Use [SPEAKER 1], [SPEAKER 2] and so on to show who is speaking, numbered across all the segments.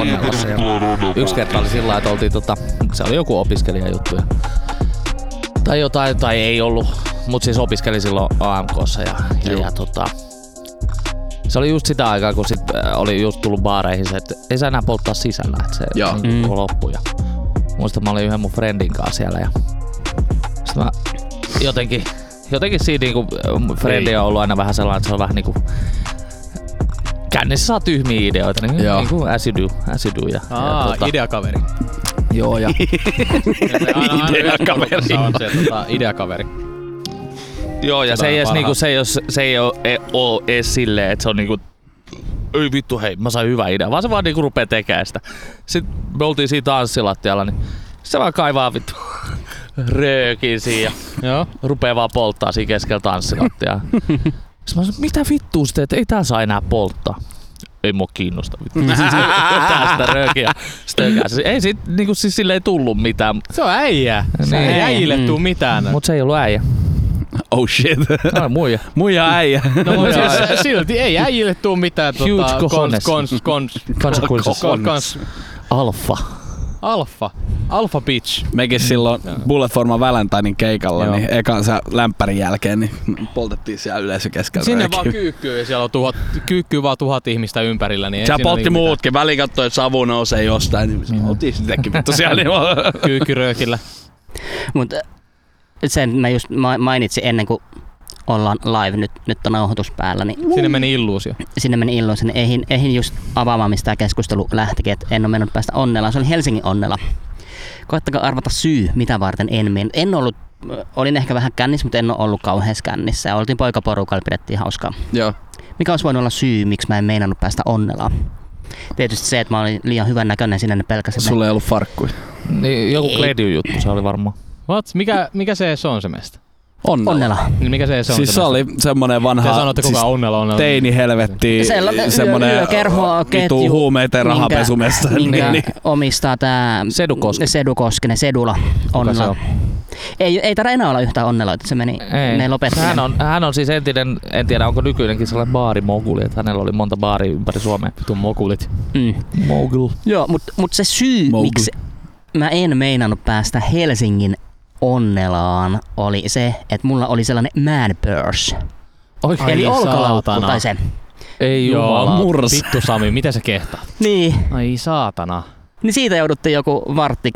[SPEAKER 1] onnellassa. Ja yksi kerta oli sillä lailla, että oltiin tota, se oli joku opiskelijajuttu. ja- Tai jotain, tai ei ollut. Mut siis opiskelin silloin AMKssa ja, ja, ja tota, se oli just sitä aikaa, kun sit äh, oli just tullut baareihin se, että ei saa enää polttaa sisällä, että se
[SPEAKER 2] Joo.
[SPEAKER 1] niin mm. loppui. Ja muistan, mä olin yhden mun friendin kanssa siellä ja sitten mä jotenkin, jotenkin siinä niinku, äh,
[SPEAKER 2] Niin.
[SPEAKER 1] frendi on ollut aina vähän sellainen, että se on vähän niinku kännissä saa tyhmiä ideoita, niin,
[SPEAKER 2] Joo.
[SPEAKER 1] niin kuin as you do, as you do. Ja, ja,
[SPEAKER 3] Aa,
[SPEAKER 1] tota,
[SPEAKER 3] ideakaveri.
[SPEAKER 1] joo, ja
[SPEAKER 3] Ideakaveri. Se on se tota, ideakaveri.
[SPEAKER 1] Joo, ja
[SPEAKER 3] Sitä
[SPEAKER 1] se ei,
[SPEAKER 3] on
[SPEAKER 1] edes,
[SPEAKER 3] parhaat.
[SPEAKER 1] niinku, se, ei ole, se ei ole, ei ole edes silleen, että se on niinku, ei vittu hei, mä sain hyvän idean, vaan se vaan niinku rupee tekemään sitä. Sitten me oltiin siinä tanssilattialla, niin se vaan kaivaa vittu röökiin siinä ja
[SPEAKER 3] Joo.
[SPEAKER 1] rupee vaan polttaa siinä keskellä tanssilattiaa. Sitten mä sanoin, mitä vittua sitten, että ei tää saa enää polttaa. Ei mua kiinnosta vittu. Tää sitä röökiä. Sitten ei käy. Siis ei sit niinku siis sille ei tullut mitään,
[SPEAKER 3] Se on äijä. Se
[SPEAKER 1] Niin.
[SPEAKER 3] ei äijille tuu mitään.
[SPEAKER 1] mut se ei ollut äijä.
[SPEAKER 2] Oh shit.
[SPEAKER 1] Mä olen muija.
[SPEAKER 2] Muija äijä.
[SPEAKER 3] No, mutta siis silti ei äijille tuu mitään
[SPEAKER 1] Huge
[SPEAKER 3] tota,
[SPEAKER 1] cojones.
[SPEAKER 3] kons, kons, kons,
[SPEAKER 1] Consequences.
[SPEAKER 3] kons, kons,
[SPEAKER 1] Alfa.
[SPEAKER 3] alfa, alfa bitch.
[SPEAKER 2] Mekin silloin Bullet Forma Valentinein keikalla,
[SPEAKER 3] Joo.
[SPEAKER 2] niin ekan sä lämpärin jälkeen, niin poltettiin siellä yleisö keskellä.
[SPEAKER 3] Sinne
[SPEAKER 2] röökiä.
[SPEAKER 3] vaan kyykkyy ja siellä on tuhat, kyykkyy vaan tuhat ihmistä ympärillä. Niin ei
[SPEAKER 2] Sä
[SPEAKER 3] siinä
[SPEAKER 2] poltti
[SPEAKER 3] niinku
[SPEAKER 2] muutkin, väliin kattoi, että savu nousee jostain, niin mä otin sitäkin vittu siellä. Niin mä-
[SPEAKER 3] mitään. Kyykkyröökillä.
[SPEAKER 4] Mutta eh, sen mä just ma- mainitsin ennen kuin ollaan live, nyt, nyt on nauhoitus päällä, niin
[SPEAKER 3] Sinne meni illuusio.
[SPEAKER 4] sinne meni illoin sinne. Eihin, eihin just avaamaan, mistä tämä keskustelu lähtikin, että en ole mennyt päästä onnella. Se oli Helsingin onnella. Koettakaa arvata syy, mitä varten en mennyt. En ollut, äh, olin ehkä vähän kännissä, mutta en ole ollut kauheassa kännissä. Ja oltiin poikaporukalla, pidettiin hauskaa.
[SPEAKER 2] Joo.
[SPEAKER 4] Mikä olisi voinut olla syy, miksi mä en meinannut päästä onnella? Tietysti se, että mä olin liian hyvän näköinen sinne, ne pelkäsin.
[SPEAKER 2] Sulla ei ollut farkkuja.
[SPEAKER 1] Niin, joku
[SPEAKER 4] Ei.
[SPEAKER 1] Gladion juttu se oli varmaan.
[SPEAKER 3] What? Mikä, mikä se se on se mestä?
[SPEAKER 2] Onnella.
[SPEAKER 4] Onnella.
[SPEAKER 3] Niin mikä se se on
[SPEAKER 2] Siis
[SPEAKER 3] se
[SPEAKER 2] se oli semmonen
[SPEAKER 3] mestä? Te
[SPEAKER 2] vanha
[SPEAKER 3] sanotte koko
[SPEAKER 2] siis
[SPEAKER 3] ajan onnella, onnella.
[SPEAKER 2] teini helvetti,
[SPEAKER 4] Sellainen
[SPEAKER 2] Niin, semmonen
[SPEAKER 4] yökerho, ketju,
[SPEAKER 2] vitu huumeita ja
[SPEAKER 4] minkä-
[SPEAKER 2] rahapesumesta.
[SPEAKER 4] minkä
[SPEAKER 2] Niin, niin.
[SPEAKER 4] omistaa tämä
[SPEAKER 1] Sedu Koskinen.
[SPEAKER 4] Sedu Koskinen, Sedula
[SPEAKER 1] se
[SPEAKER 4] onnella.
[SPEAKER 1] on?
[SPEAKER 4] Ei, ei tarvitse enää olla yhtään onneloita, se meni, ne lopetti.
[SPEAKER 1] hän,
[SPEAKER 4] ne.
[SPEAKER 1] on, hän on siis entinen, en tiedä onko nykyinenkin sellainen baarimoguli, että hänellä oli monta baaria ympäri Suomea.
[SPEAKER 3] Vitun mokulit.
[SPEAKER 4] Mm.
[SPEAKER 1] Mogul.
[SPEAKER 4] Joo, mutta mut se syy,
[SPEAKER 2] Mowgli.
[SPEAKER 4] miksi mä en meinannut päästä Helsingin onnelaan, oli se, että mulla oli sellainen man purse.
[SPEAKER 1] Oikein.
[SPEAKER 4] Eli olkalaukku
[SPEAKER 3] saatana.
[SPEAKER 4] tai se.
[SPEAKER 1] Ei jumala.
[SPEAKER 2] murs.
[SPEAKER 3] Vittu Sami, mitä sä kehtaat?
[SPEAKER 4] Niin,
[SPEAKER 3] Ai saatana.
[SPEAKER 4] niin siitä jouduttiin joku vartti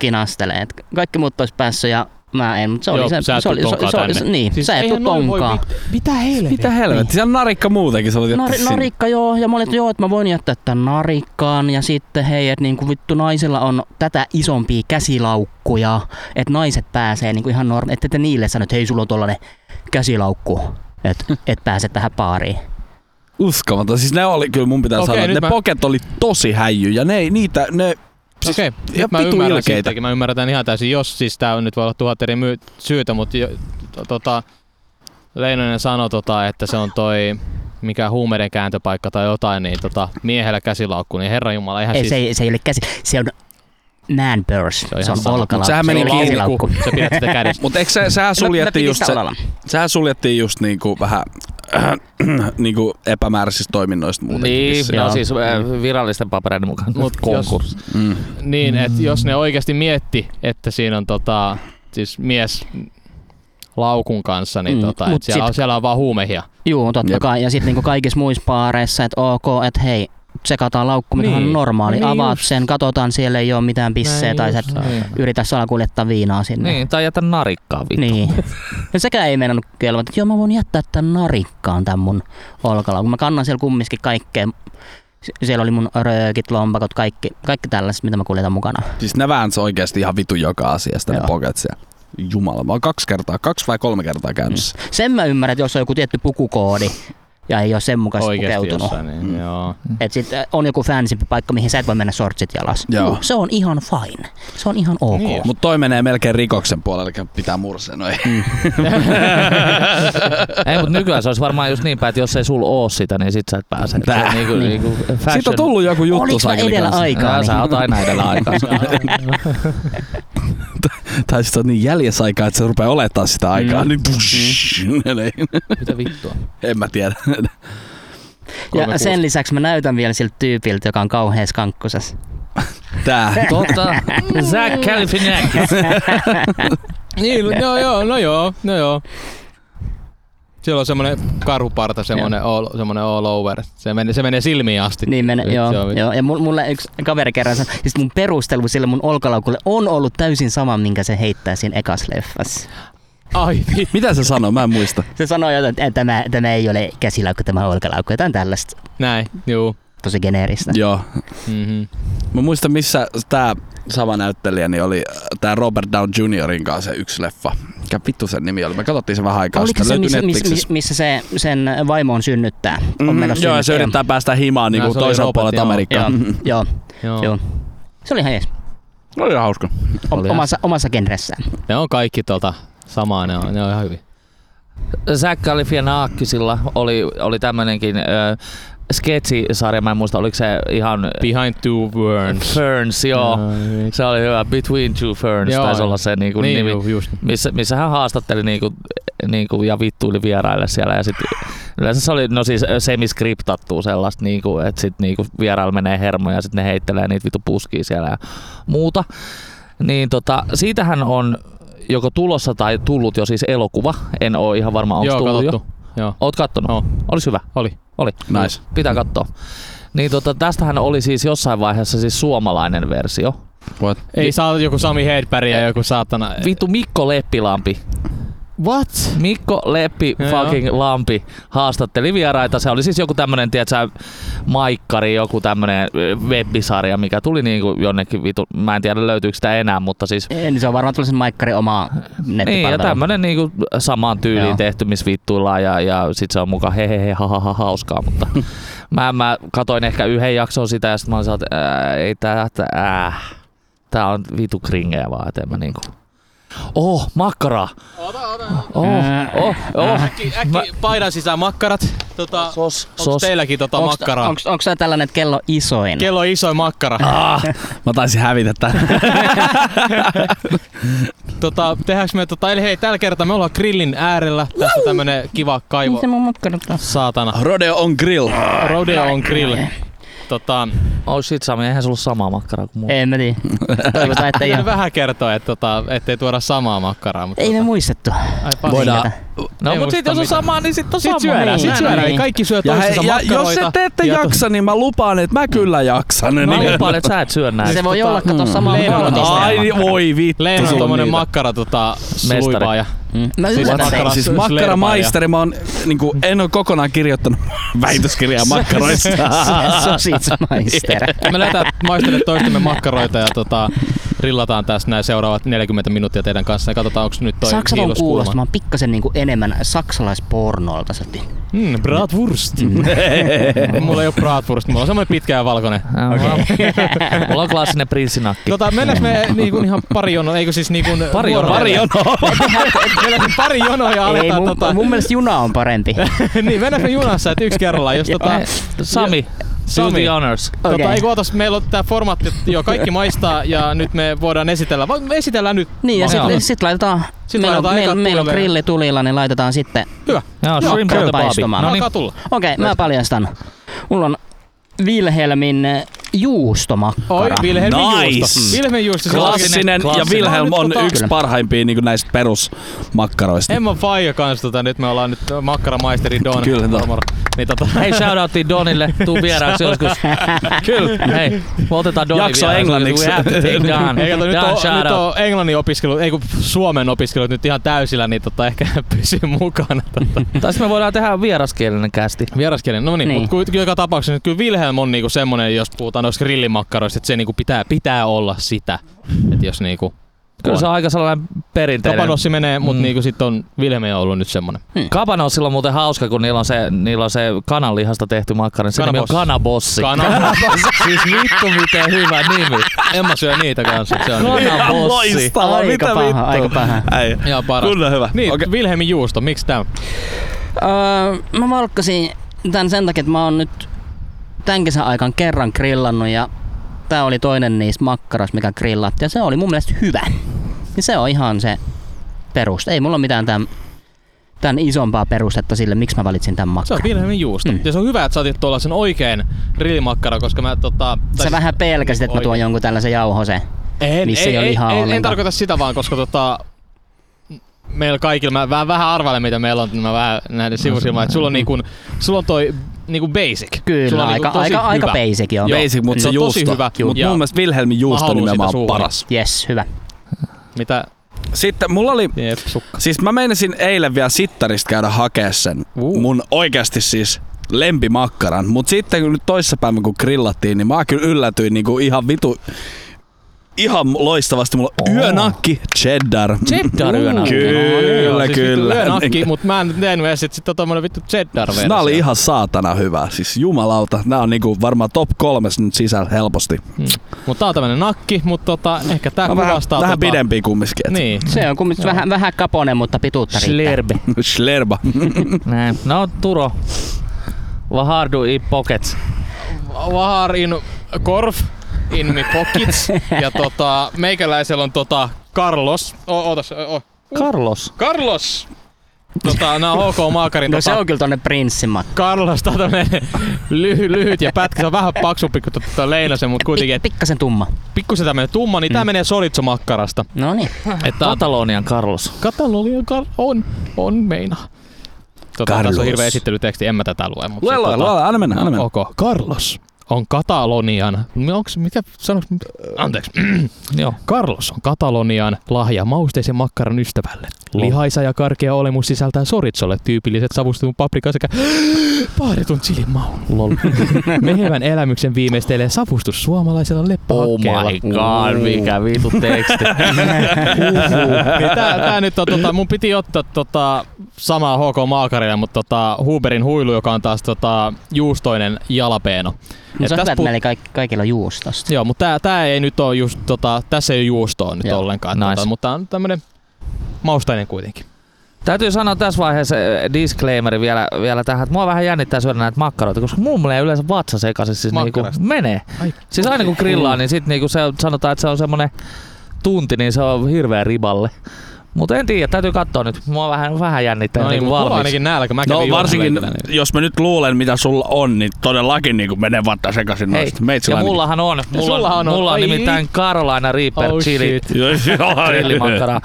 [SPEAKER 4] kinastelee. et Kaikki muut olisi päässyt ja mä en, mutta se oli
[SPEAKER 3] Joo,
[SPEAKER 4] se.
[SPEAKER 3] sä et
[SPEAKER 4] se
[SPEAKER 3] tuu
[SPEAKER 4] oli, se,
[SPEAKER 3] tonkaan
[SPEAKER 4] se oli,
[SPEAKER 3] tänne.
[SPEAKER 4] niin,
[SPEAKER 3] Siis
[SPEAKER 4] sä et tuu
[SPEAKER 3] eihän noin voi
[SPEAKER 4] tonkaan.
[SPEAKER 3] Mitä helvetti?
[SPEAKER 2] Mitä helvetti? Siellä on narikka muutenkin, sä voit jättää
[SPEAKER 4] Nari,
[SPEAKER 2] sinne.
[SPEAKER 4] narikka joo, ja mä olin, että joo, että mä voin jättää tämän narikkaan, ja sitten hei, että niinku vittu naisilla on tätä isompia käsilaukkuja, että naiset pääsee niinku ihan normi, että te niille sanot, hei sulla on tollanen käsilaukku, että et pääse tähän baariin.
[SPEAKER 2] Uskomaton. Siis ne oli, kyllä mun pitää
[SPEAKER 3] Okei,
[SPEAKER 2] sanoa,
[SPEAKER 3] nyt
[SPEAKER 2] että ne
[SPEAKER 3] mä-
[SPEAKER 2] poket oli tosi häijyjä. Ne ei niitä, ne... Siis,
[SPEAKER 3] Okei,
[SPEAKER 2] ihan
[SPEAKER 3] nyt mä
[SPEAKER 2] vitu
[SPEAKER 3] ymmärrän
[SPEAKER 2] ilkeitä.
[SPEAKER 3] siitäkin. Mä ymmärrän ihan täysin, jos siis tää on nyt voi olla tuhat eri myy- syytä, mutta jo, to- tota, Leinonen sanoi, tota, että se on toi mikä huumeiden kääntöpaikka tai jotain, niin tota, miehellä käsilaukku, niin herra jumala, eihän
[SPEAKER 4] Ei,
[SPEAKER 3] siis...
[SPEAKER 4] se, ei, se ei ole käsi, se on man purse, se
[SPEAKER 3] on
[SPEAKER 4] on, se
[SPEAKER 3] ihan
[SPEAKER 4] on
[SPEAKER 3] sama.
[SPEAKER 4] olkalaukku,
[SPEAKER 2] Mut sehän
[SPEAKER 4] se
[SPEAKER 2] meni
[SPEAKER 4] ei ole
[SPEAKER 2] kiinni,
[SPEAKER 4] käsilaukku.
[SPEAKER 3] niinku, Sä pidät sitä kädessä.
[SPEAKER 2] Mutta eikö sä, sä suljettiin just,
[SPEAKER 4] se,
[SPEAKER 2] sä, sä suljettiin just niinku vähän niinku epämääräisistä toiminnoista muutenkin.
[SPEAKER 1] Niin,
[SPEAKER 2] vissiin.
[SPEAKER 1] no
[SPEAKER 4] Joo.
[SPEAKER 1] siis äh, virallisten papereiden mukaan
[SPEAKER 3] Mut
[SPEAKER 1] Mut konkurssi.
[SPEAKER 2] Mm.
[SPEAKER 3] Niin, että jos ne oikeasti mietti, että siinä on tota, siis mies laukun kanssa, niin
[SPEAKER 4] Mm,
[SPEAKER 3] mm, tota,
[SPEAKER 4] mut
[SPEAKER 3] et siellä,
[SPEAKER 4] sit-
[SPEAKER 3] on, siellä on vaan huumehia.
[SPEAKER 4] Joo, totta
[SPEAKER 2] Jep.
[SPEAKER 4] kai, ja sitten niinku kaikissa muissa baareissa, että ok, että hei, tsekataan laukku, mikä
[SPEAKER 3] Niin.
[SPEAKER 4] on normaali,
[SPEAKER 3] Niin
[SPEAKER 4] avaat
[SPEAKER 3] just.
[SPEAKER 4] sen, katsotaan, siellä ei ole mitään pisseä,
[SPEAKER 3] Näin
[SPEAKER 4] tai sä
[SPEAKER 3] just.
[SPEAKER 4] et
[SPEAKER 1] Niin.
[SPEAKER 4] yritä salakuljettaa viinaa sinne.
[SPEAKER 1] niin, tai jätä narikkaa vittu.
[SPEAKER 4] Niin. Ja sekään ei meinannut kelvata, että joo mä voin jättää tän narikkaan tän mun olkalaukun. Mä kannan siellä kumminkin kaikkea. Sie- Siellä oli mun röökit, lompakot, kaikki, kaikki tällaiset, mitä mä kuljetan mukana.
[SPEAKER 2] Siis ne väänsi oikeasti ihan vitu joka asiasta ne
[SPEAKER 4] Joo.
[SPEAKER 2] poket siellä. Jumala, mä oon kaksi kertaa, kaksi vai kolme kertaa käynyt mm.
[SPEAKER 4] Sen mä ymmärrän, että jos on joku tietty pukukoodi ja ei ole sen mukaan
[SPEAKER 3] Oikeasti
[SPEAKER 4] pukeutunut.
[SPEAKER 3] jossain, niin
[SPEAKER 2] Mm.
[SPEAKER 3] mm. joo.
[SPEAKER 4] Et sit äh, on joku fansimpi paikka, mihin sä et voi mennä sortsit jalas.
[SPEAKER 2] Joo.
[SPEAKER 4] Juu, se on ihan fine. Se on ihan ok.
[SPEAKER 3] Niin.
[SPEAKER 2] Mut toi menee melkein rikoksen puolelle, eli pitää mursia noin.
[SPEAKER 1] Ei, mutta nykyään se olisi varmaan just niin päin, että jos ei sul oo sitä, niin sit sä et pääse. Et se
[SPEAKER 2] Tää.
[SPEAKER 1] on Niinku,
[SPEAKER 4] Niin.
[SPEAKER 1] niinku fashion.
[SPEAKER 2] Siitä on tullut joku juttu
[SPEAKER 4] Oliks mä
[SPEAKER 2] saakeli
[SPEAKER 4] edellä
[SPEAKER 2] kanssa.
[SPEAKER 4] aikaa?
[SPEAKER 1] Jaa,
[SPEAKER 4] Niin.
[SPEAKER 1] sä oot aina edellä aikaa.
[SPEAKER 2] Tai sit sä oot niin jäljessä aikaa, että se rupeaa olettaa sitä aikaa. Mm. Niin, push, mm.
[SPEAKER 1] Mitä vittua?
[SPEAKER 2] en mä tiedä.
[SPEAKER 4] Ja
[SPEAKER 3] Kolme
[SPEAKER 4] sen
[SPEAKER 3] kuusi.
[SPEAKER 4] lisäksi mä näytän vielä siltä tyypiltä, joka on kauheas kankkosessa.
[SPEAKER 2] Tää.
[SPEAKER 1] Totta. Zach Tota, Galifianakis.
[SPEAKER 3] Niin, no joo, no joo, no joo. Siellä on semmonen karhuparta, semmonen, all, semmonen all over. Se menee, se menee silmiin asti.
[SPEAKER 4] Niin mene,
[SPEAKER 3] Nyt
[SPEAKER 4] joo,
[SPEAKER 3] se on-
[SPEAKER 4] joo. Ja mul- mulle yksi kaveri kerran sanoi, siis mun perustelu sille mun olkalaukulle on ollut täysin sama, minkä se heittää siinä ekas leffassa.
[SPEAKER 3] Ai vittu.
[SPEAKER 2] Mitä se sanoo? Mä en muista.
[SPEAKER 4] Se sanoi jotain, että tämä, tämä ei ole käsilaukku, tämä on olkalaukku, jotain tällaista.
[SPEAKER 3] Näin, juu.
[SPEAKER 4] Tosi geneeristä.
[SPEAKER 2] Joo.
[SPEAKER 3] Mm-hmm.
[SPEAKER 2] Mä muistan, missä tää sama näyttelijä niin oli äh, tää Robert Down Jr.in kanssa se yksi leffa. Mikä vittu sen nimi oli? Me katsottiin se vähän aikaa sitten.
[SPEAKER 4] Oliko se,
[SPEAKER 2] Löytyi
[SPEAKER 4] missä, missä,
[SPEAKER 2] Netflixissä.
[SPEAKER 4] missä, missä se sen vaimon synnyttää? On
[SPEAKER 2] Mm,
[SPEAKER 4] menossa
[SPEAKER 2] joo, ja se
[SPEAKER 4] synnyttäjä.
[SPEAKER 2] yrittää Mm-hmm. päästä himaan
[SPEAKER 3] Joo,
[SPEAKER 2] niinku
[SPEAKER 3] se oli
[SPEAKER 2] toisella
[SPEAKER 3] Robert,
[SPEAKER 2] puolelta
[SPEAKER 3] joo.
[SPEAKER 2] Amerikkaa.
[SPEAKER 4] Joo, joo,
[SPEAKER 3] Joo.
[SPEAKER 4] joo. Se oli ihan jees.
[SPEAKER 2] No ihan hauska.
[SPEAKER 4] O-
[SPEAKER 1] Oli
[SPEAKER 4] omassa, omassa genressään.
[SPEAKER 3] Ne on kaikki tota samaa, ne on, ne on ihan hyvin.
[SPEAKER 1] Zach Galifianakisilla oli, oli tämmöinenkin äh, sketsisarja, mä en muista, oliko se ihan
[SPEAKER 3] Behind two worms.
[SPEAKER 1] Ferns, joo. Se oli hyvä, Between Two Ferns
[SPEAKER 3] Joo.
[SPEAKER 1] taisi olla se niinku
[SPEAKER 3] niin,
[SPEAKER 1] nimi.
[SPEAKER 3] juu, just.
[SPEAKER 1] missä, missä hän haastatteli niinku, niinku, ja vittuili vieraille siellä. Ja sit, yleensä se oli no siis semiskriptattu sellaista, niinku, että sit niinku vierailla menee hermoja ja sitten ne heittelee niitä vitu puskia siellä ja muuta. Niin tota, siitähän on joko tulossa tai tullut jo siis elokuva. En oo ihan varma, onko
[SPEAKER 3] Joo,
[SPEAKER 1] tullut jo.
[SPEAKER 3] katsottu. Joo,
[SPEAKER 1] Oot kattonut?
[SPEAKER 3] Oon.
[SPEAKER 1] Olis hyvä.
[SPEAKER 3] oli.
[SPEAKER 1] Oli.
[SPEAKER 2] Nice.
[SPEAKER 1] Pitää katsoa. Niin tota, tästähän oli siis jossain vaiheessa siis suomalainen versio.
[SPEAKER 2] What?
[SPEAKER 3] Ei saa joku Sami Hedberg ja joku saatana.
[SPEAKER 1] Vittu Mikko Leppilampi
[SPEAKER 3] What?
[SPEAKER 1] Mikko Leppi
[SPEAKER 3] Joo.
[SPEAKER 1] fucking Lampi haastatteli vieraita. Se oli siis joku tämmönen, tiedätkö, maikkari, joku tämmönen ö, webbisarja, mikä tuli niinku jonnekin vitu, mä en tiedä löytyykö sitä enää, mutta siis
[SPEAKER 4] Ei, Niin se on varmaan tullut sen Maikkarin omaa
[SPEAKER 1] niin, ja
[SPEAKER 4] nettipalvelua.
[SPEAKER 1] tämmönen niinku samaan tyyliin
[SPEAKER 4] Joo.
[SPEAKER 1] tehty, missä vittuillaan ja, ja sit se on mukaan hehehe ha, ha, ha, hauskaa, mutta mä, mä katoin ehkä yhden jakson sitä ja sit mä olin saanut, ää, ei tää, tää, äh, tää on vitu kringeä vaan, et en mä niinku. Oh, makkaraa! Oh, oh, oh.
[SPEAKER 3] Äkki, äkki paidan sisään makkarat. Tota,
[SPEAKER 1] Sos,
[SPEAKER 3] onko
[SPEAKER 1] sos.
[SPEAKER 3] teilläkin tota
[SPEAKER 4] Onks-
[SPEAKER 3] makkaraa?
[SPEAKER 4] onks- Onks tää tällainen, että kello on isoin?
[SPEAKER 3] Kello on iso makkara.
[SPEAKER 2] Ah. Mä taisin hävitä tän.
[SPEAKER 3] Tota, tehdäänkö me tota, eli hei, tällä kertaa me ollaan grillin äärellä. Tässä on tämmönen kiva kaivo.
[SPEAKER 4] mun makkara taas?
[SPEAKER 3] Saatana.
[SPEAKER 2] Rodeo on grill.
[SPEAKER 3] Rodeo on grill. Tota,
[SPEAKER 1] Oh shit Sami, eihän sulla ole samaa makkaraa kuin mulla.
[SPEAKER 4] Ei mä tiedä. Toivotaan, että ei oo.
[SPEAKER 3] täytyy vähän kertoa, että tota, ettei tuoda samaa makkaraa. Mutta
[SPEAKER 4] Ei me
[SPEAKER 3] tota,
[SPEAKER 4] muistettu.
[SPEAKER 3] ai paska.
[SPEAKER 2] Voidaan.
[SPEAKER 1] No
[SPEAKER 3] Ei
[SPEAKER 1] mut
[SPEAKER 3] muista
[SPEAKER 1] sit jos on
[SPEAKER 3] mitään.
[SPEAKER 1] samaa, niin sit on
[SPEAKER 3] Sit
[SPEAKER 1] samaa.
[SPEAKER 3] syödään, sit
[SPEAKER 4] Niin,
[SPEAKER 3] syödään.
[SPEAKER 4] niin.
[SPEAKER 3] Kaikki syö
[SPEAKER 2] Ja, he,
[SPEAKER 3] toistensa
[SPEAKER 2] ja jos
[SPEAKER 3] makkaroita.
[SPEAKER 2] se te ette
[SPEAKER 3] ja to-
[SPEAKER 2] jaksa, niin mä lupaan, että mä kyllä jaksan.
[SPEAKER 1] Mä
[SPEAKER 2] Niin.
[SPEAKER 1] lupaan, että sä et syö näitä.
[SPEAKER 4] Se voi olla, kato samaa
[SPEAKER 3] Leena on
[SPEAKER 4] valmistajalta.
[SPEAKER 2] Ai voi vittu.
[SPEAKER 3] Leena on
[SPEAKER 2] sulla
[SPEAKER 3] tommonen
[SPEAKER 2] niitä.
[SPEAKER 3] makkara tota,
[SPEAKER 1] Mestari.
[SPEAKER 3] suivaa ja
[SPEAKER 4] Mm. Mä
[SPEAKER 3] Siis
[SPEAKER 4] yritän
[SPEAKER 3] makkara-
[SPEAKER 4] teitä.
[SPEAKER 2] Siis
[SPEAKER 3] Slurpaa
[SPEAKER 2] makkaramaisteri, mä oon, niinku, en oo kokonaan kirjoittanut väitöskirjaa makkaroista.
[SPEAKER 4] Sositsmaister.
[SPEAKER 3] me lähdetään maistelemaan toistemme makkaroita ja tota, rillataan tässä näin seuraavat 40 minuuttia teidän kanssa ja katsotaan onko nyt toi
[SPEAKER 4] Saksa on
[SPEAKER 3] hiiloskulma.
[SPEAKER 4] kuulostamaan pikkasen niinku enemmän saksalaispornolta silti.
[SPEAKER 3] Mm, bratwurst. mulla ei oo bratwurst, mulla on semmonen pitkä ja valkoinen.
[SPEAKER 1] Okay. Mulla on klassinen prinssinakki.
[SPEAKER 3] Tota, mennäänkö me niinku ihan pari jonoa, eikö siis niinku...
[SPEAKER 1] Pari jonoa.
[SPEAKER 3] vuorotellen?
[SPEAKER 1] Pari
[SPEAKER 3] Mennäänkö siis pari jonoa ja
[SPEAKER 4] Ei,
[SPEAKER 3] aletaan
[SPEAKER 4] mun,
[SPEAKER 3] tota...
[SPEAKER 4] mun mielestä juna on parempi.
[SPEAKER 3] niin, mennäänkö me junassa, että yksi kerrallaan, jos tota...
[SPEAKER 1] Sami, Sami.
[SPEAKER 3] Sami.
[SPEAKER 1] the honors.
[SPEAKER 3] Tota,
[SPEAKER 4] Okei.
[SPEAKER 3] ei kun ootas, meillä on tää formaatti, että joo, kaikki maistaa ja nyt me voidaan esitellä. Vai me esitellään nyt.
[SPEAKER 4] Niin ja
[SPEAKER 1] Joo.
[SPEAKER 4] sitten sit laitetaan,
[SPEAKER 3] Sit
[SPEAKER 4] sit meillä,
[SPEAKER 3] laitetaan
[SPEAKER 4] on, meillä,
[SPEAKER 3] ekat
[SPEAKER 4] meillä on
[SPEAKER 3] tulille.
[SPEAKER 4] grilli tulilla, niin laitetaan sitten.
[SPEAKER 3] Hyvä.
[SPEAKER 1] Joo,
[SPEAKER 3] Joo,
[SPEAKER 1] shrimp on
[SPEAKER 4] käy
[SPEAKER 1] the
[SPEAKER 4] paistumaan.
[SPEAKER 1] barbie.
[SPEAKER 3] No
[SPEAKER 1] No
[SPEAKER 3] niin.
[SPEAKER 1] niin.
[SPEAKER 3] Alkaa tulla.
[SPEAKER 4] Okei, okay, mä paljastan. Mulla on Wilhelmin eh,
[SPEAKER 3] Oi,
[SPEAKER 4] juustomakkara.
[SPEAKER 3] Vilhelmin
[SPEAKER 2] Nice.
[SPEAKER 3] juusto. Vilhelmin juusto. se on
[SPEAKER 2] Klassinen, ja
[SPEAKER 3] klassinen.
[SPEAKER 2] Wilhelm
[SPEAKER 3] Tää
[SPEAKER 2] on
[SPEAKER 3] nyt tota-
[SPEAKER 2] yksi parhaimpia niinku näistä perusmakkaroista.
[SPEAKER 3] Emma Faija kanssa, tota, nyt me ollaan nyt makkaramaisteri Don.
[SPEAKER 2] Kyllä, no.
[SPEAKER 3] Mormoro. Niin, tota,
[SPEAKER 1] Hei, shoutoutti Donille. Tuu vieraaksi joskus. Kyllä. Hei, me otetaan Doni
[SPEAKER 2] Jakso
[SPEAKER 1] vieraaksi.
[SPEAKER 2] englanniksi.
[SPEAKER 1] We have to take Don.
[SPEAKER 3] Ei, kato, nyt,
[SPEAKER 1] Don,
[SPEAKER 3] on,
[SPEAKER 1] shout
[SPEAKER 3] nyt
[SPEAKER 1] out.
[SPEAKER 3] on englannin opiskelut, ei kun suomen opiskelut nyt ihan täysillä, niin tota, ehkä pysyy mukana. Tota.
[SPEAKER 1] Tai sitten me voidaan tehdä vieraskielinen kästi.
[SPEAKER 3] Vieraskielinen, no niin,
[SPEAKER 4] Niin.
[SPEAKER 3] niin. mutta joka tapauksessa nyt kyllä Wilhelm on niinku semmonen, jos puhutaan noista grillimakkaroista, että se niinku pitää, pitää olla sitä. Että jos niinku
[SPEAKER 1] Kyllä se on aika sellainen perinteinen.
[SPEAKER 3] Tapanossi menee, mutta
[SPEAKER 1] Mm.
[SPEAKER 3] mm. niinku sit on Vilhelmi on ollut nyt semmonen.
[SPEAKER 1] Kapana on silloin muuten hauska, kun niillä on se, niillä on se kananlihasta tehty makkara. niin Se nimi on
[SPEAKER 3] Kanabos.
[SPEAKER 1] kanabossi.
[SPEAKER 3] Kana.
[SPEAKER 1] siis vittu miten hyvä nimi.
[SPEAKER 3] en mä syö niitä kanssa. Se on
[SPEAKER 1] Kana.
[SPEAKER 3] ihan,
[SPEAKER 2] Ihan
[SPEAKER 1] bossi.
[SPEAKER 2] loistavaa,
[SPEAKER 4] Aika
[SPEAKER 2] mitä
[SPEAKER 4] paha,
[SPEAKER 2] vittu.
[SPEAKER 4] aika paha.
[SPEAKER 2] Ei.
[SPEAKER 3] ihan paras.
[SPEAKER 2] Kyllä hyvä.
[SPEAKER 3] Niin,
[SPEAKER 2] Okei.
[SPEAKER 3] okay. Vilhelmin juusto, miksi tää?
[SPEAKER 4] Öö, mä valkkasin tän sen takia, että mä oon nyt tän kesän aikaan kerran grillannut ja tää oli toinen niistä makkaras, mikä grillattiin ja se oli mun mielestä hyvä. Ja se on ihan se perus. Ei mulla mitään tämän tämän isompaa perustetta sille, miksi mä valitsin tämän
[SPEAKER 3] Se on
[SPEAKER 4] makkaran.
[SPEAKER 3] Vilhelmin juusto. Mm.
[SPEAKER 4] Mm.
[SPEAKER 3] Ja se on hyvä, että sä otit tuolla sen oikein grillimakkara, koska mä tota...
[SPEAKER 4] Sä vähän pelkäsit, että mä tuon jonkun tällaisen jauhosen.
[SPEAKER 3] en,
[SPEAKER 4] missä
[SPEAKER 3] ei,
[SPEAKER 4] ei ole lihaa
[SPEAKER 3] en, en,
[SPEAKER 4] ollenkaan.
[SPEAKER 3] tarkoita sitä vaan, koska tota... Meillä kaikilla, mä vähän, vähän arvailen mitä meillä on, niin mä vähän
[SPEAKER 4] No
[SPEAKER 3] näiden sivusilmaan, että sulla on niinku, sulla on toi niinku basic.
[SPEAKER 4] Kyllä,
[SPEAKER 3] sulla on
[SPEAKER 4] aika,
[SPEAKER 3] niinku tosi
[SPEAKER 4] aika, aika
[SPEAKER 3] hyvä.
[SPEAKER 4] basic joo.
[SPEAKER 3] Joo.
[SPEAKER 2] Basic, mutta
[SPEAKER 3] Se
[SPEAKER 2] se,
[SPEAKER 3] on tosi
[SPEAKER 2] juusto.
[SPEAKER 3] hyvä.
[SPEAKER 2] Mut
[SPEAKER 3] Ja-
[SPEAKER 2] mun mielestä Wilhelmin
[SPEAKER 3] Mä
[SPEAKER 2] juusto
[SPEAKER 3] haluan
[SPEAKER 2] nimenomaan
[SPEAKER 3] sitä
[SPEAKER 2] on
[SPEAKER 3] suuhun.
[SPEAKER 2] paras.
[SPEAKER 4] Yes, hyvä.
[SPEAKER 3] Mitä?
[SPEAKER 2] Sitten mulla oli
[SPEAKER 3] Jep, sukka.
[SPEAKER 2] Siis mä meinasin eilen vielä sittarista käydä hakea sen.
[SPEAKER 3] Uu.
[SPEAKER 2] Uh. Mun oikeasti siis lempimakkaran. Mut sitten kun nyt toissapäivänä kun grillattiin, niin mä kyllä yllätyin niinku ihan vitu... Ihan loistavasti mulla on yönakki, cheddar. Mm.
[SPEAKER 1] Cheddar yönakki.
[SPEAKER 3] Joo,
[SPEAKER 2] Kyllä,
[SPEAKER 3] siis
[SPEAKER 2] kyllä.
[SPEAKER 3] Vittu nakki, mut mä en tiennyt edes, että sit on tommonen vittu cheddar-versio.
[SPEAKER 2] Nämä oli ihan saatana hyvä. Siis jumalauta, nämä on niinku varmaan top kolmes nyt sisällä helposti.
[SPEAKER 3] Mm. Mut tää on tämmönen nakki, mut tota, ehkä tää
[SPEAKER 2] No, vähän,
[SPEAKER 3] kuvastaa...
[SPEAKER 2] vähän
[SPEAKER 3] tota,
[SPEAKER 2] pidempi kumminkin. et-
[SPEAKER 3] Niin.
[SPEAKER 4] Se on kumminkin vähän, vähän kaponen, mutta pituutta riittää.
[SPEAKER 1] Slurbe.
[SPEAKER 2] Schlerba.
[SPEAKER 1] Näin. No, Turo. Vad har du i pockets?
[SPEAKER 3] Vahar in Korf in my pockets. ja tota, meikäläisellä on tota Carlos. O, ootas, o, o.
[SPEAKER 1] Carlos.
[SPEAKER 3] Carlos! Tota, nää on HK Maakarin
[SPEAKER 4] No
[SPEAKER 3] tota,
[SPEAKER 4] se on kyllä tonne prinssin matka.
[SPEAKER 3] Carlos, tää on tämmönen lyhy, lyhyt ja pätkä. Se on vähän paksumpi kuin tota Leinosen, mut kuitenkin, et
[SPEAKER 4] Pikkasen tumma.
[SPEAKER 3] pikkusen tämmönen tumma, niin
[SPEAKER 2] Mm.
[SPEAKER 3] tää menee solitsomakkarasta.
[SPEAKER 4] No niin.
[SPEAKER 3] Että on,
[SPEAKER 1] Katalonian Carlos.
[SPEAKER 3] Katalonia kar- on, on meina. Tota, tässä on
[SPEAKER 2] Carlos.
[SPEAKER 3] hirveä esittelyteksti, en mä tätä lue. tota- Mutta
[SPEAKER 2] Lue, lue, lue, anna mennä, anna mennä.
[SPEAKER 3] Okay. Carlos on Katalonian, no onks, mikä sanoks, anteeksi,
[SPEAKER 1] Joo.
[SPEAKER 3] Carlos on Katalonian lahja mausteisen makkaran ystävälle.
[SPEAKER 1] Oh.
[SPEAKER 3] Lihaisa ja karkea olemus sisältää soritsolle tyypilliset savustetun paprika sekä paadetun chilin maun. Lol. Mehevän elämyksen viimeistelee savustus suomalaisella
[SPEAKER 1] Oh my
[SPEAKER 3] leppähakkeella.
[SPEAKER 1] god, mikä vitu teksti.
[SPEAKER 3] Niin tää, tää nyt on, tota, mun piti ottaa tota, samaa HK Maakarille, mutta tota, Huberin huilu, joka on taas tota, juustoinen jalapeeno.
[SPEAKER 4] No
[SPEAKER 3] Et
[SPEAKER 4] se
[SPEAKER 3] tässä
[SPEAKER 4] on hyvä, että
[SPEAKER 3] puhut-
[SPEAKER 4] meillä kaikki, kaikilla on juustosta.
[SPEAKER 3] Joo, mutta tää, tää ei nyt ole just, tota, tässä ei ole juustoa nyt
[SPEAKER 4] Joo.
[SPEAKER 3] ollenkaan.
[SPEAKER 1] Nice.
[SPEAKER 3] Tota, mutta tää on tämmönen maustainen kuitenkin.
[SPEAKER 1] Täytyy sanoa tässä vaiheessa eh, disclaimeri vielä, vielä tähän, että mua vähän jännittää syödä näitä makkaroita, koska mulla menee yleensä vatsa sekaisin, siis niinku
[SPEAKER 3] Makkarasta.
[SPEAKER 1] menee.
[SPEAKER 3] Ai,
[SPEAKER 1] Siis aina kun grillaa, niin sit niinku se on- sanotaan, että se on semmonen tunti, niin se on hirveä riballe. Mutta en tiedä, täytyy katsoa nyt. Mua vähän, vähän jännittää no,
[SPEAKER 3] no niin,
[SPEAKER 1] niinku
[SPEAKER 3] mulla on
[SPEAKER 1] valmiiksi.
[SPEAKER 3] ainakin nälkä. Mä
[SPEAKER 2] No
[SPEAKER 3] kävin
[SPEAKER 2] varsinkin,
[SPEAKER 3] juomassa lenkillä,
[SPEAKER 2] jos mä nyt luulen mitä sulla on, niin todellakin niin menee vatta sekaisin
[SPEAKER 1] Hei,
[SPEAKER 2] noista.
[SPEAKER 1] ja
[SPEAKER 2] Meitsilä
[SPEAKER 1] mullahan on. Mulla,
[SPEAKER 3] sullahan
[SPEAKER 1] on,
[SPEAKER 3] on.
[SPEAKER 1] mulla on
[SPEAKER 3] Ai.
[SPEAKER 1] nimittäin Carolina Reaper
[SPEAKER 3] Oh
[SPEAKER 1] oh, chili,
[SPEAKER 3] shit.
[SPEAKER 1] grillimakkaraa.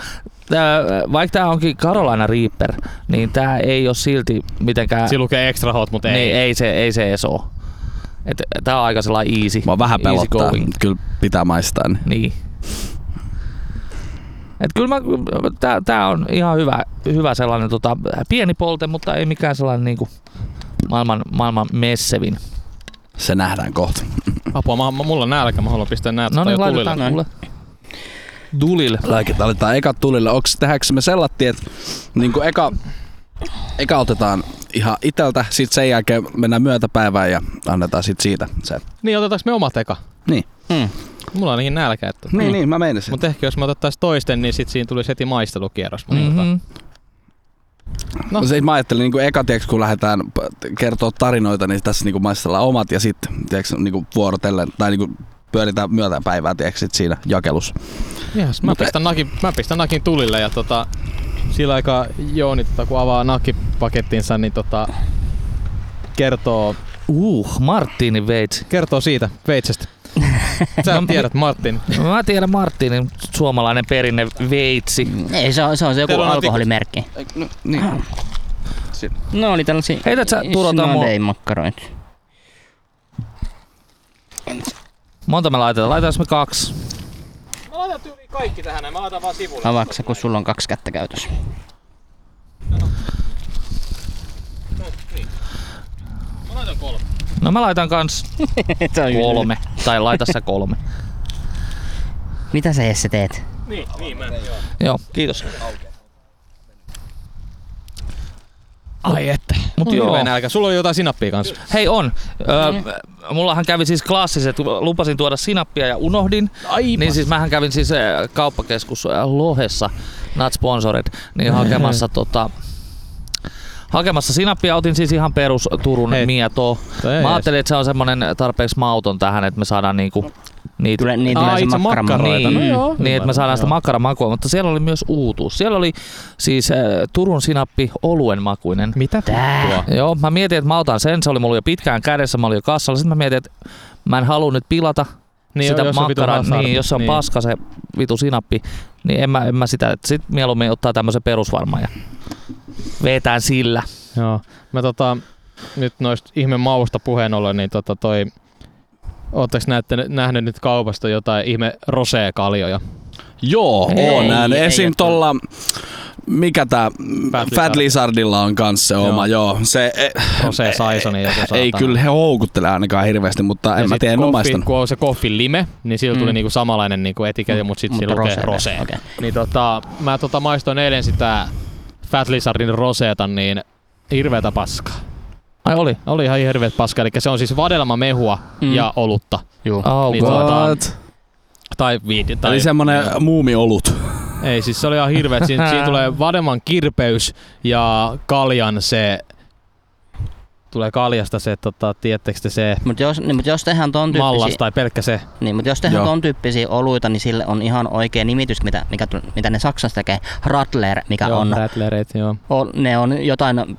[SPEAKER 1] Tää, Vaikka tää onkin Carolina Reaper, niin tää ei ole silti mitenkään...
[SPEAKER 3] Siinä lukee extra hot, mutta
[SPEAKER 1] ei.
[SPEAKER 3] ei.
[SPEAKER 1] Niin, ei se, ei se edes oo. Et, tää on aika sellainen easy.
[SPEAKER 2] Mä vähän
[SPEAKER 1] easy
[SPEAKER 2] pelottaa.
[SPEAKER 1] going.
[SPEAKER 2] Kyllä pitää maistaa. Niin.
[SPEAKER 1] Niin. Et kyllä mä, tää, tää on ihan hyvä, hyvä sellainen tota, pieni polte, mutta ei mikään sellainen niinku maailman, maailman messevin.
[SPEAKER 2] Se nähdään kohta.
[SPEAKER 3] Apua, mä, mä- mulla on nälkä, mä haluan pistää nälkä.
[SPEAKER 1] No niin, laitetaan
[SPEAKER 4] tulille.
[SPEAKER 1] kuule. Dulille.
[SPEAKER 2] Lääkit aletaan eka tulille. Onks, tehdäänkö me sellatti, että niin eka, eka otetaan ihan iteltä, sit sen jälkeen mennään myötäpäivään ja annetaan sit siitä se.
[SPEAKER 3] Niin, otetaanko me omat eka?
[SPEAKER 2] Niin,
[SPEAKER 4] Mm.
[SPEAKER 3] Mulla on ainakin nälkä. Että...
[SPEAKER 2] niin, niin mä meinasin.
[SPEAKER 3] Mutta ehkä jos me otettaisiin toisten, niin sit siinä tulisi heti maistelukierros. Mm-hmm.
[SPEAKER 1] Mm-hmm.
[SPEAKER 3] No.
[SPEAKER 2] No. Siis mä ajattelin, niin eka tiiäks, kun lähdetään p- kertoa tarinoita, niin tässä niin maistellaan omat ja sitten niin vuorotellen tai niin pyöritään myötä päivää tiiäks, sit siinä jakelus.
[SPEAKER 3] Yes, mä,
[SPEAKER 2] Mut-
[SPEAKER 3] pistän nakin, mä pistän nakin tulille ja tota, sillä aikaa Jooni, tota, kun avaa nakkipakettinsa, niin tota, kertoo,
[SPEAKER 1] Uh, Martinin veitsi.
[SPEAKER 3] kertoo siitä veitsestä. Sä tiedät Martin.
[SPEAKER 1] Mä tiedän Martinin suomalainen perinne veitsi.
[SPEAKER 4] Ei, se on se, on se joku
[SPEAKER 3] Teillä on
[SPEAKER 4] alkoholimerkki.
[SPEAKER 2] No, niin.
[SPEAKER 4] No oli tällaisia
[SPEAKER 1] Heität sä, Turo, tää on mua-
[SPEAKER 4] makkaroita.
[SPEAKER 1] Monta me laitetaan? Laitetaan me kaksi.
[SPEAKER 3] Mä laitan yli kaikki tähän, mä laitan vaan sivulle.
[SPEAKER 4] Avaksa, kun sulla on kaksi kättä käytössä.
[SPEAKER 3] Mä laitan kolme.
[SPEAKER 1] No mä laitan kans
[SPEAKER 4] se on
[SPEAKER 1] kolme. tai laita sä kolme.
[SPEAKER 4] Mitä sä Jesse teet?
[SPEAKER 3] Niin, niin mä.
[SPEAKER 1] Joo, kiitos.
[SPEAKER 3] Ai että.
[SPEAKER 1] Mut
[SPEAKER 3] Mut
[SPEAKER 1] joo.
[SPEAKER 3] joo. nälkä. Sulla on jotain sinappia kanssa.
[SPEAKER 1] Hei on. Öö,
[SPEAKER 3] Mm.
[SPEAKER 1] mullahan kävi siis klassiset, lupasin tuoda sinappia ja unohdin.
[SPEAKER 3] Aivan.
[SPEAKER 1] Niin siis mähän kävin siis eh, kauppakeskus eh, Lohessa, not sponsored, niin
[SPEAKER 3] Mm-hmm.
[SPEAKER 1] hakemassa tota, hakemassa sinappia. Otin siis ihan perus Turun
[SPEAKER 3] Hei.
[SPEAKER 1] mieto.
[SPEAKER 3] Toi ei
[SPEAKER 1] Mä ajattelin, että se on semmonen tarpeeksi mauton tähän, että me saadaan niinku niitä
[SPEAKER 4] Tule, niin tulee
[SPEAKER 3] Aa,
[SPEAKER 4] se Mm.
[SPEAKER 3] itse
[SPEAKER 4] makkaramaita.
[SPEAKER 3] makkaroita.
[SPEAKER 1] niin,
[SPEAKER 3] No joo,
[SPEAKER 1] niin että
[SPEAKER 3] hyvä,
[SPEAKER 1] me saadaan sitä
[SPEAKER 3] joo.
[SPEAKER 1] makkaramakua, mutta siellä oli myös uutuus. Siellä oli siis äh, Turun sinappi oluen makuinen.
[SPEAKER 3] Mitä?
[SPEAKER 4] Tää.
[SPEAKER 1] Joo, mä mietin, että mä otan sen, se oli mulla jo pitkään kädessä, mä olin jo kassalla. Sitten mä mietin, että mä en halua nyt pilata niin, sitä
[SPEAKER 3] jos on vitun
[SPEAKER 1] makkaraa,
[SPEAKER 3] hazard,
[SPEAKER 1] niin jos se on niin. paska se vitu sinappi, niin en mä, en mä sitä. Sitten mieluummin ottaa tämmöisen perusvarman ja vetään sillä.
[SPEAKER 3] Joo. Mä tota, nyt noista ihme mausta puheen ollen, niin tota toi, ootteko näette, nähnyt nyt kaupasta jotain ihme rosee-kaljoja?
[SPEAKER 2] Joo,
[SPEAKER 1] Ei,
[SPEAKER 2] ei, oon näin.
[SPEAKER 4] ei
[SPEAKER 2] Esim.
[SPEAKER 4] oo
[SPEAKER 2] tuolla, mikä tää
[SPEAKER 3] Fat
[SPEAKER 2] Fat
[SPEAKER 3] Lizard.
[SPEAKER 2] Lizardilla on kanssa se oma, joo. Se, e,
[SPEAKER 3] Rosé Saisoni joku saatana.
[SPEAKER 2] ei kyllä he houkuttele ainakaan hirveästi, mutta en
[SPEAKER 3] Ja
[SPEAKER 2] mä
[SPEAKER 3] sit
[SPEAKER 2] tiedä, en oo maistanut.
[SPEAKER 3] Kun on se koffin lime, niin sillä tuli
[SPEAKER 1] Mm.
[SPEAKER 3] niinku samanlainen niinku etiketti, mutta sitten sillä lukee rosé.
[SPEAKER 4] Okei.
[SPEAKER 3] Niin tota, mä tota maistoin eilen sitä Fat Lizardin roseeta, niin hirveetä paskaa.
[SPEAKER 1] Ai oli?
[SPEAKER 3] Oli ihan hirveet paskaa, eli se on siis vadelmamehua
[SPEAKER 4] Mm.
[SPEAKER 3] mm. ja olutta.
[SPEAKER 4] Juu.
[SPEAKER 1] Oh,
[SPEAKER 3] Niin
[SPEAKER 1] god.
[SPEAKER 3] tuota-
[SPEAKER 2] What?
[SPEAKER 3] Tai viidi. Tai,
[SPEAKER 2] Eli semmonen muumiolut.
[SPEAKER 3] Ei, siis se oli ihan hirveet. Siinä, siinä tulee vadelman kirpeys ja kaljan se... Tulee kaljasta se, tota, tiettekö te se
[SPEAKER 4] Mut jos, niin, mut jos tehdään ton tyyppisiä,
[SPEAKER 3] mallas tai pelkkä se.
[SPEAKER 4] niin, mut jos tehdään
[SPEAKER 2] Joo.
[SPEAKER 4] ton tyyppisiä oluita, niin sille on ihan oikea nimitys, mitä, mikä, tu- mitä ne Saksassa tekee. Radler, mikä
[SPEAKER 3] Joo,
[SPEAKER 4] on,
[SPEAKER 3] rattlereet, joo.
[SPEAKER 4] on, ne on jotain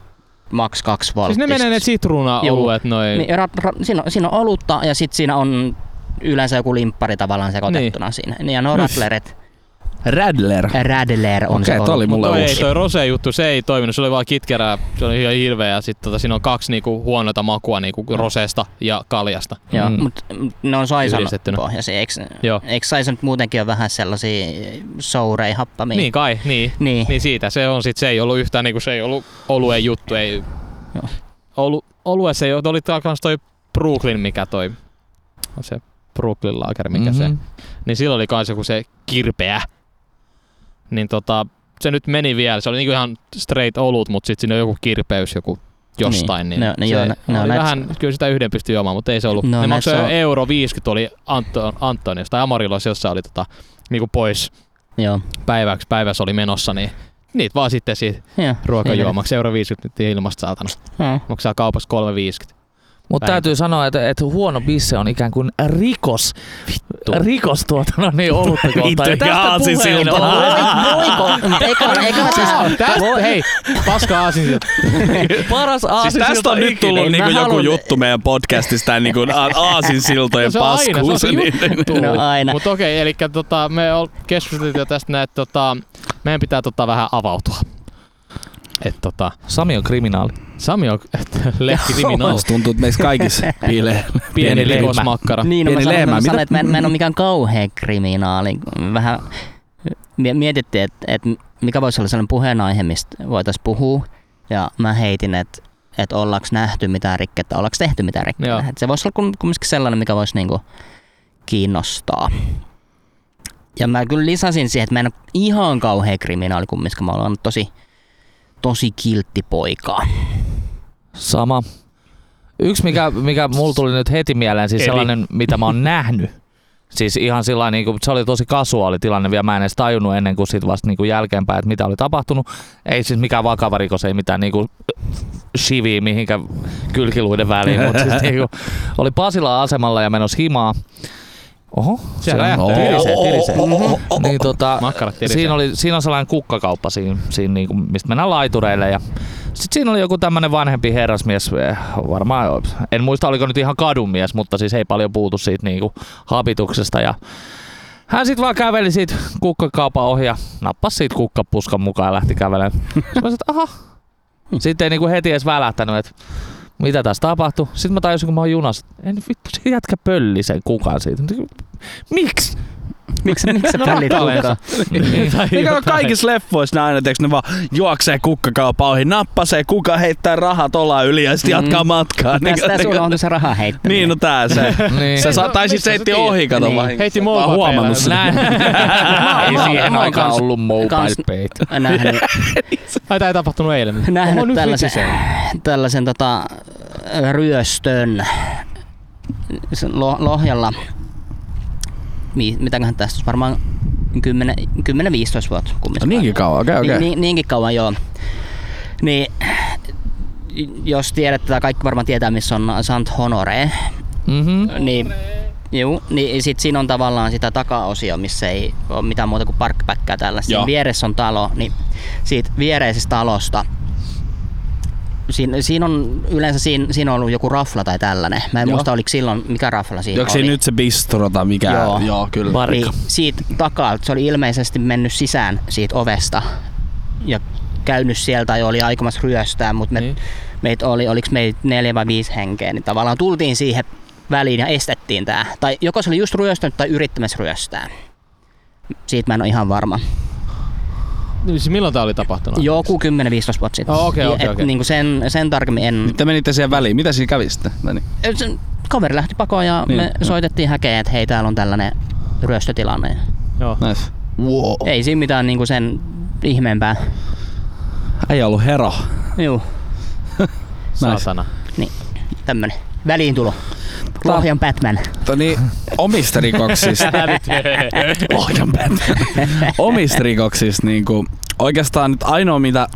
[SPEAKER 4] max 2
[SPEAKER 3] Siis ne
[SPEAKER 4] volttista.
[SPEAKER 3] menee ne sitruuna-oluet noin.
[SPEAKER 4] Niin, ra, ra, siinä, on, siinä on olutta ja sitten siinä on yleensä joku limppari tavallaan sekoitettuna niin. siinä. Niin ja no radlerit.
[SPEAKER 2] Radler.
[SPEAKER 4] Radler on
[SPEAKER 2] Okei,
[SPEAKER 4] se
[SPEAKER 2] toi oli
[SPEAKER 4] olut.
[SPEAKER 2] mulle
[SPEAKER 3] Toi no ei,
[SPEAKER 2] uusi.
[SPEAKER 3] toi rose juttu, se ei toiminut, se oli vaan kitkerää, se oli ihan hirveä ja sit tota, siinä on kaksi niinku huonoita makua niinku roseesta ja kaljasta.
[SPEAKER 4] Joo,
[SPEAKER 1] Mm.
[SPEAKER 4] mm. mutta ne on Saisan
[SPEAKER 3] Yhdistettynä.
[SPEAKER 4] pohjaisia. Eikö,
[SPEAKER 3] Joo.
[SPEAKER 4] eikö Saisan nyt muutenkin ole vähän sellaisia soureihappamia?
[SPEAKER 3] Niin, niin kai, niin.
[SPEAKER 4] Niin.
[SPEAKER 3] Niin siitä, se on sit, se ei ollut yhtään niinku, se ei ollut olueen juttu, ei.
[SPEAKER 4] Joo.
[SPEAKER 3] Olu, olueessa ei ollut, oli tää kans toi Brooklyn, mikä toi, on se Brooklyn Lager, mikä
[SPEAKER 1] Mhm.
[SPEAKER 3] mm-hmm. se. Niin silloin oli kans joku se kirpeä. Niin tota, se nyt meni vielä, se oli niinku ihan straight olut, mutta sitten siinä on joku kirpeys, joku jostain. Niin,
[SPEAKER 4] Niin. Ne- ne-
[SPEAKER 3] se
[SPEAKER 4] joo, ne- ne on
[SPEAKER 3] oli
[SPEAKER 4] näitä-
[SPEAKER 3] vähän, kyllä sitä yhden pystyi juomaan, mutta ei se ollut.
[SPEAKER 4] No,
[SPEAKER 3] No, ne
[SPEAKER 4] näitä
[SPEAKER 3] maksoi
[SPEAKER 4] se on-
[SPEAKER 3] euro 50 oli Anton, Antonius tai Amarilos, jossa oli tota, niinku pois
[SPEAKER 4] Joo.
[SPEAKER 3] päiväksi, päivässä oli menossa, niin niitä vaan sitten siitä
[SPEAKER 4] Joo. Niin.
[SPEAKER 3] ruokajuomaksi. Euro 50 nyt ei ilmasta saatana.
[SPEAKER 4] Joo.
[SPEAKER 3] Onko saa kaupassa 3,50?
[SPEAKER 1] Mutta
[SPEAKER 3] Vähintään.
[SPEAKER 1] täytyy sanoa, että, että huono bisse on ikään kuin rikos. Vittu. Rikos tuota, no niin, olutta kohtaan. Ja
[SPEAKER 2] Vittu,
[SPEAKER 1] tästä puheen
[SPEAKER 2] aasinsilta.
[SPEAKER 1] ollen.
[SPEAKER 4] Voiko? Eiköhän, eiköhän siis...
[SPEAKER 3] Tästä, hei, paska aasinsilta.
[SPEAKER 1] Paras
[SPEAKER 2] Siis
[SPEAKER 1] aasinsilta
[SPEAKER 2] tästä on nyt
[SPEAKER 1] ikinä.
[SPEAKER 2] tullut
[SPEAKER 1] Mä
[SPEAKER 2] niinku joku
[SPEAKER 1] haluan-
[SPEAKER 2] juttu meidän podcastista, tää niinku a- aasinsiltojen
[SPEAKER 3] No se on aina, se on se
[SPEAKER 2] paskuus. niin-
[SPEAKER 3] juttu.
[SPEAKER 4] No aina.
[SPEAKER 3] Mutta okei, eli tota, me ol- keskusteltiin jo tästä näin, että tota, meidän pitää tota, vähän avautua. Et, tota,
[SPEAKER 1] Sami on kriminaali.
[SPEAKER 3] Sami on lehtikriminaali.
[SPEAKER 2] Musta tuntuu, että meissä kaikissa piilee
[SPEAKER 3] Pieni
[SPEAKER 1] lehmä.
[SPEAKER 3] rikosmakkara.
[SPEAKER 4] Niin, no mä
[SPEAKER 2] Pieni
[SPEAKER 4] sanoin,
[SPEAKER 2] lehmä,
[SPEAKER 4] mä
[SPEAKER 2] mitä-
[SPEAKER 4] sanoin että mä en, mä en ole mikään kauhean kriminaali. Vähän mie- mietittiin, että, että mikä voisi olla sellainen puheenaihe, mistä voitaisiin puhua. Ja mä heitin, että, että ollaanko nähty mitään rikkettä, ollaanko tehty mitään rikkettä.
[SPEAKER 3] Joo.
[SPEAKER 4] Että se voisi olla kum- kumminkin sellainen, mikä voisi niinku kiinnostaa. Ja mä kyllä lisäsin siihen, että mä en ole ihan kauhean kriminaali kumminkin. Mä olen tosi, tosi kiltti poika.
[SPEAKER 1] Sama. Yksi, mikä, mikä mulla tuli nyt heti mieleen, siis
[SPEAKER 3] Eli?
[SPEAKER 1] sellainen, mitä mä oon nähnyt. Siis ihan sillä niin kuin, se oli tosi kasuaali tilanne vielä, mä en edes tajunnut ennen kuin sit vasta niin kuin jälkeenpäin, että mitä oli tapahtunut. Ei siis mikään vakava rikos, ei mitään niin kuin, shiviä mihinkä kylkiluiden väliin, mutta siis niin kuin, oli Pasila asemalla ja menossa himaa. Oho,
[SPEAKER 3] Se
[SPEAKER 1] siellä-
[SPEAKER 3] räjähtää.
[SPEAKER 1] tirisee, tirisee. Niin, tota,
[SPEAKER 3] Makkarat tirisee.
[SPEAKER 1] siinä, oli, siinä on sellainen kukkakauppa, siinä, siinä niinku, mistä mennään laitureille. Ja sitten siinä oli joku tämmöinen vanhempi herrasmies, eh, varmaan, en muista oliko nyt ihan kadunmies, mutta siis ei paljon puutu siitä niinku habituksesta. Ja hän sitten vaan käveli siitä kukkakaupan ohi ja nappasi siitä kukkapuskan mukaan ja lähti kävelemään. Sitten mä sanoin, että aha. Sitten ei niinku heti edes välähtänyt, että mitä tässä tapahtui. Sitten mä tajusin, kun mä oon junassa, että en vittu, se jätkä pölli sen kukan siitä. Miksi?
[SPEAKER 4] Miksi, miksi sä pällit
[SPEAKER 3] rakkaudessa.
[SPEAKER 2] Niin Mikä on kaikissa leffoissa ne aina, tiiäks, ne vaan juoksee kukkakaapa ohi, nappasee, kuka heittää rahat olla yli ja sitten
[SPEAKER 4] Mm.
[SPEAKER 2] jatkaa matkaa. Niin,
[SPEAKER 4] Tästä
[SPEAKER 2] niin,
[SPEAKER 4] sulla on tässä rahaa heittäminen.
[SPEAKER 2] niin, no tää se.
[SPEAKER 1] Niin.
[SPEAKER 2] se saa, tai
[SPEAKER 3] mistä
[SPEAKER 2] siis se
[SPEAKER 3] sä
[SPEAKER 2] heitti
[SPEAKER 3] tiedät?
[SPEAKER 2] ohi, kato
[SPEAKER 4] Niin.
[SPEAKER 2] vaan.
[SPEAKER 3] Heitti
[SPEAKER 2] Mä
[SPEAKER 3] mobile
[SPEAKER 2] oon huomannut
[SPEAKER 3] peilalle.
[SPEAKER 1] Näin.
[SPEAKER 2] sen.
[SPEAKER 1] ei
[SPEAKER 4] mä oon-
[SPEAKER 1] siihen
[SPEAKER 4] mä oon
[SPEAKER 1] aikaan
[SPEAKER 4] kans-
[SPEAKER 1] ollut mobile
[SPEAKER 4] kans-
[SPEAKER 1] pay.
[SPEAKER 4] nähnyt,
[SPEAKER 3] Ai tää ei tapahtunut eilen. Oho,
[SPEAKER 4] nähnyt
[SPEAKER 3] nyt
[SPEAKER 4] tällaisen,
[SPEAKER 3] vitisen.
[SPEAKER 4] tällaisen tota, ryöstön Se Lo- Lohjalla. Mi- Mitäköhän tästä olisi? varmaan 10-15 vuotta kumminkin.
[SPEAKER 2] No
[SPEAKER 1] No niin,
[SPEAKER 2] kauan, okei,
[SPEAKER 4] Ni- ni- niinkin kauan joo. Niin, jos tiedät, tai kaikki varmaan tietää missä on Sant Honore,
[SPEAKER 1] Mhm.
[SPEAKER 4] niin Juu, niin sit siinä on tavallaan sitä takaosio, missä ei ole mitään muuta kuin parkpäkkää tällä. Siinä
[SPEAKER 2] Joo.
[SPEAKER 4] vieressä on talo, niin siitä viereisestä talosta Siin, siinä on yleensä siinä, siinä on ollut joku rafla tai tällainen. Mä en
[SPEAKER 2] Joo.
[SPEAKER 4] Joo. muista, oliko silloin mikä rafla siinä
[SPEAKER 2] Onko
[SPEAKER 4] oli.
[SPEAKER 2] siinä nyt se bistro tai mikä?
[SPEAKER 4] Joo.
[SPEAKER 2] Joo kyllä.
[SPEAKER 4] Niin siitä takaa, se oli ilmeisesti mennyt sisään siitä ovesta ja käynyt sieltä ja oli aikomassa ryöstää, mutta me,
[SPEAKER 3] Niin.
[SPEAKER 4] niin. meitä oli, oliko meitä neljä vai viisi henkeä, niin tavallaan tultiin siihen väliin ja estettiin tää. Tai joko se oli just ryöstänyt tai yrittämässä ryöstää. Siitä mä en ole ihan varma.
[SPEAKER 3] Siis milloin tää oli tapahtunut?
[SPEAKER 4] Joku 10-15 vuotta sitten.
[SPEAKER 3] Oh, okei,
[SPEAKER 4] Ja
[SPEAKER 3] okei,
[SPEAKER 4] et
[SPEAKER 3] okei.
[SPEAKER 4] Niinku sen, sen tarkemmin en...
[SPEAKER 2] Te menitte siihen väliin. Mitä siinä kävi sitten? Tai niin.
[SPEAKER 4] Se Kaveri lähti pakoon ja
[SPEAKER 2] Niin,
[SPEAKER 4] niin, me
[SPEAKER 2] joo.
[SPEAKER 4] soitettiin häkeen, että hei täällä on tällainen ryöstötilanne.
[SPEAKER 3] Joo.
[SPEAKER 2] Nice. Wow.
[SPEAKER 4] Ei siinä mitään niinku sen ihmeempää.
[SPEAKER 2] Ei ollut hero.
[SPEAKER 4] Juu.
[SPEAKER 3] Saatana.
[SPEAKER 4] Niin, tämmönen. Väliintulo. Lohjan Batman.
[SPEAKER 2] Mutta niin, omista rikoksista. Ohjan Omista rikoksista niinku, oikeastaan nyt ainoa mitä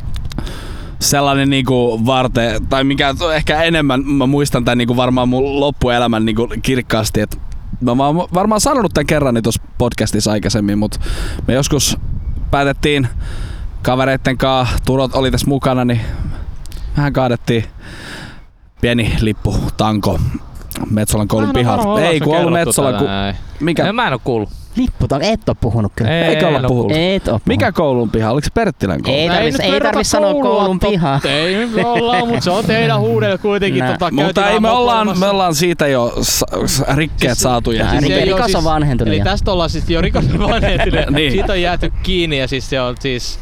[SPEAKER 2] sellainen niinku varte, tai mikä on ehkä enemmän, mä muistan tämän niinku varmaan mun loppuelämän niinku kirkkaasti, että mä oon varmaan sanonut tämän kerran tuossa podcastissa aikaisemmin, mutta me joskus päätettiin kavereitten kanssa, Turot oli tässä mukana, niin vähän kaadettiin pieni lippu, tanko, Metsolan koulun pihalta. Ei, kun ollut Metsolan, kun, mikä
[SPEAKER 1] Mikä? Mä en oo kuullut.
[SPEAKER 4] Lipputan, et oo puhunut kyllä.
[SPEAKER 3] Ei,
[SPEAKER 2] Eikä olla
[SPEAKER 3] en oo
[SPEAKER 2] puhuttu.
[SPEAKER 3] kuullut.
[SPEAKER 4] Et oo
[SPEAKER 2] Mikä koulun piha? Oliko se Perttilän koulu?
[SPEAKER 4] Ei
[SPEAKER 3] No
[SPEAKER 4] tarvis,
[SPEAKER 3] nyt
[SPEAKER 4] ei
[SPEAKER 3] verrata
[SPEAKER 4] tarvis sanoa
[SPEAKER 3] koulua,
[SPEAKER 4] koulun
[SPEAKER 3] totta.
[SPEAKER 4] pihaa.
[SPEAKER 3] Ei me ollaan, mutta se on teidän huudella kuitenkin.
[SPEAKER 4] Nä.
[SPEAKER 3] Tota,
[SPEAKER 2] Mutta
[SPEAKER 3] käytiin
[SPEAKER 2] ei, me
[SPEAKER 3] aamulla
[SPEAKER 2] ollaan,
[SPEAKER 3] kolmassa.
[SPEAKER 2] me ollaan siitä jo s- s- rikkeet saatuja.
[SPEAKER 4] Siis-
[SPEAKER 3] ei
[SPEAKER 4] rikos
[SPEAKER 3] oo
[SPEAKER 4] on vanhentunut
[SPEAKER 3] Eli
[SPEAKER 4] jo.
[SPEAKER 3] tästä ollaan siis jo rikos on vanhentunut.
[SPEAKER 2] Niin.
[SPEAKER 3] niin. Siitä on jääty kiinni ja siis se on siis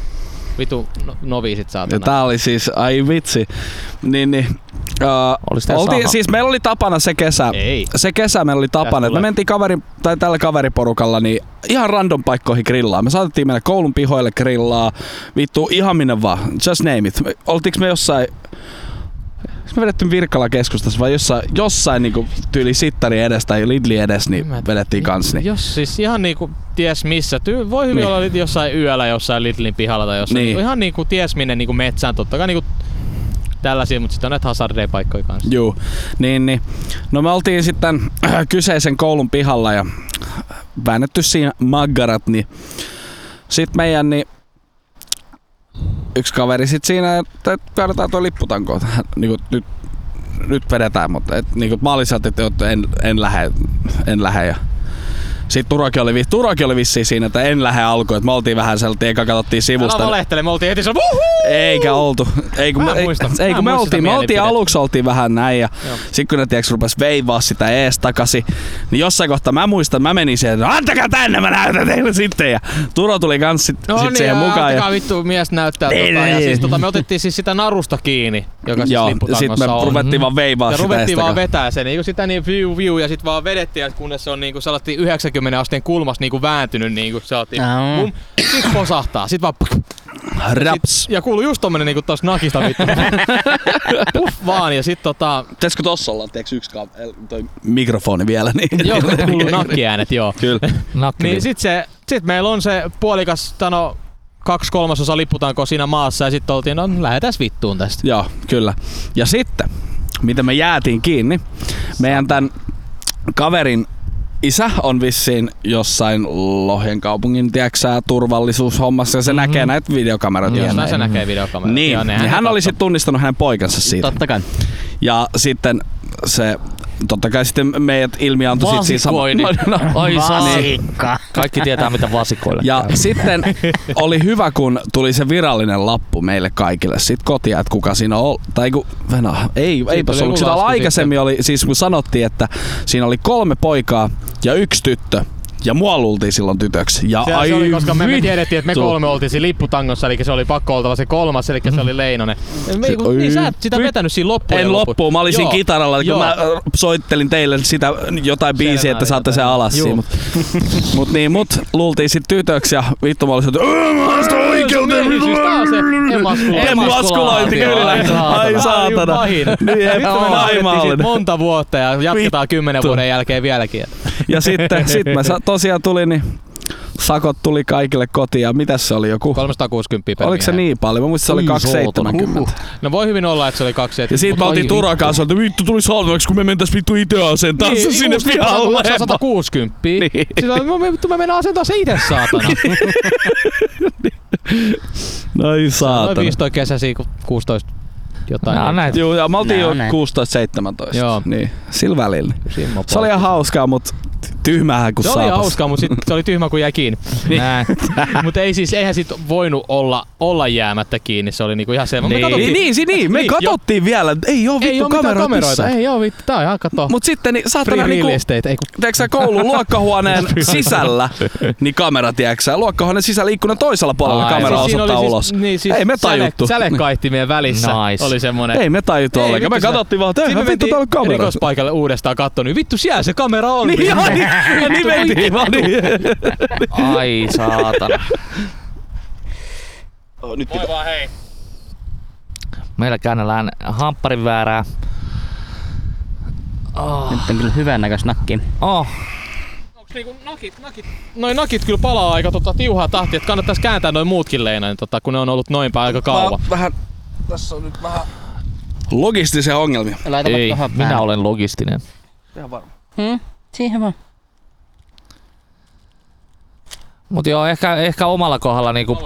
[SPEAKER 3] vitu no- noviisit
[SPEAKER 2] Ja
[SPEAKER 3] saatana.
[SPEAKER 2] tää oli siis, ai vitsi. Niin, niin.
[SPEAKER 1] Olis
[SPEAKER 2] Uh,
[SPEAKER 1] tää
[SPEAKER 2] oltiin,
[SPEAKER 1] sama?
[SPEAKER 2] siis meillä oli tapana se kesä.
[SPEAKER 3] Ei.
[SPEAKER 2] Se kesä meillä oli tapana,
[SPEAKER 3] Tästä
[SPEAKER 2] että me
[SPEAKER 3] tulee.
[SPEAKER 2] mentiin kaveri, tai tällä kaveriporukalla niin ihan random paikkoihin grillaa. Me saatettiin mennä koulun pihoille grillaa. Vittu, ihan minne vaan. Just name it. Me- Oltiinko me jossain Olis me vedettiin Virkkala keskustassa vai jossain, jossain niinku tyyli sittari edes tai Lidli edes, niin
[SPEAKER 3] Mä-
[SPEAKER 2] vedettiin kans. Niin.
[SPEAKER 3] Jos siis ihan niinku ties missä. Ty- voi hyvin
[SPEAKER 2] Niin.
[SPEAKER 3] olla lit- jossain yöllä, jossain Lidlin pihalla tai jossain.
[SPEAKER 2] Niin.
[SPEAKER 3] Niinku, ihan niinku ties minne niinku metsään. Totta kai niinku tällaisia, mutta sitten on näitä hazardeja paikkoja kanssa.
[SPEAKER 2] Juu, niin, niin. No me oltiin sitten kyseisen koulun pihalla ja väännetty siinä maggarat, niin sitten meidän niin yksi kaveri sit siinä, että vedetään tuo lipputanko, että hän- niinku, nyt, nyt vedetään, mutta et, niinku, mä olin sieltä, että joo, että en, en lähde, en lähde ja sitten Turokin oli, vi- Turokin oli vissiin siinä, että en lähde alkuun, että me oltiin vähän sieltä, eka katsottiin sivusta.
[SPEAKER 3] Älä valehtele, me oltiin heti siellä, "Wuhuu!"
[SPEAKER 2] Eikä oltu. Ei kun,
[SPEAKER 3] Mä
[SPEAKER 2] me,
[SPEAKER 3] en
[SPEAKER 2] ei,
[SPEAKER 3] muista.
[SPEAKER 2] ei,
[SPEAKER 3] Mä
[SPEAKER 2] kun
[SPEAKER 3] en
[SPEAKER 2] me oltiin,
[SPEAKER 3] muista sitä
[SPEAKER 2] me oltiin
[SPEAKER 3] mielipidettä.
[SPEAKER 2] aluksi oltiin vähän näin ja
[SPEAKER 3] Joo.
[SPEAKER 2] sit kun ne tiiäks, rupes veivaa sitä ees takaisin, niin jossain kohtaa mä muistan, mä menin siihen, että antakaa tänne, mä näytän teille sitten ja Turo tuli kans sit,
[SPEAKER 3] No
[SPEAKER 2] sit
[SPEAKER 3] niin,
[SPEAKER 2] siihen
[SPEAKER 3] ja
[SPEAKER 2] mukaan.
[SPEAKER 3] ottakaa
[SPEAKER 2] Ja,
[SPEAKER 3] vittu mies näyttää
[SPEAKER 2] Niin,
[SPEAKER 3] tota, ja
[SPEAKER 2] niin.
[SPEAKER 3] siis tota, me otettiin siis sitä narusta kiinni, joka siis
[SPEAKER 2] joo, sit me
[SPEAKER 3] lipputangossa on. Mhm.
[SPEAKER 2] ruvettiin vaan veivaa
[SPEAKER 3] Ja
[SPEAKER 2] Ah, sitä
[SPEAKER 3] ruvettiin
[SPEAKER 2] ees
[SPEAKER 3] vaan
[SPEAKER 2] takaa.
[SPEAKER 3] vetää sen, niinku sitä niin view view ja sit vaan vedettiin, ja kunnes se on niinku sellainen 90 asteen kulmas niinku vääntynyt niinku se otin.
[SPEAKER 4] Aa.
[SPEAKER 3] Bum, sit posahtaa, sit vaan puk,
[SPEAKER 2] Raps.
[SPEAKER 3] ja kuuluu just tommonen niinku tos nakista vittu. Puff vaan ja sit tota,
[SPEAKER 2] Pitäisikö tossa olla tiiäks, yksi kaap, el- toi mikrofoni vielä? Niin.
[SPEAKER 3] joo kun kuuluu nakkiäänet joo.
[SPEAKER 2] Kyllä.
[SPEAKER 1] Nakki.
[SPEAKER 3] Niin sit se, sit meillä on se puolikas, tai no kaksi kolmasosa lipputankoa siinä maassa ja sit oltiin, no lähetäs vittuun tästä.
[SPEAKER 2] Joo, kyllä. Ja sitten, mitä me jäätiin kiinni, meidän tämän kaverin isä on vissiin jossain Lohjan kaupungin, tiedäksä, turvallisuushommassa ja se mm-hmm. näkee näitä videokameroita. ja
[SPEAKER 3] Jostain
[SPEAKER 2] näin.
[SPEAKER 3] Mhm. se näkee videokameran.
[SPEAKER 2] Niin,
[SPEAKER 3] Joo,
[SPEAKER 2] ja
[SPEAKER 3] nehän
[SPEAKER 2] hän, hän
[SPEAKER 3] ne
[SPEAKER 2] oli
[SPEAKER 3] katsoo.
[SPEAKER 2] sitten tunnistanut hänen poikansa siitä.
[SPEAKER 4] Totta kai.
[SPEAKER 2] Ja sitten se, totta kai sitten meidät ilmiantui sit siinä sama-
[SPEAKER 1] Vasikoinnin. Ai saa.
[SPEAKER 4] Vasikka.
[SPEAKER 1] Kaikki tietää mitä vasikoille
[SPEAKER 2] Ja
[SPEAKER 1] käy.
[SPEAKER 2] sitten oli hyvä, kun tuli se virallinen lappu meille kaikille sit kotia, että kuka siinä on ollut. Tai kun, no, ei, eipä
[SPEAKER 3] oli
[SPEAKER 2] se ollut.
[SPEAKER 3] joku
[SPEAKER 2] Sillä
[SPEAKER 3] lasku
[SPEAKER 2] aikaisemmin oli, siis kun sanottiin, että siinä oli kolme poikaa ja yksi tyttö. Ja mua luultiin silloin tytöksi. Ja
[SPEAKER 3] Se,
[SPEAKER 2] ai
[SPEAKER 3] se oli, koska me, me
[SPEAKER 2] vittu.
[SPEAKER 3] tiedettiin, että me kolme oltiin siinä lipputangossa, eli se oli pakko oltava se kolmas, eli se oli Leinonen. Me,
[SPEAKER 2] Se-
[SPEAKER 3] se,
[SPEAKER 2] oi.
[SPEAKER 3] niin, sä et sitä vetänyt siinä loppuun.
[SPEAKER 2] En
[SPEAKER 3] ja
[SPEAKER 2] loppuun, mä olin siinä
[SPEAKER 3] Joo.
[SPEAKER 2] kitaralla, kun
[SPEAKER 3] Joo.
[SPEAKER 2] mä ö, soittelin teille sitä jotain biisiä, että saatte sen alas
[SPEAKER 3] Juu.
[SPEAKER 2] siinä. Mut, mut niin, mut luultiin sit tytöksi ja vittu mä olin sieltä, "Öö, mä haastan oikeuteen!
[SPEAKER 3] Miehisyys taas, siis se emaskulointi.
[SPEAKER 2] Emaskulointi, kyllä.
[SPEAKER 3] Ai saatana.
[SPEAKER 2] Ai saatana.
[SPEAKER 3] Pahin.
[SPEAKER 2] Niin, ei, vittu,
[SPEAKER 3] Joo,
[SPEAKER 2] mä
[SPEAKER 3] naurettiin
[SPEAKER 2] naimaalle.
[SPEAKER 3] siitä monta vuotta ja jatketaan kymmenen vuoden jälkeen vieläkin.
[SPEAKER 2] Ja sitten sit mä sa- tosiaan tulin, niin sakot tuli kaikille kotiin ja mitäs se oli joku?
[SPEAKER 3] 360 per
[SPEAKER 2] Oliko se
[SPEAKER 3] miehen.
[SPEAKER 2] niin paljon? Mä muistin, se
[SPEAKER 1] Oi,
[SPEAKER 2] oli
[SPEAKER 1] saatana.
[SPEAKER 2] 270.
[SPEAKER 4] Huhhuh.
[SPEAKER 3] No voi hyvin olla, että se oli kaksi.
[SPEAKER 2] Ja siitä me oltiin Turan kanssa, että vittu tuli halvaksi, kun me mentäis vittu itse aseen taas
[SPEAKER 3] Niin,
[SPEAKER 2] sinne pihalle.
[SPEAKER 3] Se on 160. Niin. Siis on, me, vittu, me mennään asentaa se itse saatana.
[SPEAKER 2] No ei
[SPEAKER 3] Noin
[SPEAKER 2] saatana.
[SPEAKER 3] 15 kesäsi, 16 jotain.
[SPEAKER 1] Nää on näitä.
[SPEAKER 2] Joo, ja mä oltiin
[SPEAKER 4] Nää
[SPEAKER 2] jo
[SPEAKER 4] on näin.
[SPEAKER 2] 16-17.
[SPEAKER 3] Joo.
[SPEAKER 2] Niin, sillä välillä.
[SPEAKER 3] Simmo
[SPEAKER 2] Se oli ihan hauskaa, mut tyhmähän kun
[SPEAKER 3] se oli
[SPEAKER 2] saapas.
[SPEAKER 3] hauskaa, mutta sit se oli tyhmä, kun jäi kiinni. mutta ei siis, eihän sit voinut olla, olla jäämättä kiinni, se oli niinku ihan selvä. Mut me
[SPEAKER 1] Niin.
[SPEAKER 3] katsottiin-
[SPEAKER 2] Niin, niin, si- niin, me
[SPEAKER 3] Niin,
[SPEAKER 2] katsottiin vielä, että ei oo
[SPEAKER 3] ei
[SPEAKER 2] vittu
[SPEAKER 3] oo mitään
[SPEAKER 2] kameroita
[SPEAKER 3] kameroita.
[SPEAKER 2] missään.
[SPEAKER 3] Ei oo vittu, tää on ihan kato.
[SPEAKER 2] Mut sitten niin
[SPEAKER 3] Free
[SPEAKER 2] saatana
[SPEAKER 3] real
[SPEAKER 2] niinku,
[SPEAKER 3] estate, ei kun
[SPEAKER 2] tiedätkö sä, koulun luokkahuoneen sisällä, niin kamera, tiedätkö sä, luokkahuoneen sisällä ikkunan toisella puolella
[SPEAKER 1] Ai,
[SPEAKER 2] kamera
[SPEAKER 1] siis
[SPEAKER 2] osoittaa ulos.
[SPEAKER 3] niin, siis
[SPEAKER 2] Ei me
[SPEAKER 3] säle-
[SPEAKER 2] tajuttu.
[SPEAKER 3] Sälekaihtimien välissä
[SPEAKER 1] Nice.
[SPEAKER 3] oli semmonen.
[SPEAKER 2] Ei me tajuttu
[SPEAKER 3] Ei,
[SPEAKER 2] ollenkaan. Me
[SPEAKER 3] vittu, se-
[SPEAKER 2] katsottiin vaan, että
[SPEAKER 3] Sitten me
[SPEAKER 2] eihän vittu
[SPEAKER 3] mentiin
[SPEAKER 2] täällä on kamera.
[SPEAKER 3] rikospaikalle uudestaan katsoa, niin vittu siellä se kamera on.
[SPEAKER 2] Niin, ihan niin, ja niin mentiin vaan niin.
[SPEAKER 1] Ai saatana.
[SPEAKER 2] Nyt
[SPEAKER 3] Moi vaan hei.
[SPEAKER 1] Meillä käännellään hampparin väärää. Oh.
[SPEAKER 4] Nyt on kyllä hyvännäköis nakki.
[SPEAKER 1] Oh.
[SPEAKER 3] Onks niinku nakit, nakit? Noin nakit kyllä palaa aika tota tiuhaa tahtia, että kannattais kääntää noin muutkin leinain, tota, kun ne on ollut noin päin aika kauan.
[SPEAKER 2] Vähän, tässä on nyt vähän logistisia ongelmia.
[SPEAKER 4] Laita
[SPEAKER 1] Ei,
[SPEAKER 4] tuohon
[SPEAKER 1] minä
[SPEAKER 4] päälle.
[SPEAKER 1] olen logistinen.
[SPEAKER 4] Hmm? Siihen vaan.
[SPEAKER 1] Mut joo, ehkä, ehkä omalla kohdalla niinku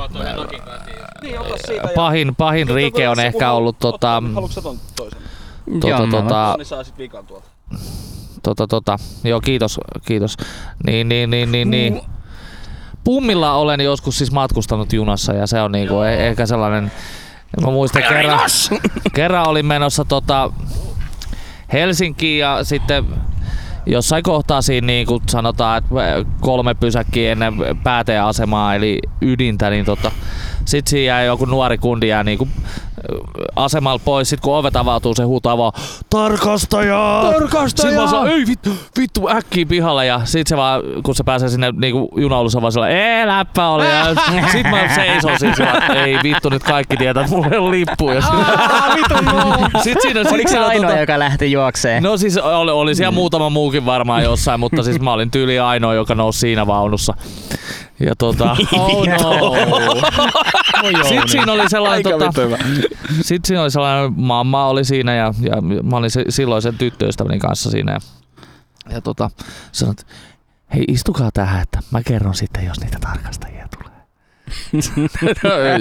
[SPEAKER 1] pahin, pahin rike on ehkä ollut tota,
[SPEAKER 2] Haluatko ton toisen?
[SPEAKER 1] tota,
[SPEAKER 4] Joo, mä voin.
[SPEAKER 1] tota,
[SPEAKER 2] saa sit vikan tuolta.
[SPEAKER 1] tota, tota, joo kiitos, kiitos. Niin, niin, niin, niin, niin. Pummilla olen joskus siis matkustanut junassa ja se on niinku e- ehkä sellainen, mä muistan kerran, kerran olin menossa tota Helsinkiin ja sitten jossain kohtaa siinä niin kuin sanotaan, että äh, kolme pysäkkiä ennen pääteasemaa eli ydintä, niin tota, sit siinä jäi joku nuori kundi jää niin kuin asemalla pois, sit kun ovet avautuu, se huutaa vaan Tarkastaja! Tarkastaja! Sit mä saan, ei vittu, vittu äkkiä pihalle ja sit se vaan, kun se pääsee sinne niinku junaulussa vaan sillä, ei läppä oli ja sit mä seison siis sillä, että ei vittu nyt kaikki tietää, että mulla ei ole lippu ja sit, sit siinä, sit
[SPEAKER 4] Oliko se
[SPEAKER 1] siinä
[SPEAKER 4] ainoa, Mm.
[SPEAKER 1] tota,
[SPEAKER 4] joka lähti juokseen?
[SPEAKER 1] No siis oli, oli siellä muutama muukin varmaan jossain, mutta siis mä olin tyyli ainoa, joka nousi siinä vaunussa. Ja tota,
[SPEAKER 3] Oh no.
[SPEAKER 1] sit
[SPEAKER 3] niin.
[SPEAKER 1] siinä oli sellainen,
[SPEAKER 2] niin.
[SPEAKER 1] tota,
[SPEAKER 2] Aika vittu hyvä.
[SPEAKER 1] sit siinä oli sellainen, mamma oli siinä ja, ja mä olin se, silloisen tyttöystäväni kanssa siinä. Ja, ja tota, sanoin, että hei istukaa tähän, että mä kerron sitten, jos niitä tarkastajia tulee.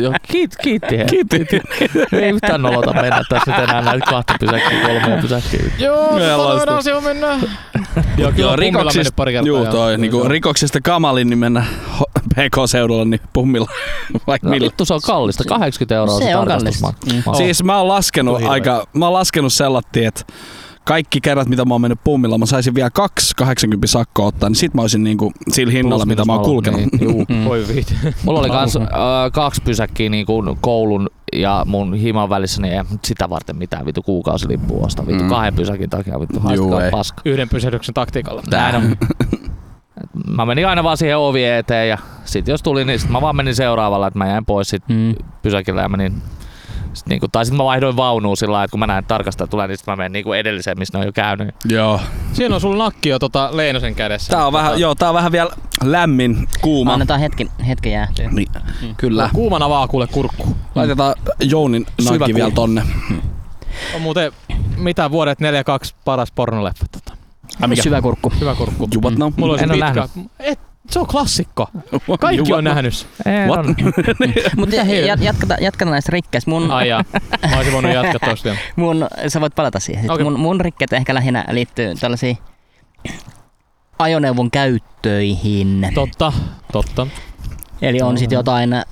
[SPEAKER 1] Joo, kiit, kiitti. he.
[SPEAKER 2] Kiitti.
[SPEAKER 1] Ei yhtään nolota mennä tässä nyt enää näitä kahta pysäkkiä, kolmea pysäkkiä.
[SPEAKER 3] Joo,
[SPEAKER 2] Meillä
[SPEAKER 3] mutta
[SPEAKER 2] on sitä.
[SPEAKER 3] voidaan asiaan mennä. Joo,
[SPEAKER 2] Joo,
[SPEAKER 3] on pummilla
[SPEAKER 2] rikoksista,
[SPEAKER 3] mennyt pari kertaa.
[SPEAKER 2] juu, toi,
[SPEAKER 3] joo.
[SPEAKER 2] niinku, rikoksista kamalin, niin mennä ho- PK-seudulla, niin pummilla vaikka
[SPEAKER 1] No,
[SPEAKER 2] millä.
[SPEAKER 1] vittu se on kallista, 80 euroa se,
[SPEAKER 4] Se on
[SPEAKER 1] tarkastusma-
[SPEAKER 4] kallista.
[SPEAKER 1] ma-
[SPEAKER 2] Siis mä oon laskenut
[SPEAKER 1] Vittu hirveä.
[SPEAKER 2] aika, mä oon laskenut sellatti, että kaikki kerrat, mitä mä oon mennyt pummilla, mä saisin vielä kaksi 80 sakkoa ottaa, niin sit mä olisin niinku sillä hinnalla,
[SPEAKER 1] Plus,
[SPEAKER 2] mitä mä oon
[SPEAKER 1] minus nolla,
[SPEAKER 2] kulkenut.
[SPEAKER 1] niin, juu.
[SPEAKER 4] Mm.
[SPEAKER 3] Voi viit.
[SPEAKER 1] Mulla oli kans äh, kaksi pysäkkiä niin kuin koulun ja mun himan välissä, niin ei nyt sitä varten mitään vittu kuukausilippua osta. Vittu
[SPEAKER 2] Mm.
[SPEAKER 1] kahden pysäkin takia vittu
[SPEAKER 2] Juu,
[SPEAKER 1] haistakaa
[SPEAKER 2] ei.
[SPEAKER 1] paska.
[SPEAKER 3] Yhden pysähdyksen taktiikalla.
[SPEAKER 1] Näin on. Mä menin aina vaan siihen ovi eteen ja sit jos tuli, niin sit mä vaan menin seuraavalla, että mä jäin pois sit
[SPEAKER 4] Mm.
[SPEAKER 1] pysäkillä ja menin sit niinku, tai sitten mä vaihdoin vaunuun sillä lailla, että kun mä näen että tarkastaja tulee, niin sit mä menen niinku edelliseen, missä ne on jo käynyt.
[SPEAKER 2] Joo.
[SPEAKER 3] Siinä on sulla nakki jo tota Leinosen kädessä.
[SPEAKER 2] Tää on vähän, joo, tää on vähän vielä lämmin, kuuma.
[SPEAKER 4] Annetaan hetki, hetki jää.
[SPEAKER 2] Niin,
[SPEAKER 3] Mm.
[SPEAKER 2] kyllä.
[SPEAKER 3] Kuumana vaan kuule kurkku.
[SPEAKER 2] Laitetaan Jounin nakki
[SPEAKER 1] kuuma.
[SPEAKER 2] vielä tonne.
[SPEAKER 3] On muuten mitä vuodet 42 paras pornoleffa. Tota.
[SPEAKER 4] Syvä kurkku.
[SPEAKER 3] Hyvä kurkku.
[SPEAKER 2] You what now?
[SPEAKER 3] No, Mulla on se
[SPEAKER 1] En oo
[SPEAKER 3] pitkä.
[SPEAKER 1] nähnyt.
[SPEAKER 3] Et, se on klassikko. Kaikki
[SPEAKER 2] You
[SPEAKER 3] on
[SPEAKER 2] what
[SPEAKER 3] nähnyt sen.
[SPEAKER 1] Ei,
[SPEAKER 2] What?
[SPEAKER 1] on-
[SPEAKER 4] Mutta jatketaan, jatketaan näistä rikkeistä.
[SPEAKER 1] Mm.
[SPEAKER 4] Mun,
[SPEAKER 3] Ai jaa. Mä olisin voinut jatkaa tosta vielä.
[SPEAKER 4] mun, sä voit palata siihen. sit.
[SPEAKER 3] Okei.
[SPEAKER 4] Mun, mun rikkeet ehkä lähinnä liittyy tällaisiin ajoneuvon käyttöihin.
[SPEAKER 3] Totta, totta.
[SPEAKER 4] Eli on sitten jotain äh,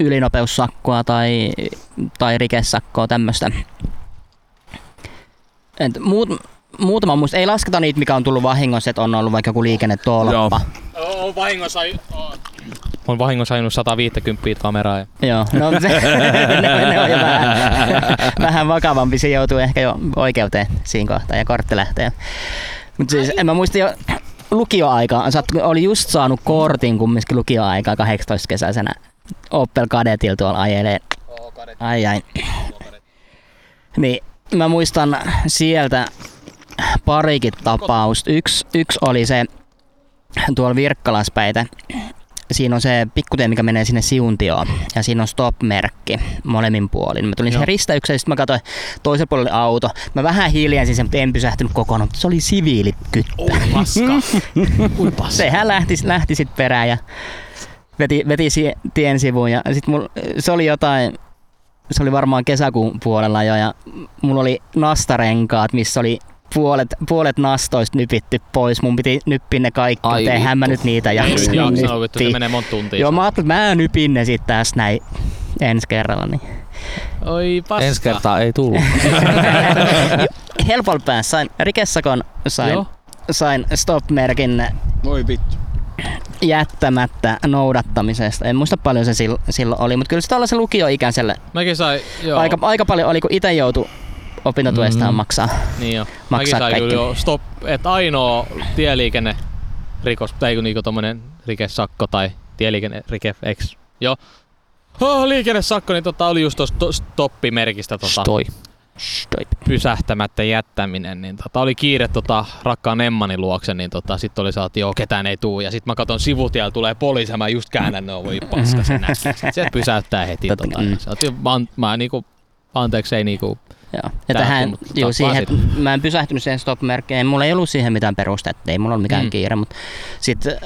[SPEAKER 4] ylinopeussakkoa tai, tai rikesakkoa, tämmöistä. Et muut, muutama muista, ei lasketa niitä, mikä on tullut vahingossa, että on ollut vaikka joku liikennetolppa.
[SPEAKER 3] On vahingossa... On vahingossa ainut 150 kameraa. Ja...
[SPEAKER 4] Joo, no se, ne, ne on jo vähän, vähän vakavampi, se joutuu ehkä jo oikeuteen siinä kohtaa ja kortti lähtee. Mutta siis en mä muista jo lukioaikaa, Sä oot- oli just saanut kortin kumminkin lukioaikaa 18 kesäisenä Opel Kadetilla tuolla ajelee. Ai ai. Niin, mä muistan sieltä parikin tapausta. Yksi, yksi oli se tuolla Virkkalaspäitä siinä on se pikkutie, mikä menee sinne siuntioon. Ja siinä on stop-merkki molemmin puolin. Mä tulin siihen risteykseen, sitten mä katsoin toiselle puolelle auto. Mä vähän hiljensin sen, mutta en pysähtynyt kokonaan. Mutta se oli siviilikyttä.
[SPEAKER 1] Ui paska. Ui paska.
[SPEAKER 4] Sehän lähti, lähti sitten perään ja veti, veti si- tien sivuun. Ja sit mul, se oli jotain, se oli varmaan kesäkuun puolella jo ja mulla oli nastarenkaat, missä oli puolet, puolet nastoista nypitty pois. Mun piti nyppiä ne kaikki,
[SPEAKER 1] Ai
[SPEAKER 4] mutta eihän mä
[SPEAKER 1] vittu.
[SPEAKER 4] nyt niitä jaksa.
[SPEAKER 3] Jaksaa
[SPEAKER 4] nyppiä.
[SPEAKER 3] vittu, se menee monta tuntia.
[SPEAKER 4] siis niin, Joo, mä ajattelin, että mä nypin ne sitten tässä näin ensi kerralla. Niin.
[SPEAKER 3] Oi paska.
[SPEAKER 1] Ensi kertaa ei tullut.
[SPEAKER 4] Helpolla päässä sain rikessakon, sain,
[SPEAKER 3] Joo.
[SPEAKER 4] sain stop-merkin
[SPEAKER 2] Voi vittu.
[SPEAKER 4] jättämättä noudattamisesta. En muista paljon se sil- silloin oli, mutta kyllä se tällaisen lukioikäiselle
[SPEAKER 3] Mäkin sai, joo.
[SPEAKER 4] aika, aika paljon oli, kun itse joutui opintotuestaan
[SPEAKER 1] Mm.
[SPEAKER 4] mm. maksaa.
[SPEAKER 3] Niin jo. Mäkin
[SPEAKER 4] maksaa
[SPEAKER 3] sai kyllä
[SPEAKER 4] kaikki.
[SPEAKER 3] jo stop, että ainoa tieliikenne rikos, tai kun niinku tommonen rikesakko tai tieliikenne rike, eks? Joo. Oh, liikennesakko, niin tota oli just tuosta stoppimerkistä tota,
[SPEAKER 1] Stoi.
[SPEAKER 4] Stoi.
[SPEAKER 3] pysähtämättä jättäminen, niin tota, oli kiire tota, rakkaan Emmani luokse, niin tota, sitten oli saatiin, joo, ketään ei tuu. Ja sitten mä katon sivutiellä tulee poliisi, ja mä just käännän, no voi paska sen Sitten se pysäyttää heti.
[SPEAKER 4] Totta
[SPEAKER 3] Tota,
[SPEAKER 4] kai.
[SPEAKER 3] mm. mä, an- mä niinku, anteeksi, ei niinku,
[SPEAKER 4] Joo. Ja
[SPEAKER 3] Tää
[SPEAKER 4] tähän,
[SPEAKER 3] tuntuu
[SPEAKER 4] juu,
[SPEAKER 3] taas
[SPEAKER 4] siihen,
[SPEAKER 3] vasit.
[SPEAKER 4] mä en pysähtynyt siihen stop-merkkiin, mulla ei ollut siihen mitään perustetta, ei mulla ollut mikään
[SPEAKER 3] Mm.
[SPEAKER 4] mm. kiire, mutta sitten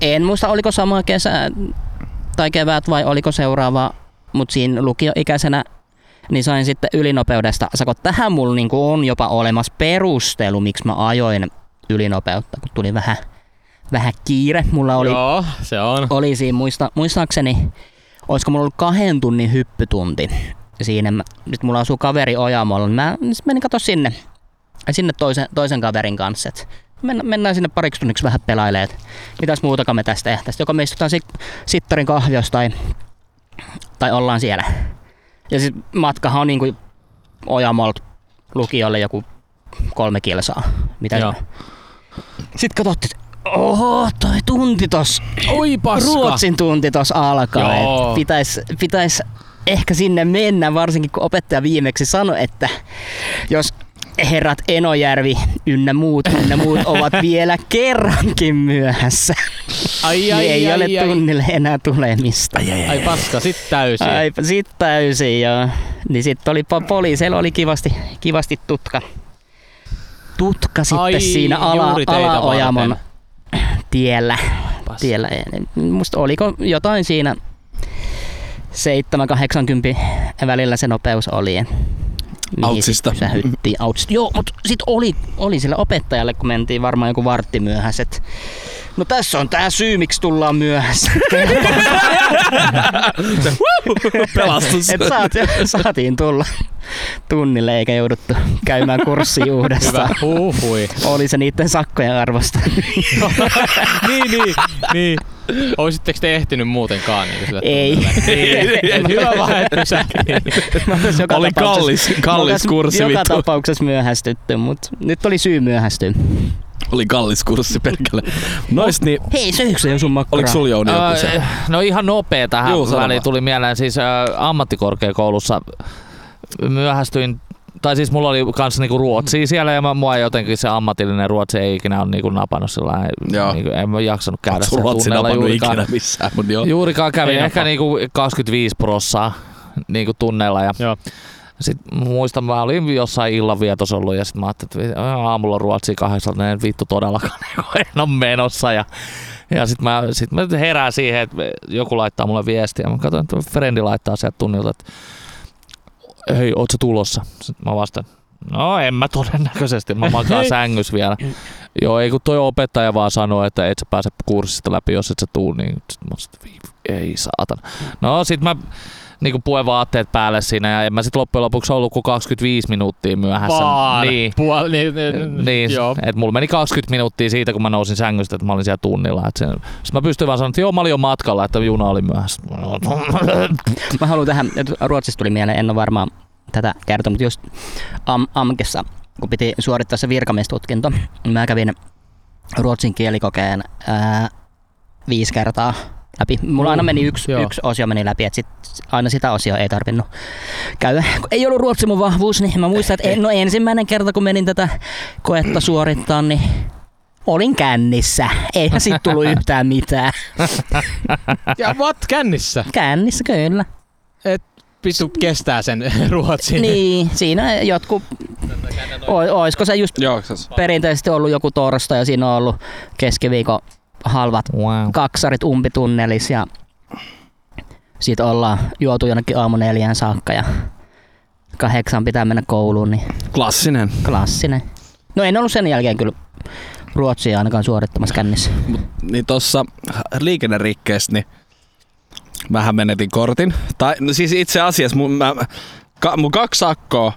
[SPEAKER 4] en muista oliko sama kesä tai kevät vai oliko seuraava, mutta siinä lukioikäisenä niin sain sitten ylinopeudesta sakot. Tähän mulla niinku on jopa olemassa perustelu, miksi mä ajoin ylinopeutta, kun tuli vähän, vähän kiire. Mulla oli
[SPEAKER 3] joo, no. se on.
[SPEAKER 4] oli siinä, muista, muistaakseni, olisiko mulla ollut kahden tunnin hyppytunti siinä. Mä, nyt mulla asuu kaveri Ojamolla, niin mä sit menin kato sinne, sinne toisen, toisen kaverin kanssa. Et men, mennään sinne pariksi tunniksi vähän pelailee, et mitäs muutakaan me tästä ehtäisi. Joko me istutaan sit, sittarin kahviossa tai, tai ollaan siellä. Ja sit matkahan on niinku Ojamolt lukiolle joku kolme kilsaa. Mitä
[SPEAKER 3] Joo.
[SPEAKER 4] Joo. Sitten katsottiin, että oho, toi tunti tossa
[SPEAKER 3] Oi
[SPEAKER 4] Ruotsin tunti tuossa alkaa.
[SPEAKER 3] Joo.
[SPEAKER 4] et Pitäis, pitäis ehkä sinne mennä, varsinkin kun opettaja viimeksi sanoi, että jos herrat Enojärvi ynnä muut, ynnä muut ovat vielä kerrankin myöhässä.
[SPEAKER 3] Ai,
[SPEAKER 4] Niin
[SPEAKER 3] ai,
[SPEAKER 4] ei
[SPEAKER 3] ai,
[SPEAKER 4] ole
[SPEAKER 3] ai,
[SPEAKER 4] tunnille enää tulemista.
[SPEAKER 3] ai, paska, sit täysin.
[SPEAKER 4] Ai, sit täysin joo. Niin sitten oli po- poliiseilla oli kivasti, kivasti tutka. Tutka sitten
[SPEAKER 3] Ai,
[SPEAKER 4] siinä ala,
[SPEAKER 3] juuri teitä
[SPEAKER 4] alaojamon
[SPEAKER 3] varten.
[SPEAKER 4] tiellä
[SPEAKER 3] Paska.
[SPEAKER 4] tiellä. En- Musta oliko jotain siinä 7-80 välillä se nopeus oli. et mihin
[SPEAKER 2] Outsista.
[SPEAKER 4] sit Pysähyttiin outsista. Joo, mutta sit oli, oli sillä opettajalle, kun mentiin varmaan joku vartti myöhässä. et No tässä on tää syy, miksi tullaan myöhässä.
[SPEAKER 2] Pelastus.
[SPEAKER 4] Et saat, saatiin tulla tunnille eikä jouduttu käymään kurssia
[SPEAKER 3] Hyvä,
[SPEAKER 4] uudestaan.
[SPEAKER 3] huuhui.
[SPEAKER 4] Oli se niiden sakkojen arvosta.
[SPEAKER 3] niin, niin, niin. Oisitteko te ehtinyt muutenkaan? Niin, sille
[SPEAKER 4] Ei.
[SPEAKER 3] tunnille? Niin. Hyvä vaan, että pysähtiin.
[SPEAKER 4] Mä olis joka
[SPEAKER 2] Oli
[SPEAKER 4] tapauksessa-
[SPEAKER 2] kallis,
[SPEAKER 4] mä olis
[SPEAKER 2] kallis kurssi
[SPEAKER 4] Joka
[SPEAKER 2] vittu.
[SPEAKER 4] tapauksessa myöhästytty, mutta nyt oli syy myöhästyä.
[SPEAKER 2] Oli kallis kurssi perkele. Nois niin,
[SPEAKER 4] Hei, söikö se jo sun makkaraa?
[SPEAKER 2] oliks sulla Jouni joku se?
[SPEAKER 1] Öö, no ihan nopea tähän
[SPEAKER 2] Juu,
[SPEAKER 1] Juu,
[SPEAKER 2] sano
[SPEAKER 1] väliin
[SPEAKER 2] vaan.
[SPEAKER 1] tuli mieleen. Siis ö, ammattikorkeakoulussa myöhästyin tai siis mulla oli kans niinku ruotsia siellä ja mä, mua ei jotenkin se ammatillinen ruotsi ei ikinä ole niinku napannut sillä
[SPEAKER 2] Joo.
[SPEAKER 1] niinku, en mä jaksanut käydä
[SPEAKER 2] Oot sun
[SPEAKER 1] sen
[SPEAKER 2] ruotsin
[SPEAKER 1] tunneilla
[SPEAKER 2] napannut
[SPEAKER 1] juurikaan.
[SPEAKER 2] ikinä missään, mut joo.
[SPEAKER 1] Juurikaan kävin
[SPEAKER 3] Ei
[SPEAKER 1] ehkä
[SPEAKER 3] napaa.
[SPEAKER 1] niinku 25 prossaa niinku tunneilla ja
[SPEAKER 3] Joo.
[SPEAKER 1] sitten muistan, mä olin jossain illanvietos ollut ja sitten mä ajattelin, että vi- aamulla Ruotsi kahdeksalta, niin en vittu todellakaan niinku en ole menossa. Ja, ja sitten mä, sit mä herään siihen, että joku laittaa mulle viestiä. Mä katson, että frendi laittaa sieltä tunnilta, että hei, oot sä tulossa? Sitten mä vastaan, no en mä todennäköisesti, mä makaan sängys vielä. Joo, ei kun toi opettaja vaan sanoi, että et sä pääse kurssista läpi, jos et sä tuu, niin sit mä sit, ei saatana. No sit mä niinku puen vaatteet päälle siinä ja en mä sit loppujen lopuksi ollut kuin 25 minuuttia myöhässä.
[SPEAKER 3] Vaan.
[SPEAKER 1] Niin.
[SPEAKER 3] Puol- niin, niin,
[SPEAKER 1] Niin,
[SPEAKER 3] Joo.
[SPEAKER 1] että mulla meni 20 minuuttia siitä, kun mä nousin sängystä, että mä olin siellä tunnilla. Et sen, sit mä pystyin vaan sanoa, että joo, mä olin jo matkalla, että juna oli myöhässä.
[SPEAKER 4] Mä haluan tähän, että Ruotsista tuli mieleen, en ole varmaan tätä kertoa, mutta just am- Amkessa, kun piti suorittaa se virkamiestutkinto, niin mä kävin ruotsin kielikokeen ää, viisi kertaa läpi. Mulla aina meni yksi,
[SPEAKER 3] Joo.
[SPEAKER 4] yksi osio meni läpi, että sit aina sitä osioa ei tarvinnut käydä. Kun ei ollut ruotsi mun vahvuus, niin mä muistan, että en, no ensimmäinen kerta kun menin tätä koetta suorittaa, niin olin kännissä. Eihän siitä tullut yhtään mitään.
[SPEAKER 3] Ja what kännissä?
[SPEAKER 4] Kännissä kyllä.
[SPEAKER 3] Et pitu kestää sen ruotsin.
[SPEAKER 4] Niin, siinä jotkut, o- oisko se just
[SPEAKER 2] Juoksas.
[SPEAKER 4] perinteisesti ollut joku torstai ja siinä on ollut keskiviikon halvat
[SPEAKER 1] Wow.
[SPEAKER 4] kaksarit umpitunnelis ja siitä ollaan juotu jonnekin aamu neljään saakka ja kahdeksan pitää mennä kouluun, niin
[SPEAKER 2] Klassinen.
[SPEAKER 4] klassinen. No en ollut sen jälkeen kyllä Ruotsia ainakaan suorittamassa kännissä.
[SPEAKER 2] Niin tossa liikennerikkeessä niin vähän menetin kortin. Tai no siis itse asiassa mun, mä, ka, mun kaksi sakkoa.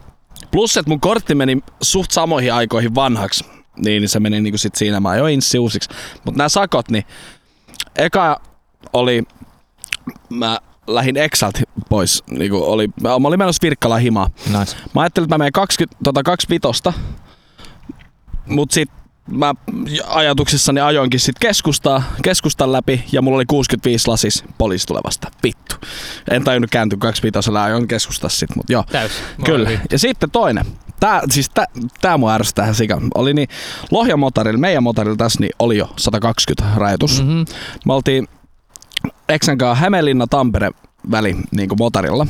[SPEAKER 2] Plus, että mun kortti meni suht samoihin aikoihin vanhaksi. Niin se meni niinku sit siinä, mä ajoin inssi uusiksi. Mut nämä sakot, niin eka oli, mä lähdin Exalt pois. Niinku oli, mä olin menossa Virkkala himaa.
[SPEAKER 1] Nice.
[SPEAKER 2] Mä ajattelin, että mä menen 20, tota 25, mut sit mä ajatuksissani ajoinkin sit keskustaa, keskustan läpi ja mulla oli 65 lasis poliisi tulevasta. Vittu. En tajunnut kääntyä 25, ajoin keskustassa sit, mut joo.
[SPEAKER 3] Täys.
[SPEAKER 2] Kyllä. Ja sitten toinen. Tää, siis tää, tää mua ärsyttää ihan sika. Oli niin, Lohjan motorilla, meidän motorilla tässä niin oli jo 120
[SPEAKER 1] Mm.
[SPEAKER 2] rajoitus. Mm-hmm. Me oltiin Eksänkaan Hämeenlinna-Tampere väli niin motorilla.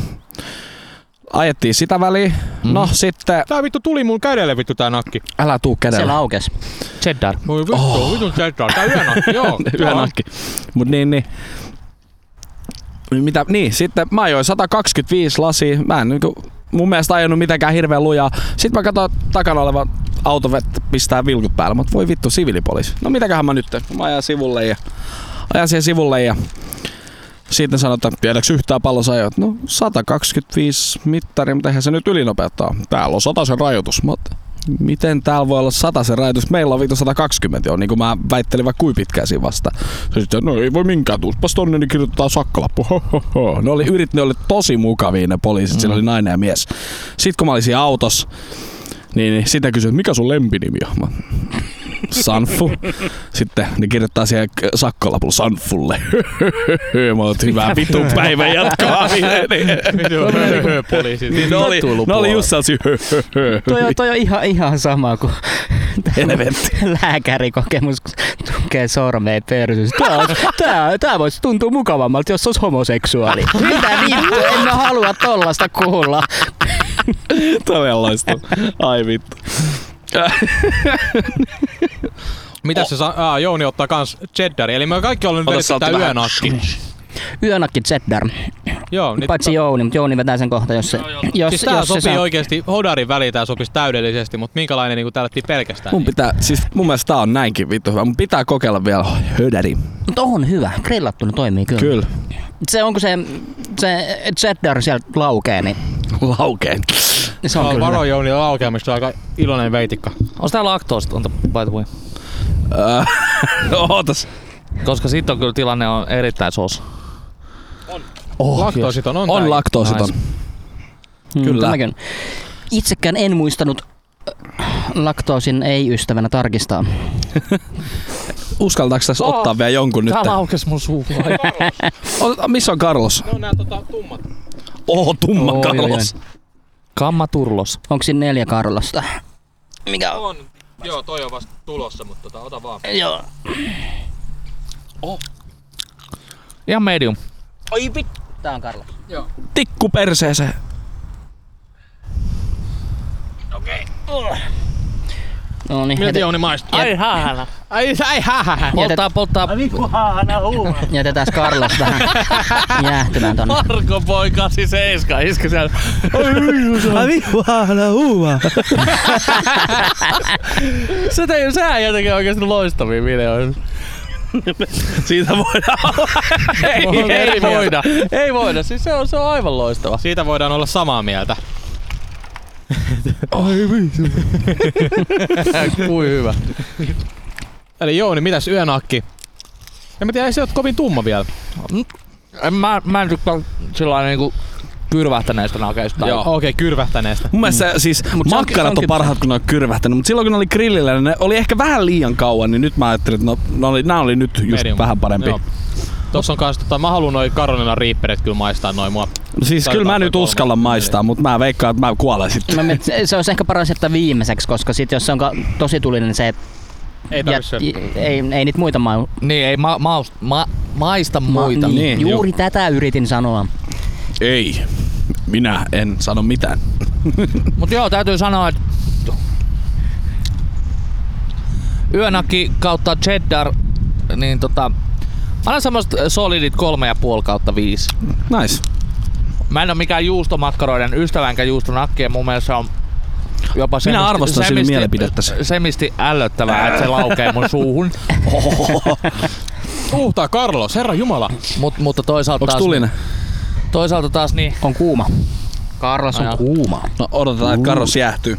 [SPEAKER 2] Ajettiin sitä väliä. Mm-hmm. No sitten,
[SPEAKER 3] Tää vittu tuli mun kädelle vittu tää nakki.
[SPEAKER 2] älä tuu
[SPEAKER 4] Se
[SPEAKER 2] kädellä.
[SPEAKER 4] laukes.
[SPEAKER 1] Cheddar.
[SPEAKER 3] Voi vittu, oh. vitun tsettaa. Tää yhä nakki, joo.
[SPEAKER 2] Yhä nakki. Mut niin, niin. Niin Mitä, niin, sitten mä ajoin 125 lasia. Mä en niinku, mun mielestä ajanut mitenkään hirveän lujaa. Sitten mä katsoin että takana oleva auto vet- pistää vilkut päällä. Mut voi vittu, siviilipoliisi. No mitäköhän mä nyt teen? Mä ajan sivulle ja ajan siihen sivulle ja sitten sanotaan, että tiedäks yhtään paljon sä ajat? No 125 mittari, mutta eihän se nyt ylinopeutta on. Täällä on sataisen rajoitus. Mä oon, miten täällä voi olla sataisen rajoitus? Meillä on vittu 120 on, niin kuin mä väittelin vaikka kuin pitkään siinä vasta. Se sitten, no ei voi minkään, tuuspas tonne, niin kirjoitetaan sakkalappu. Hohoho. Ne oli, yrit, ne oli tosi mukavia ne poliisit, mm. siellä oli nainen ja mies. Sitten kun mä olin siinä autossa, niin, niin sitten kysyin, että mikä sun lempinimi on? Mä, Sanfu. Sitten ne kirjoittaa siihen k- sakkolapulla Sanfulle. Mä oot hyvää vitun päivän jatkoa.
[SPEAKER 3] Vitun höhö poliisi.
[SPEAKER 2] Niin ne oli, ne oli just sellaisia
[SPEAKER 4] Toi on, toi on ihan, ihan sama kuin
[SPEAKER 2] Helvetti.
[SPEAKER 4] lääkärikokemus, kun tukee sormeen persyys. Tää, on- tää, tää voisi tuntua mukavammalta, jos olisi homoseksuaali. Mitä vittu, en mä halua tollasta kuulla.
[SPEAKER 2] Todella loistava. Ai vittu.
[SPEAKER 4] Oh.
[SPEAKER 3] Mitä se saa? Aa, Jouni ottaa kans cheddari. Eli me kaikki ollaan nyt
[SPEAKER 2] Ota
[SPEAKER 3] vedetty
[SPEAKER 2] saltta
[SPEAKER 3] tää
[SPEAKER 2] vähän.
[SPEAKER 3] yhä nakki.
[SPEAKER 4] Yönakki Cheddar.
[SPEAKER 3] Joo, niin
[SPEAKER 4] Paitsi Jouni, mutta Jouni vetää sen kohta, jos se, jos,
[SPEAKER 3] Siis tää
[SPEAKER 4] jos se
[SPEAKER 3] sopii
[SPEAKER 4] saa.
[SPEAKER 3] oikeesti, hodarin väliin tää sopisi täydellisesti, mutta minkälainen niinku tää lähti pelkästään?
[SPEAKER 2] Mun pitää, siis mun mielestä tää on näinkin vittu hyvä. Mun pitää kokeilla vielä hödäri.
[SPEAKER 4] Mutta on hyvä, grillattuna toimii kyllä.
[SPEAKER 2] Kyllä.
[SPEAKER 4] Se on, kun se, se cheddar sieltä laukee, niin
[SPEAKER 2] Laukeen.
[SPEAKER 4] niin se
[SPEAKER 3] Tää
[SPEAKER 4] on
[SPEAKER 3] on
[SPEAKER 4] kyllä
[SPEAKER 3] Varo
[SPEAKER 4] hyvä.
[SPEAKER 3] Jouni laukeamista aika iloinen veitikka.
[SPEAKER 1] Onko tää laktoosta, by the way?
[SPEAKER 2] Ootas.
[SPEAKER 1] Koska sit on kyllä tilanne on erittäin sos.
[SPEAKER 3] Oh, Laktoositon on,
[SPEAKER 2] On
[SPEAKER 3] tää.
[SPEAKER 2] laktoositon.
[SPEAKER 1] Nice.
[SPEAKER 4] Mm,
[SPEAKER 2] kyllä.
[SPEAKER 4] tämäkin. Itsekään en muistanut äh, laktoosin ei-ystävänä tarkistaa.
[SPEAKER 2] Uskaltaako tässä
[SPEAKER 1] Oh.
[SPEAKER 2] ottaa vielä jonkun nyt?
[SPEAKER 1] Tää laukes mun suuhun.
[SPEAKER 2] Ota- Missä on Carlos?
[SPEAKER 3] Ne on nää tota tummat.
[SPEAKER 2] Oo, tumma
[SPEAKER 4] Oi,
[SPEAKER 2] Carlos.
[SPEAKER 1] Kamma turlos.
[SPEAKER 4] Onko siinä neljä Karlosta? Mikä on?
[SPEAKER 3] On. Joo, toi on vasta tulossa, mutta tota, ota vaan.
[SPEAKER 4] Joo.
[SPEAKER 1] Ihan medium.
[SPEAKER 4] Oi vittu. Tää on Karlos.
[SPEAKER 2] Tikku perseeseen.
[SPEAKER 4] No niin,
[SPEAKER 3] Miltä
[SPEAKER 4] jätet-
[SPEAKER 3] Jouni maistuu?
[SPEAKER 4] Ai
[SPEAKER 3] haahana. Ai, ai haahana.
[SPEAKER 1] Polttaa, polttaa.
[SPEAKER 4] jätetään Karlos vähän jäähtymään tonne.
[SPEAKER 1] Marko poi 87 iski siellä.
[SPEAKER 2] Vihvaana uua.
[SPEAKER 1] Se tei, sehän jotenkin oikeesti loistavia videoita.
[SPEAKER 2] Siitä voidaan
[SPEAKER 1] Ei, ei
[SPEAKER 3] eri mieltä.
[SPEAKER 1] voida. Ei voida. Siis se on, se on aivan loistava.
[SPEAKER 3] Siitä voidaan olla samaa mieltä.
[SPEAKER 1] Kui hyvä.
[SPEAKER 3] Eli Jouni, mitäs yönakki? En mä tiedä, ei se ole kovin tumma vielä.
[SPEAKER 1] En, mä, mä en tykkää sillä niinku kyrvähtäneistä nakeista.
[SPEAKER 2] Joo.
[SPEAKER 3] Okei, okay, kyrvähtäneestä.
[SPEAKER 2] Mun mielestä se- siis mut makkarat on parhaat, kun ne on kyrvähtänyt, mutta silloin kun ne oli grillillä, niin ne oli ehkä vähän liian kauan, niin nyt mä ajattelin, että no, ne oli, nää oli nyt just
[SPEAKER 3] Medium.
[SPEAKER 2] vähän parempi.
[SPEAKER 3] Joo. Tossa on kans, tota, mä haluun noi Karolina riipperit kyllä maistaa noin mua.
[SPEAKER 2] No siis
[SPEAKER 3] Tai
[SPEAKER 2] kyllä mä
[SPEAKER 3] jotain
[SPEAKER 2] nyt
[SPEAKER 3] kolme.
[SPEAKER 2] uskallan maistaa, mutta mä veikkaan, että mä kuolen sitten.
[SPEAKER 4] Mä mietin, se- se olisi ehkä paras jättää viimeiseksi, koska sit jos se on ka- tosi tulinen se
[SPEAKER 3] Ei
[SPEAKER 4] ja,
[SPEAKER 3] tarvitse
[SPEAKER 4] ei, ei, ei niitä muita ma-
[SPEAKER 1] Niin, ei ma- maus- ma- maista
[SPEAKER 4] ma-
[SPEAKER 1] muita.
[SPEAKER 4] Niin,
[SPEAKER 2] Niin, juu.
[SPEAKER 4] juuri tätä yritin sanoa.
[SPEAKER 2] Ei. Minä en sano mitään.
[SPEAKER 1] Mut joo, täytyy sanoa, että Yönaki kautta Cheddar, niin tota, aina semmoset solidit 3,5 kautta 5.
[SPEAKER 2] Nice.
[SPEAKER 1] Mä en ole mikään juustomakkaroiden ystävä enkä juustonakkien. Mun mielestä se on jopa semisti,
[SPEAKER 2] arvostan sinun mielipidettäsi.
[SPEAKER 1] semisti ällöttävää, että se laukee mun suuhun.
[SPEAKER 3] Puhtaa Uh, Carlos, herra jumala.
[SPEAKER 1] Mut, mutta toisaalta
[SPEAKER 2] Onks
[SPEAKER 1] taas,
[SPEAKER 2] tulinen?
[SPEAKER 1] toisaalta taas niin,
[SPEAKER 4] On kuuma. Carlos on
[SPEAKER 1] Ajaa.
[SPEAKER 4] kuuma.
[SPEAKER 2] No odotetaan, että Karros jäähtyy.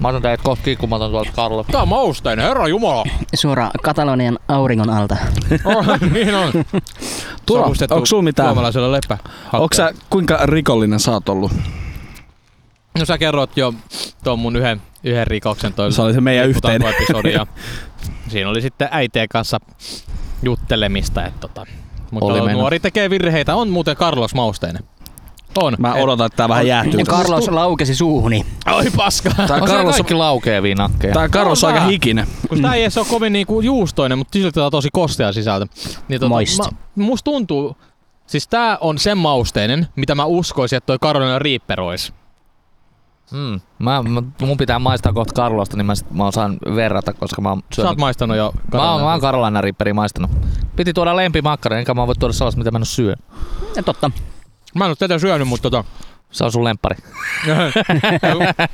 [SPEAKER 1] mä otan teidät kohta kiinni, kun mä otan tuolta Karlo.
[SPEAKER 3] Tää on mausteinen, herra jumala.
[SPEAKER 4] Suora Katalonian auringon alta.
[SPEAKER 3] niin on.
[SPEAKER 2] Turo, onko sulla mitään?
[SPEAKER 3] Suomalaisella leppä.
[SPEAKER 2] Onko sä, kuinka rikollinen sä oot ollut?
[SPEAKER 3] No sä kerroit jo tuon mun yhden, yhden rikoksen. Toi
[SPEAKER 2] Se oli se meidän yhteinen.
[SPEAKER 3] episodi ja siinä oli sitten äitien kanssa juttelemista. Et tota. Mutta
[SPEAKER 1] Oli
[SPEAKER 3] oli
[SPEAKER 1] meinaa.
[SPEAKER 3] nuori tekee virheitä. On muuten Carlos Mausteinen. On.
[SPEAKER 2] Mä
[SPEAKER 3] Et-
[SPEAKER 2] odotan, että tää vähän jäähtyy.
[SPEAKER 4] Ja Carlos laukesi suuhuni.
[SPEAKER 3] Ai paska.
[SPEAKER 2] Tää
[SPEAKER 1] Onko Karlo
[SPEAKER 2] Karlos
[SPEAKER 1] kaikki laukeavia nakkeja?
[SPEAKER 2] Tää Karlos on aika
[SPEAKER 3] Vähän.
[SPEAKER 2] hikinen.
[SPEAKER 3] Kun
[SPEAKER 1] Mm.
[SPEAKER 3] tää ei edes ole kovin niinku juustoinen, mutta silti tää on tosi kostea sisältö. Niin
[SPEAKER 4] Moist.
[SPEAKER 3] musta tuntuu, siis tää on sen mausteinen, mitä mä uskoisin, että toi Carolina Reaper olisi.
[SPEAKER 1] Mm. Mä, mä, mun pitää maistaa kohta Karlosta, niin mä, sit, mä osaan verrata, koska mä oon
[SPEAKER 3] Sä oot
[SPEAKER 1] syönyt.
[SPEAKER 3] maistanut jo
[SPEAKER 1] Mä oon, mä oon
[SPEAKER 3] Carolina.
[SPEAKER 1] Karolainan ripperi maistanut. Piti tuoda lempimakkari, enkä mä voi tuoda sellaista, mitä mä en oo syö.
[SPEAKER 4] Ja totta.
[SPEAKER 3] Mä en oo tätä syönyt, mutta tota,
[SPEAKER 1] Se on sun lemppari.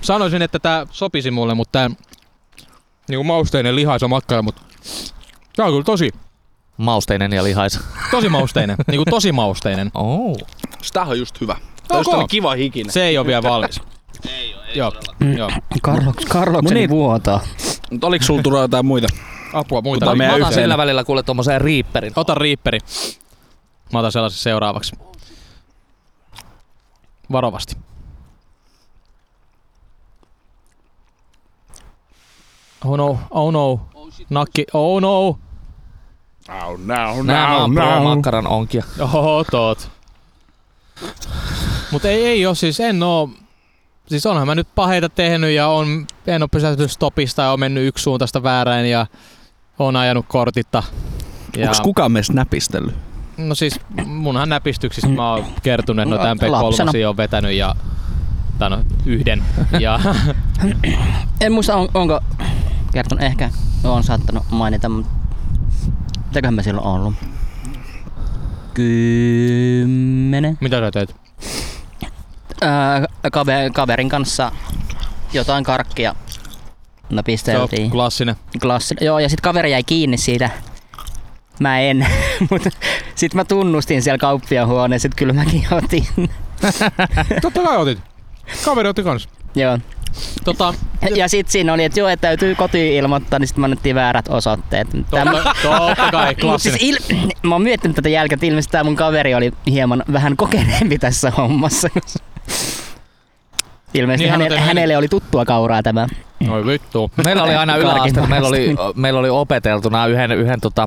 [SPEAKER 3] sanoisin, että tää sopisi mulle, mutta tää niinku mausteinen lihaisa makkara, mutta tää on kyllä tosi,
[SPEAKER 1] Mausteinen ja lihais.
[SPEAKER 3] tosi mausteinen. niinku tosi mausteinen.
[SPEAKER 1] Oh.
[SPEAKER 2] Sitä on just hyvä.
[SPEAKER 3] Tää on just tämmönen
[SPEAKER 2] kiva hikinen.
[SPEAKER 3] Se ei ole vielä valmis. Ei oo, ei joo, joo.
[SPEAKER 4] Carlos, Carloksen
[SPEAKER 2] Moni-
[SPEAKER 4] vuotaa.
[SPEAKER 2] Mutta oliks sulla Turo jotain muita?
[SPEAKER 3] Apua muita.
[SPEAKER 2] Ota
[SPEAKER 3] oli.
[SPEAKER 2] meidän
[SPEAKER 1] Mä otan
[SPEAKER 2] yhteinen.
[SPEAKER 1] sillä välillä kuule tommoseen riipperin.
[SPEAKER 3] Ota riipperi. Mä otan sellaisen seuraavaksi. Varovasti. Oh no, oh no. Nakki, oh no.
[SPEAKER 2] Oh, no,
[SPEAKER 1] Nää mä oon pro makkaran onkia.
[SPEAKER 3] Oho, toot. Mut ei, ei oo, siis en oo... Siis onhan mä nyt paheita tehnyt ja on, en oo pysähtynyt stopista ja on mennyt yksi suuntaista väärään ja on ajanut kortitta. Ja,
[SPEAKER 2] Onks kukaan meistä näpistellyt?
[SPEAKER 3] No siis munhan näpistyksistä mä oon kertonut, no tämän
[SPEAKER 4] Mm. Lapsena.
[SPEAKER 3] P3 on vetänyt ja tai no, yhden. Ja
[SPEAKER 4] En muista, on, onko kertonut. Ehkä on saattanut mainita, mutta mitäköhän mä silloin ollut? Kymmenen.
[SPEAKER 3] mitä sä teet?
[SPEAKER 4] Ää, kave, kaverin kanssa jotain karkkia
[SPEAKER 3] Se on
[SPEAKER 4] napisteltiin.
[SPEAKER 3] klassinen.
[SPEAKER 4] klassi. Joo, ja sitten kaveri jäi kiinni siitä. Mä en, mutta sitten mä tunnustin siellä kauppiaan huoneessa, että kyllä mäkin otin.
[SPEAKER 3] Totta kai otit. Kaveri otti kans.
[SPEAKER 4] joo.
[SPEAKER 3] Tota,
[SPEAKER 4] Ja sitten siinä oli, että joo, että täytyy kotiin ilmoittaa, niin sitten mä annettiin väärät osoitteet. Tää-
[SPEAKER 3] totta, totta kai
[SPEAKER 4] Mut siis
[SPEAKER 3] klassinen.
[SPEAKER 4] il- mä oon miettinyt tätä jälkeen, että ilmeisesti tää mun kaveri oli hieman vähän kokeneempi tässä hommassa.
[SPEAKER 3] Niin
[SPEAKER 4] Ilmeisesti niin
[SPEAKER 3] hän on
[SPEAKER 4] hänelle,
[SPEAKER 3] tehnyt-
[SPEAKER 4] hänelle oli tuttua kauraa tämä.
[SPEAKER 3] Noi vittu.
[SPEAKER 1] Meillä oli aina
[SPEAKER 4] Karkin
[SPEAKER 1] yläasteella, meillä oli,
[SPEAKER 4] maisteri.
[SPEAKER 1] meillä oli opeteltuna yhden, yhden, tota,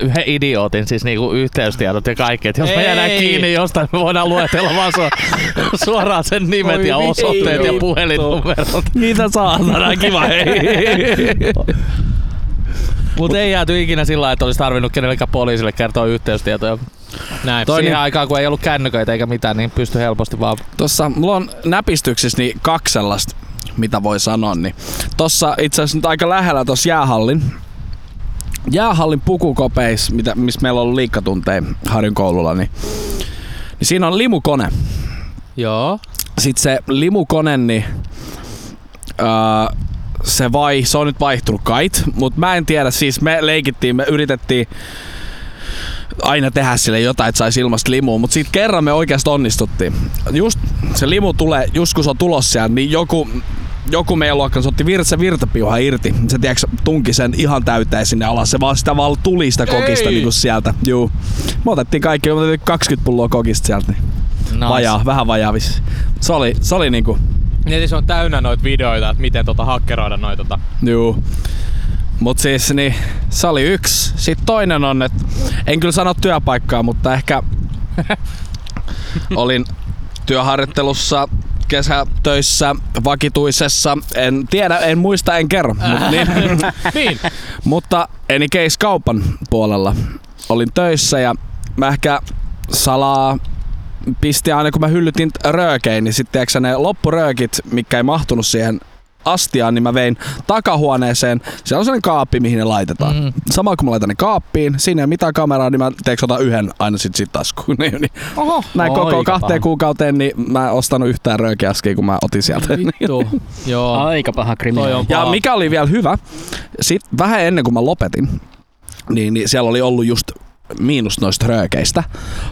[SPEAKER 1] yhden idiootin, siis niinku yhteystiedot ja kaikki. Et jos me
[SPEAKER 3] Ei.
[SPEAKER 1] jäädään kiinni jostain, me voidaan luetella vaan su- suoraan sen nimet
[SPEAKER 3] Oi
[SPEAKER 1] ja
[SPEAKER 3] vittu.
[SPEAKER 1] osoitteet ja puhelinnumerot.
[SPEAKER 2] Niitä saa.
[SPEAKER 1] Saadaan kiva hei. Mut ei jääty ikinä sillä lailla, että olisi tarvinnut kenellekään poliisille kertoa yhteystietoja.
[SPEAKER 3] Näin.
[SPEAKER 1] Toinen.
[SPEAKER 2] Toinen-
[SPEAKER 1] Siihen aikaan, kun ei ollut kännyköitä eikä mitään, niin pystyi helposti vaan...
[SPEAKER 2] Tossa mulla on näpistyksissä niin kaksi sellaista, mitä voi sanoa. Niin. Tossa itse asiassa nyt aika lähellä tossa jäähallin. Jäähallin pukukopeis, mitä, missä meillä on ollut liikkatunteja Harjun koululla, niin, niin siinä on limukone.
[SPEAKER 4] niin.
[SPEAKER 3] Joo.
[SPEAKER 2] Sitten se limukone, niin öö, se, vai, se on nyt vaihtunut kait, mutta mä en tiedä, siis me leikittiin, me yritettiin aina tehdä sille jotain, että saisi ilmasta limua, mutta siitä kerran me oikeasti onnistuttiin. Just se limu tulee, just kun se on tulossa sieltä, niin joku, joku meidän luokkansa otti vir, se virtapiuha irti. Se tiiäks, tunki sen ihan täyteen sinne alas. Se vaan sitä vaan tuli sitä kokista
[SPEAKER 3] Ei!
[SPEAKER 2] niin sieltä. Juu. Me otettiin kaikki, me otettiin 20 pulloa kokista sieltä. Niin.
[SPEAKER 1] Nice.
[SPEAKER 2] Vajaa, vähän vajaa vissi. Se oli, se oli niinku,
[SPEAKER 3] Niin siis on täynnä noita videoita, että miten tota hakkeroida noita. Tota.
[SPEAKER 2] juu. Mut siis niin, se oli yksi. Sitten toinen on, että en kyllä sano työpaikkaa, mutta ehkä olin työharjoittelussa kesätöissä vakituisessa. En tiedä, en muista, en kerro. Mut niin.
[SPEAKER 3] niin.
[SPEAKER 2] Mutta eni case kaupan puolella olin töissä ja mä ehkä salaa pisti aina kun mä hyllytin röökein, niin sitten tiedätkö, sä, ne loppuröökit, mikä ei mahtunut siihen astiaan, niin mä vein takahuoneeseen. Siellä on sellainen kaappi, mihin ne laitetaan. Mm. Sama kun mä laitan ne kaappiin, siinä ei ole mitään kameraa, niin mä teeks otan yhden aina sit, sit taskuun. Niin, niin. Oho, Näin
[SPEAKER 1] Oika
[SPEAKER 2] koko
[SPEAKER 1] paha.
[SPEAKER 2] kahteen kuukauteen, niin mä en ostanut yhtään röökiäskiä, kun mä otin sieltä.
[SPEAKER 3] Vittu. Joo.
[SPEAKER 4] Aika paha
[SPEAKER 3] Toi
[SPEAKER 4] kriminaali.
[SPEAKER 3] on
[SPEAKER 2] Ja
[SPEAKER 3] paha.
[SPEAKER 2] mikä oli vielä hyvä, sit vähän ennen kuin mä lopetin, niin, niin siellä oli ollut just miinus noista röökeistä.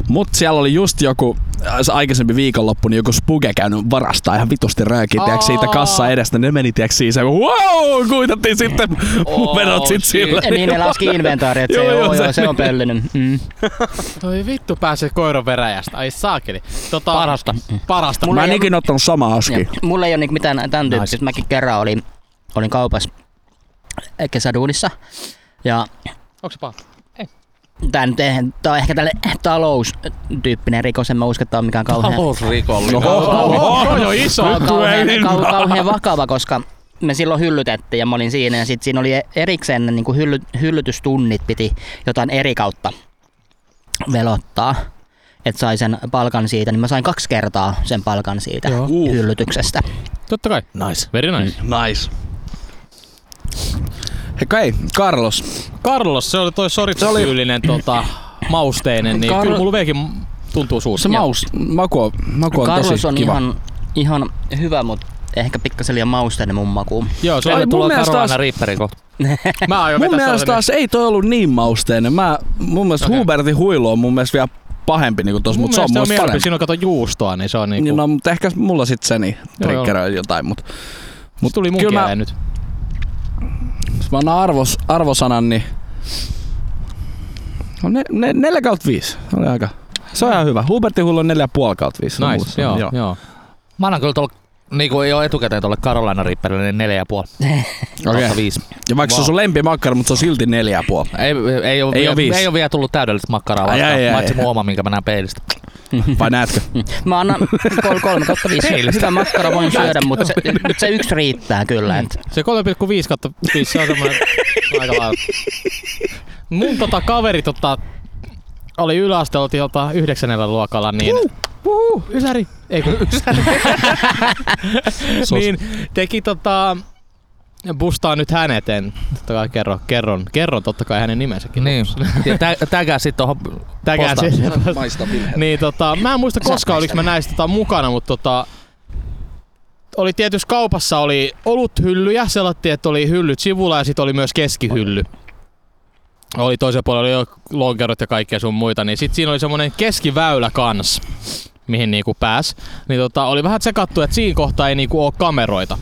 [SPEAKER 2] Mut siellä oli just joku äh, se aikaisempi viikonloppu, niin joku spuge käynyt varastaa ihan vitusti röökiä, tiiäks, siitä
[SPEAKER 3] Aa.
[SPEAKER 2] kassa edestä. Ne meni tiiäks siihen, se, wow, kuitattiin sitten
[SPEAKER 3] Oh,
[SPEAKER 2] oh, menot sit
[SPEAKER 3] shit.
[SPEAKER 2] sillä.
[SPEAKER 4] Ja niin ne laski inventaari, että se,
[SPEAKER 2] Joo,
[SPEAKER 4] joo,
[SPEAKER 2] joo,
[SPEAKER 4] joo,
[SPEAKER 2] se-
[SPEAKER 4] se on pöllinen. Mm.
[SPEAKER 3] Toi vittu pääsee koiran veräjästä. Ai saakeli. Tota, parasta. Parasta.
[SPEAKER 4] Mulla
[SPEAKER 2] Mä en
[SPEAKER 4] ei-
[SPEAKER 2] ikinä ottanut samaa
[SPEAKER 4] Ja,
[SPEAKER 2] askia.
[SPEAKER 4] mulla ei ole niinku mitään tämän tyyppistä. Mäkin kerran olin, olin kaupassa kesäduunissa. Ja
[SPEAKER 3] Onko se paha?
[SPEAKER 4] tää, nyt, eihän- tää on ehkä tälle taloustyyppinen rikos, en mä usko, että tää on mikään kauhean,
[SPEAKER 1] Talousrikollinen.
[SPEAKER 2] Oho, oho,
[SPEAKER 3] Se on jo iso.
[SPEAKER 4] kauhean,
[SPEAKER 2] tulee
[SPEAKER 4] kauhean,
[SPEAKER 2] niin
[SPEAKER 4] kau, kauhean vakava, koska me silloin hyllytettiin ja mä olin siinä ja sitten siinä oli erikseen ne niinku hylly, hyllytystunnit piti jotain eri kautta velottaa että sai sen palkan siitä, niin mä sain kaksi kertaa sen palkan siitä
[SPEAKER 3] Joo.
[SPEAKER 2] Uh.
[SPEAKER 4] hyllytyksestä.
[SPEAKER 3] Totta kai.
[SPEAKER 1] Nice.
[SPEAKER 3] Very nice.
[SPEAKER 2] Nice. Hei, Carlos.
[SPEAKER 3] Carlos, se oli toi soripsyylinen tota, mausteinen, niin
[SPEAKER 2] Carl-
[SPEAKER 3] kyllä mulla vieläkin tuntuu suussa.
[SPEAKER 2] Se maus, maku, on- maku on
[SPEAKER 4] Carlos
[SPEAKER 2] tosi
[SPEAKER 4] on
[SPEAKER 2] kiva.
[SPEAKER 4] ihan, ihan hyvä, mutta ehkä pikkasen liian mausteinen mun makuun.
[SPEAKER 3] Joo, se
[SPEAKER 2] Ai,
[SPEAKER 3] on
[SPEAKER 1] Meillä
[SPEAKER 2] mun
[SPEAKER 1] tulee
[SPEAKER 2] mielestä
[SPEAKER 1] Carolina
[SPEAKER 2] taas-
[SPEAKER 1] Reaperi kohta.
[SPEAKER 3] Mä aion
[SPEAKER 2] Mun
[SPEAKER 3] vetää
[SPEAKER 2] mielestä
[SPEAKER 3] sellaisen-
[SPEAKER 2] taas ei toi ollut niin mausteinen. Mä, mun mielestä
[SPEAKER 3] Okei.
[SPEAKER 2] okay. Hubertin huilu on mun mielestä vielä pahempi niinku tossa,
[SPEAKER 3] Mun
[SPEAKER 2] mutta se on
[SPEAKER 3] mielestä
[SPEAKER 2] mun mielestä
[SPEAKER 3] mieluummin.
[SPEAKER 2] parempi.
[SPEAKER 3] Siinä on kato juustoa, niin se on niinku...
[SPEAKER 2] Niin, no, mutta ehkä mulla sit se niin
[SPEAKER 3] Joo, joo.
[SPEAKER 2] triggeröi jotain, mut
[SPEAKER 3] mut tuli mun
[SPEAKER 2] kyllä mä-
[SPEAKER 3] kyllä nyt.
[SPEAKER 2] jos mä annan arvos, arvosanan, niin no, ne, ne, 4 kautta 5. Se oli aika. Se on ihan hyvä. Hubertin huilu on 4,5 kautta 5.
[SPEAKER 3] Nice, joo, joo. joo.
[SPEAKER 1] Mä annan kyllä tuolla niinku ei ole etukäteen tuolle Carolina Reaperille, niin neljä ja puoli.
[SPEAKER 2] Okei.
[SPEAKER 1] Kautta viisi.
[SPEAKER 2] Ja vaikka wow. se on sun lempimakkara, mutta se on silti 4,5.
[SPEAKER 1] Ei, ei, ole,
[SPEAKER 2] Ei
[SPEAKER 1] ei,
[SPEAKER 2] oo
[SPEAKER 1] vielä,
[SPEAKER 2] viisi.
[SPEAKER 1] ei ole vielä tullut täydellistä makkaraa
[SPEAKER 2] Ai,
[SPEAKER 1] vastaan.
[SPEAKER 2] ai, ai,
[SPEAKER 1] Paitsi
[SPEAKER 2] ai.
[SPEAKER 1] mun oma, minkä mä näen peilistä.
[SPEAKER 2] Vai näetkö?
[SPEAKER 4] Mä annan kol- kolme kautta viisi.
[SPEAKER 1] Peilistä.
[SPEAKER 4] Hyvä makkara voin syödä, mutta se, se yksi riittää kyllä. Et.
[SPEAKER 2] Mm.
[SPEAKER 3] Se 3,5 kautta 5, se on semmoinen aika lailla. Mun tota kaveri tota, oli yläaste, oltiin tota yhdeksännellä luokalla, niin... Uhu, ysäri. Ei kun ysäri. niin teki tota... Bustaa nyt hänet, en totta kai kerro, kerron, kerron totta kai hänen nimensäkin. siis-
[SPEAKER 1] Niin. Ja tä, tägää sit tohon
[SPEAKER 3] Tägää
[SPEAKER 1] postaan.
[SPEAKER 3] se.
[SPEAKER 2] Maista virhe.
[SPEAKER 3] Niin tota, mä en muista koskaan oliks mä näistä tota, mukana, mutta tota, oli tietysti kaupassa oli oluthyllyjä, selattiin, että oli hyllyt sivulla ja sitten oli myös keskihylly. Oli toisen puolella oli jo lonkerot ja kaikkea sun muita, niin sitten siinä oli semmonen keskiväylä kans, mihin niinku pääs. Niin tota, oli vähän sekattu, että siinä kohtaa ei niinku oo kameroita.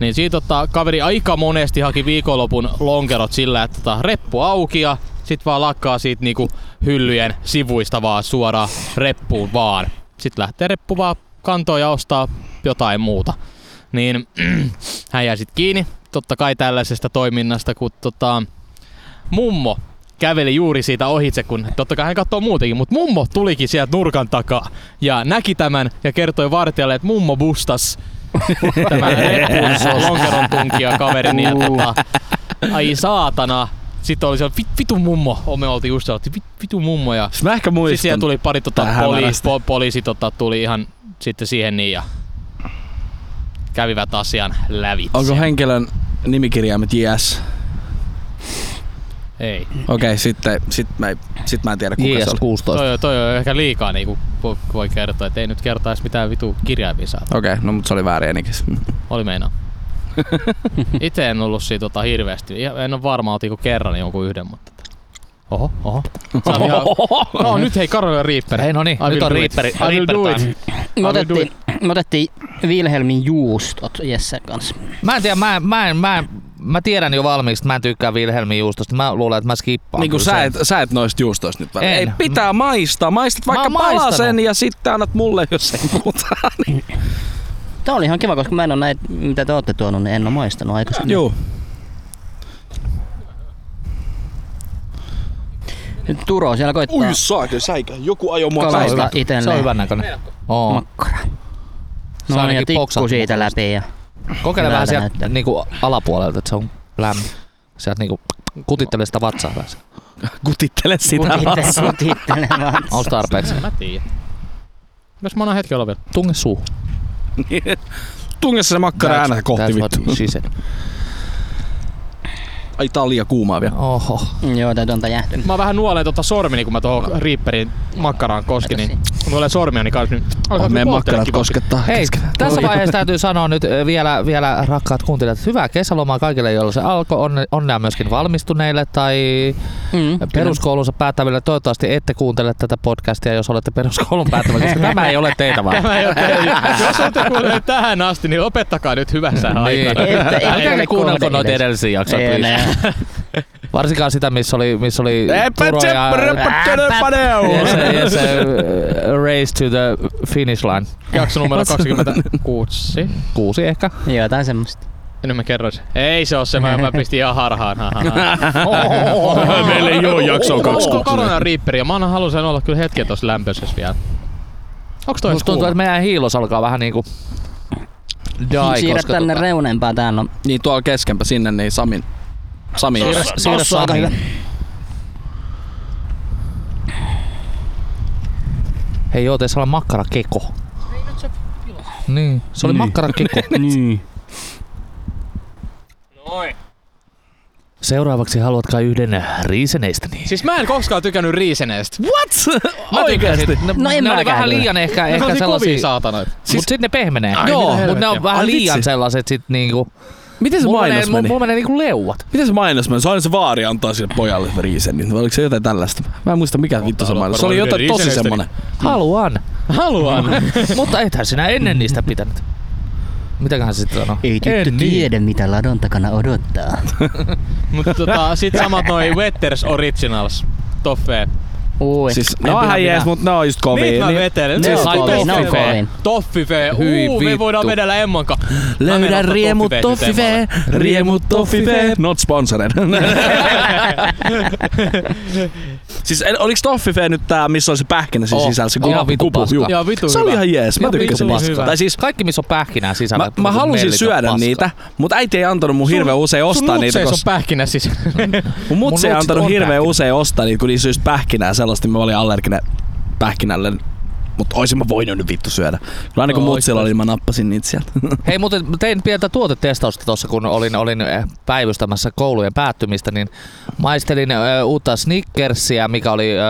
[SPEAKER 3] Niin siitä tota, kaveri aika monesti haki viikonlopun lonkerot sillä, että tota, reppu auki ja sit vaan lakkaa siitä niinku hyllyjen sivuista vaan suoraan reppuun vaan. Sitten lähtee reppu vaan kantoon ja ostaa jotain muuta. Niin hän jäi sit kiinni totta kai tällaisesta toiminnasta, kun tota, mummo käveli juuri siitä ohitse, kun totta kai hän katsoo muutenkin, mutta mummo tulikin sieltä nurkan takaa ja näki tämän ja kertoi vartijalle, että mummo bustas tämän reppuun lonkeron tunkia kaverin ja tota, ai saatana. Sitten oli se "Vit- vitu mummo, O, me oltiin just oltiin "Vit- vitu mummo ja
[SPEAKER 2] Mä ehkä muistan.
[SPEAKER 3] sitten siellä tuli pari tota,
[SPEAKER 2] Tää
[SPEAKER 3] poli,
[SPEAKER 2] hämärästi.
[SPEAKER 3] po, poliisi tota, tuli ihan sitten siihen niin ja kävivät asian lävitse.
[SPEAKER 2] Onko henkilön nimikirjaimet JS?
[SPEAKER 3] Ei.
[SPEAKER 2] Okei, sitten sit mä, ei- sit mä en tiedä kuka se oli.
[SPEAKER 1] JS16.
[SPEAKER 3] Toi, toi on ehkä liikaa niinku voi, voi kertoa, että ei nyt kertaa edes mitään vitu kirjaimia saa.
[SPEAKER 2] Okei, no mutta se oli väärin enikin.
[SPEAKER 3] Oli meinaa. Itse en ollut siitä tota hirveästi. Ihan- En ole varma, otiko kerran jonkun yden, mutta... Oho, oho. Sä oot ihan... No nyt hei, Karolina Reaper.
[SPEAKER 1] Hei no niin,
[SPEAKER 3] I
[SPEAKER 1] nyt
[SPEAKER 3] will
[SPEAKER 1] on
[SPEAKER 3] do it.
[SPEAKER 1] Reaperi.
[SPEAKER 3] I will
[SPEAKER 1] Reaper
[SPEAKER 3] do it.
[SPEAKER 1] time.
[SPEAKER 4] Me,
[SPEAKER 3] will do
[SPEAKER 4] otettiin, me otettiin Wilhelmin juustot Jessen kanssa.
[SPEAKER 1] Mä en tiedä, mä, en- mä, en, mä, en, mä tiedän jo valmiiksi, että mä en tykkää Wilhelmin juustosta. Mä luulen, että mä skippaan.
[SPEAKER 2] Niin kuin
[SPEAKER 1] kyllä
[SPEAKER 2] sä
[SPEAKER 1] sen.
[SPEAKER 2] et, sä et noista juustoista nyt välillä.
[SPEAKER 1] En.
[SPEAKER 2] Ei, pitää maistaa. Maistat
[SPEAKER 1] Mä
[SPEAKER 2] vaikka
[SPEAKER 1] oon maistanut.
[SPEAKER 2] palasen ja sitten annat mulle, jos ei muuta. Niin,
[SPEAKER 4] Tää oli ihan kiva, koska mä en oo näitä, mitä te ootte tuonut, niin en oo maistanut
[SPEAKER 1] Mm.
[SPEAKER 4] aikaisemmin.
[SPEAKER 2] Joo.
[SPEAKER 4] Nyt Turo siellä koittaa
[SPEAKER 2] saakka säikä. Joku ajoi
[SPEAKER 1] Se on
[SPEAKER 4] kalaista
[SPEAKER 1] hyvä. Se on
[SPEAKER 4] itselleen
[SPEAKER 1] hyvän näköinen. Oo.
[SPEAKER 4] makkara.
[SPEAKER 1] Saa
[SPEAKER 4] No ja
[SPEAKER 1] ainakin
[SPEAKER 4] tikku
[SPEAKER 1] boksattua
[SPEAKER 4] siitä
[SPEAKER 1] tuosta.
[SPEAKER 4] läpi ja
[SPEAKER 1] Kokeile vähän
[SPEAKER 4] Hyvältä
[SPEAKER 1] sieltä
[SPEAKER 4] näyttää.
[SPEAKER 1] niinku alapuolelta, että se on lämmin. Sieltä niinku kutittelee sitä vatsaa vähän.
[SPEAKER 2] Kutittele sitä
[SPEAKER 4] kutitte-
[SPEAKER 2] vastaan.
[SPEAKER 4] kutittele vaan.
[SPEAKER 1] Onko tarpeeksi?
[SPEAKER 3] En mä tiedä. Jos mä annan hetki olla vielä.
[SPEAKER 1] Tunge suuhun.
[SPEAKER 2] Tungessa Niin. se makkara
[SPEAKER 1] That's-
[SPEAKER 2] ääntä kohti
[SPEAKER 1] that's what
[SPEAKER 2] vittu.
[SPEAKER 1] she said.
[SPEAKER 2] Ai tää on liian kuumaa vielä.
[SPEAKER 1] Oho.
[SPEAKER 4] Joo, täytyy antaa jäähtyä.
[SPEAKER 3] Mä vähän nuoleen tota sormini, kun mä tuohon riipperin makkaraan koskin, niin kun nuoleen sormia, niin kanssa niin...
[SPEAKER 2] Oh,
[SPEAKER 3] Alkaa
[SPEAKER 2] meidän
[SPEAKER 3] kyllä
[SPEAKER 2] makkarat
[SPEAKER 3] polttelekin
[SPEAKER 2] koskettaa.
[SPEAKER 1] Hei,
[SPEAKER 2] keskenään.
[SPEAKER 1] tässä vaiheessa täytyy sanoa nyt ö, vielä, vielä rakkaat kuuntelijat, että hyvää kesälomaa kaikille, joilla se alkoi. Onne, onnea myöskin valmistuneille tai
[SPEAKER 4] Mm,
[SPEAKER 1] peruskoulunsa päättäville. Toivottavasti ette kuuntele tätä podcastia, jos olette peruskoulun päättävä, koska tämä ei ole teitä vaan.
[SPEAKER 3] Mä en oo tehnyt. Jos olette kuunnelleet tähän asti, niin opettakaa nyt hyvässä
[SPEAKER 1] Niin.
[SPEAKER 3] aikana.
[SPEAKER 4] Että ei
[SPEAKER 1] Älkää
[SPEAKER 4] ole
[SPEAKER 1] kuunnelko
[SPEAKER 4] kohde
[SPEAKER 1] noita
[SPEAKER 4] edes.
[SPEAKER 1] edellisiä jaksoja.
[SPEAKER 4] Ei
[SPEAKER 1] please.
[SPEAKER 4] enää.
[SPEAKER 1] Varsinkaan sitä, missä oli, missä oli
[SPEAKER 2] Epä
[SPEAKER 1] Turo ja
[SPEAKER 2] tseppä, räppä, tönö, paneu.
[SPEAKER 1] yes, yes, uh, race to the finish line.
[SPEAKER 3] Jakso numero 26.
[SPEAKER 1] Kuusi ehkä.
[SPEAKER 4] Joo, jotain semmoista.
[SPEAKER 3] Ja nyt mä kerroin sen. Ei se oo se, mä, mä pistin ihan harhaan. Ha, ha, ha.
[SPEAKER 2] Meillä ei oo jaksoa kaksi.
[SPEAKER 3] Onko korona riipperi? Mä annan halusin olla kyllä hetken tossa lämpöisessä vielä. Onks toi
[SPEAKER 1] Musta tuntuu, että meidän hiilos alkaa vähän niinku die,
[SPEAKER 4] Siirrä
[SPEAKER 1] koska
[SPEAKER 4] tänne
[SPEAKER 1] tota-
[SPEAKER 4] reunempaa, täällä No, on
[SPEAKER 2] Niin tuolla keskempä sinne, niin Samin. Sami.
[SPEAKER 1] Siirrä- siirrä
[SPEAKER 4] Tossa on aika
[SPEAKER 1] Sami. Hei, joo, teissä on makkarakeko. Niin, se oli
[SPEAKER 2] Niin.
[SPEAKER 1] makkarakeko.
[SPEAKER 2] Niin.
[SPEAKER 1] Seuraavaksi haluat kai yhden
[SPEAKER 2] niin-
[SPEAKER 1] riiseneistäni.
[SPEAKER 3] Siis mä en koskaan tykännyt riiseneistä.
[SPEAKER 2] What?
[SPEAKER 1] Mä
[SPEAKER 3] Oikeesti?
[SPEAKER 1] Ne,
[SPEAKER 4] No en
[SPEAKER 1] ne oli
[SPEAKER 4] mäkään
[SPEAKER 1] vähän
[SPEAKER 4] kyllä.
[SPEAKER 1] liian ehkä,
[SPEAKER 3] Ne
[SPEAKER 1] ehkä
[SPEAKER 3] on kovia
[SPEAKER 1] sellaisia.
[SPEAKER 3] saatanoita.
[SPEAKER 1] Siis, mut sit ne pehmenee.
[SPEAKER 3] Ai,
[SPEAKER 1] Joo,
[SPEAKER 3] mitä
[SPEAKER 1] mut ne
[SPEAKER 3] helvettiä.
[SPEAKER 1] on vähän
[SPEAKER 2] Ai,
[SPEAKER 1] liian
[SPEAKER 2] vitsi.
[SPEAKER 1] sellaiset sit niinku.
[SPEAKER 2] Miten se
[SPEAKER 1] Mulla menee,
[SPEAKER 2] mainos meni?
[SPEAKER 1] mulla menee niinku leuat.
[SPEAKER 2] Miten se mainos meni? Se aina se vaari antaa sille pojalle riisen, niin oliko se jotain tällaista? Mä en muista mikä vittu se
[SPEAKER 3] haluat
[SPEAKER 2] mainos. Se oli
[SPEAKER 3] varmaan
[SPEAKER 2] jotain
[SPEAKER 3] yhden
[SPEAKER 2] tosi
[SPEAKER 3] riisenestä,
[SPEAKER 2] semmonen.
[SPEAKER 1] Haluan.
[SPEAKER 3] Haluan.
[SPEAKER 1] Mutta ethän sinä ennen niistä pitänyt. Mitäköhän se sitten sanoo? niin.
[SPEAKER 4] Ei tyttö tiedä, mitä ladon takana odottaa.
[SPEAKER 3] Mutta tota, sit samat noi Wetters Originals. Toffee.
[SPEAKER 4] Ui.
[SPEAKER 2] Siis
[SPEAKER 4] En
[SPEAKER 2] ne on
[SPEAKER 4] pidä
[SPEAKER 2] ihan jees,
[SPEAKER 4] minä.
[SPEAKER 2] mut ne on just
[SPEAKER 3] Niitä
[SPEAKER 2] kovia.
[SPEAKER 3] mä Siis
[SPEAKER 2] Niin-
[SPEAKER 3] vetelen.
[SPEAKER 4] Ne
[SPEAKER 3] Se
[SPEAKER 4] on
[SPEAKER 3] sai
[SPEAKER 4] kovin, ne on
[SPEAKER 3] toffifee.
[SPEAKER 4] kovin.
[SPEAKER 3] Toffifee.
[SPEAKER 2] Hyi
[SPEAKER 3] Uu, me
[SPEAKER 2] vittu.
[SPEAKER 3] voidaan vedellä Emman kanssa. Mä menen
[SPEAKER 2] Löydä
[SPEAKER 3] ottaa
[SPEAKER 2] riemu
[SPEAKER 3] toffifeet nyt
[SPEAKER 2] toffifee, riemu toffifee. Not sponsored. siis en- oliks toffifee nyt tää, missä on se pähkinä siinä
[SPEAKER 1] Oh,
[SPEAKER 2] sisällä, se
[SPEAKER 1] ihan
[SPEAKER 2] kupu,
[SPEAKER 1] vittu
[SPEAKER 2] kupu,
[SPEAKER 1] paskaa.
[SPEAKER 2] juu.
[SPEAKER 3] Joo, vitu
[SPEAKER 2] Se oli
[SPEAKER 3] hyvä.
[SPEAKER 2] ihan jees, mä
[SPEAKER 3] Ihan
[SPEAKER 2] tykkäsin
[SPEAKER 3] vitun
[SPEAKER 2] paskaa.
[SPEAKER 3] hyvä.
[SPEAKER 2] Tai siis
[SPEAKER 1] Kaikki, missä on pähkinää sisällä.
[SPEAKER 2] Mä, mä
[SPEAKER 1] on
[SPEAKER 2] halusin
[SPEAKER 1] mellitön
[SPEAKER 2] syödä
[SPEAKER 1] paska.
[SPEAKER 2] niitä, mutta äiti ei antanut mun hirveän usein ostaa
[SPEAKER 3] Sun
[SPEAKER 2] niitä.
[SPEAKER 3] nutseis on
[SPEAKER 2] koska-
[SPEAKER 3] pähkinä siis.
[SPEAKER 2] Mun mutsi
[SPEAKER 1] nutsit
[SPEAKER 2] ei antanut
[SPEAKER 1] on
[SPEAKER 2] hirveän
[SPEAKER 1] pähkinä.
[SPEAKER 2] usein ostaa niitä, kun niissä olisi pähkinää sellaista, niin mä olin allerginen pähkinälle. Mutta oisin mä voinut nyt vittu syödä. Kyllä aina kun
[SPEAKER 3] No,
[SPEAKER 2] mutsilla
[SPEAKER 3] ois-
[SPEAKER 2] oli, niin mä nappasin niitä sieltä.
[SPEAKER 1] Hei, mutta tein pientä tuotetestausta tuossa, kun olin, olin eh, päivystämässä koulujen päättymistä, niin maistelin ö, uutta Snickersia, mikä oli, ö,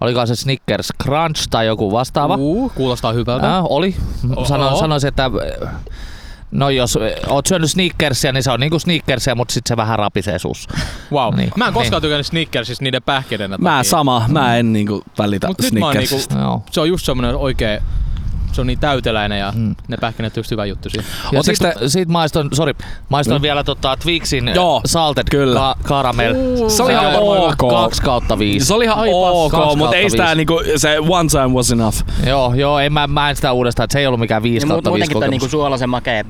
[SPEAKER 1] oliko se Snickers Crunch tai joku vastaava.
[SPEAKER 3] Uu, kuulostaa hyvältä.
[SPEAKER 1] Äh, oli.
[SPEAKER 3] Oo.
[SPEAKER 1] Sano, sanoisin, että ö, no jos ö, oot syönyt Snickersia, niin se on niinku Snickersia, mutta sit se vähän rapisee suussa.
[SPEAKER 3] Wow.
[SPEAKER 1] Niin.
[SPEAKER 3] Mä en
[SPEAKER 1] Niin.
[SPEAKER 3] koskaan tykännyt Snickersista niiden pähkinänä.
[SPEAKER 2] Mä
[SPEAKER 3] takia.
[SPEAKER 2] sama, mä en niinku välitä
[SPEAKER 3] Mut nyt mä oon
[SPEAKER 2] Snickersista. Niinku...
[SPEAKER 1] Joo.
[SPEAKER 3] Se on just semmonen oikee se on niin täyteläinen ja mm. ne pähkinät just hyvä juttu siinä.
[SPEAKER 1] Ja
[SPEAKER 2] Ootteko
[SPEAKER 1] sit, te... sit maistoin, sorry, maistoin mm. vielä tota Twixin Joo,
[SPEAKER 2] Joo,
[SPEAKER 1] salted
[SPEAKER 2] kyllä.
[SPEAKER 1] Ka- caramel.
[SPEAKER 2] se oli ihan ok.
[SPEAKER 1] 2 kautta 5.
[SPEAKER 2] Niin, Se oli ihan
[SPEAKER 1] Ai
[SPEAKER 2] ok,
[SPEAKER 1] paska, kaksi
[SPEAKER 2] mutta ei
[SPEAKER 1] kautta
[SPEAKER 2] sitä
[SPEAKER 1] viisi.
[SPEAKER 2] niinku, se one time was enough.
[SPEAKER 1] Joo, joo, en mä, mä en sitä uudestaan, että se ei ollut mikään 5
[SPEAKER 4] Ja muut-
[SPEAKER 1] kautta 5
[SPEAKER 4] muutenkin tää
[SPEAKER 1] kokemus.
[SPEAKER 4] niinku suolasen makea.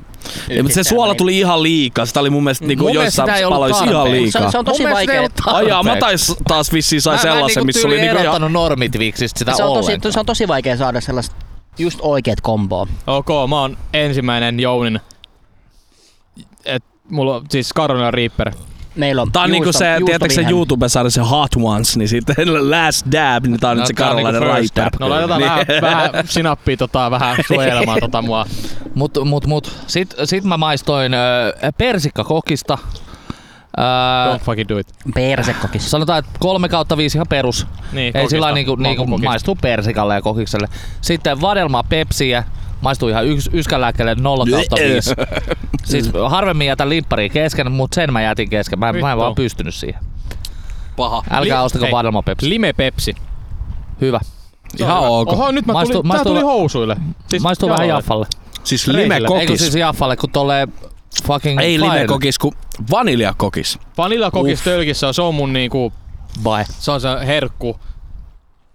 [SPEAKER 4] niin
[SPEAKER 2] Ja, mutta se suola tuli ihan liikaa. Sitä oli mun mielestä niinku
[SPEAKER 1] Mun mielestä
[SPEAKER 2] joissain
[SPEAKER 1] sitä ei ollut
[SPEAKER 2] paloissa ihan
[SPEAKER 1] tarpeeksi.
[SPEAKER 4] Se,
[SPEAKER 2] liikaa.
[SPEAKER 4] se niinku- on tosi
[SPEAKER 1] Mun mielestä ei
[SPEAKER 4] vaikea.
[SPEAKER 1] ollut
[SPEAKER 2] Ai jaa, mä
[SPEAKER 1] tarpeeksi.
[SPEAKER 2] tais, taas vissiin sai
[SPEAKER 1] Mä- mä en
[SPEAKER 2] sellaisen,
[SPEAKER 1] niinku
[SPEAKER 2] missä
[SPEAKER 1] tyyli
[SPEAKER 2] oli niinku ihan...
[SPEAKER 1] erottanut normitviksistä sitä
[SPEAKER 4] Se on, tosi,
[SPEAKER 1] ollenkaan.
[SPEAKER 4] se on tosi vaikea saada sellaista just oikeet komboa.
[SPEAKER 3] Ok, mä oon ensimmäinen Jounin. Et, mulla on siis Carolina Reaper.
[SPEAKER 4] Meillä on
[SPEAKER 2] Tää on niinku
[SPEAKER 4] juusto-
[SPEAKER 2] se, tietääks se
[SPEAKER 4] juustovihan-
[SPEAKER 2] YouTube-sarja se Hot Ones, niin sitten Last Dab, niin tää on nyt se
[SPEAKER 3] tää on
[SPEAKER 2] karolainen
[SPEAKER 3] niinku first
[SPEAKER 2] Riper.
[SPEAKER 3] step. No laitetaan
[SPEAKER 2] Niin.
[SPEAKER 3] vähän, vähän sinappia tota, vähän suojelemaan tota mua.
[SPEAKER 1] Mut, mut, mut. Sit, sit mä maistoin ö, persikkakokista. Ö,
[SPEAKER 3] Don't fucking do it.
[SPEAKER 4] Persekokis.
[SPEAKER 1] sanotaan, että 3 kautta 5 ihan perus.
[SPEAKER 3] Niin,
[SPEAKER 1] Ei sillä
[SPEAKER 3] kokista.
[SPEAKER 1] lailla niinku, niinku
[SPEAKER 3] Makukokista.
[SPEAKER 1] maistuu persikalle ja kokikselle. Sitten vadelmaa pepsiä, maistuu ihan yks, yskälääkkeelle 0 kautta 5. siis harvemmin jätän limppari kesken, mutta sen mä jätin kesken. Mä, en- mä en
[SPEAKER 3] Vittu.
[SPEAKER 1] vaan pystynyt siihen.
[SPEAKER 2] Paha.
[SPEAKER 1] Älkää
[SPEAKER 3] Li-
[SPEAKER 1] ostako
[SPEAKER 3] hei,
[SPEAKER 1] vadelmaa pepsiä.
[SPEAKER 3] Lime Pepsi.
[SPEAKER 1] Hyvä.
[SPEAKER 2] Ihan ok.
[SPEAKER 3] Oho, nyt mä tulin,
[SPEAKER 1] Maistuu-
[SPEAKER 3] tää
[SPEAKER 1] maistuu-
[SPEAKER 3] tuli housuille. Siis,
[SPEAKER 1] Maistuu
[SPEAKER 3] joo,
[SPEAKER 1] vähän jaffalle.
[SPEAKER 2] Siis
[SPEAKER 3] Reisillä.
[SPEAKER 1] Eikö
[SPEAKER 2] limekokis.
[SPEAKER 1] siis jaffalle, kun tolleen fucking
[SPEAKER 2] Ei
[SPEAKER 1] fire-
[SPEAKER 2] limekokis, kun vaniljakokis.
[SPEAKER 3] Vaniljakokis
[SPEAKER 2] Uff.
[SPEAKER 3] tölkissä on, se on mun niinku,
[SPEAKER 1] Bye.
[SPEAKER 3] se on se herkku.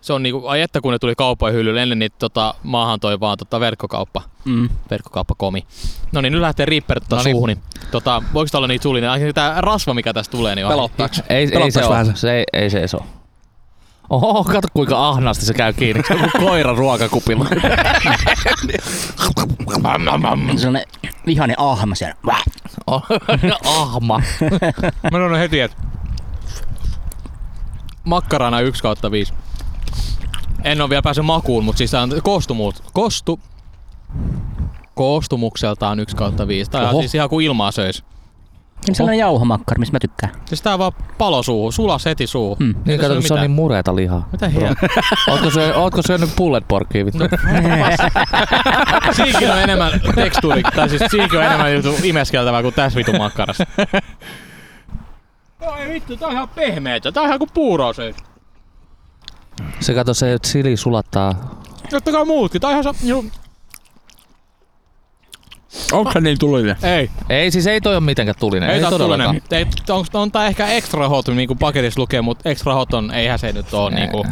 [SPEAKER 3] Se on niinku, ai että kun ne tuli kaupojen hyllylle, ennen niitä tota, maahan toi vaan tota verkkokauppa.
[SPEAKER 4] Mm.
[SPEAKER 3] verkkokauppakomi. No niin, nyt lähtee Reaper tota
[SPEAKER 1] Noniin.
[SPEAKER 3] suuhun. Niin, tota, voiko tää olla niitä sulinen? Ainakin tää rasva, mikä tästä tulee, niin on.
[SPEAKER 2] Pelottaaks?
[SPEAKER 1] Ei, ei
[SPEAKER 2] Pelottaaks
[SPEAKER 1] se oo.
[SPEAKER 2] vähän se?
[SPEAKER 1] Se ei, ei se se oo. Oho, kato kuinka ahnaasti se käy kiinni. Se on kuin koira ruokakupilla.
[SPEAKER 4] Sellainen vihainen ahma siellä. Väh.
[SPEAKER 1] Oh,
[SPEAKER 3] No,
[SPEAKER 1] Ahma.
[SPEAKER 3] Mä sanon heti, että makkarana 1 kautta 5. En ole vielä päässyt makuun, mutta siis tää on koostumu, kostu, koostumukseltaan 1 kautta 5. Tää
[SPEAKER 1] Oho.
[SPEAKER 3] on siis ihan kuin ilmaa söis.
[SPEAKER 4] Niin Sellainen jauhomakkari, mistä mä tykkään.
[SPEAKER 3] Siis tää vaan palo suuhun, sulas heti suuhun.
[SPEAKER 4] Mm.
[SPEAKER 3] Ei
[SPEAKER 1] Niin
[SPEAKER 3] tässä
[SPEAKER 1] kato,
[SPEAKER 3] ole
[SPEAKER 1] kun se on
[SPEAKER 3] mitään.
[SPEAKER 1] niin mureeta lihaa.
[SPEAKER 3] Mitä hienoa?
[SPEAKER 1] Ootko, syö, ootko syönyt pulled porkkiä
[SPEAKER 3] No.
[SPEAKER 1] vittu?
[SPEAKER 3] Siinkin on enemmän tekstuuri, tai siis siinkin on enemmän jutu imeskeltävää kuin tässä vitun makkarassa. Oi vittu, tää on ihan pehmeetä. Tää on ihan kuin puuroa se.
[SPEAKER 1] Se kato, se chili sulattaa.
[SPEAKER 3] Totta kai muutkin, tää on ihan sa... Ju...
[SPEAKER 2] Onko se niin tulinen?
[SPEAKER 3] Ei,
[SPEAKER 1] Ei siis ei toi ole mitenkään tulinen.
[SPEAKER 3] ei, ei tää
[SPEAKER 1] todellakaan.
[SPEAKER 3] tulinen. Ei, on, on tää ehkä extra hot, niinku paketissa lukee, mut extra hot on, eihän se nyt oo niinku...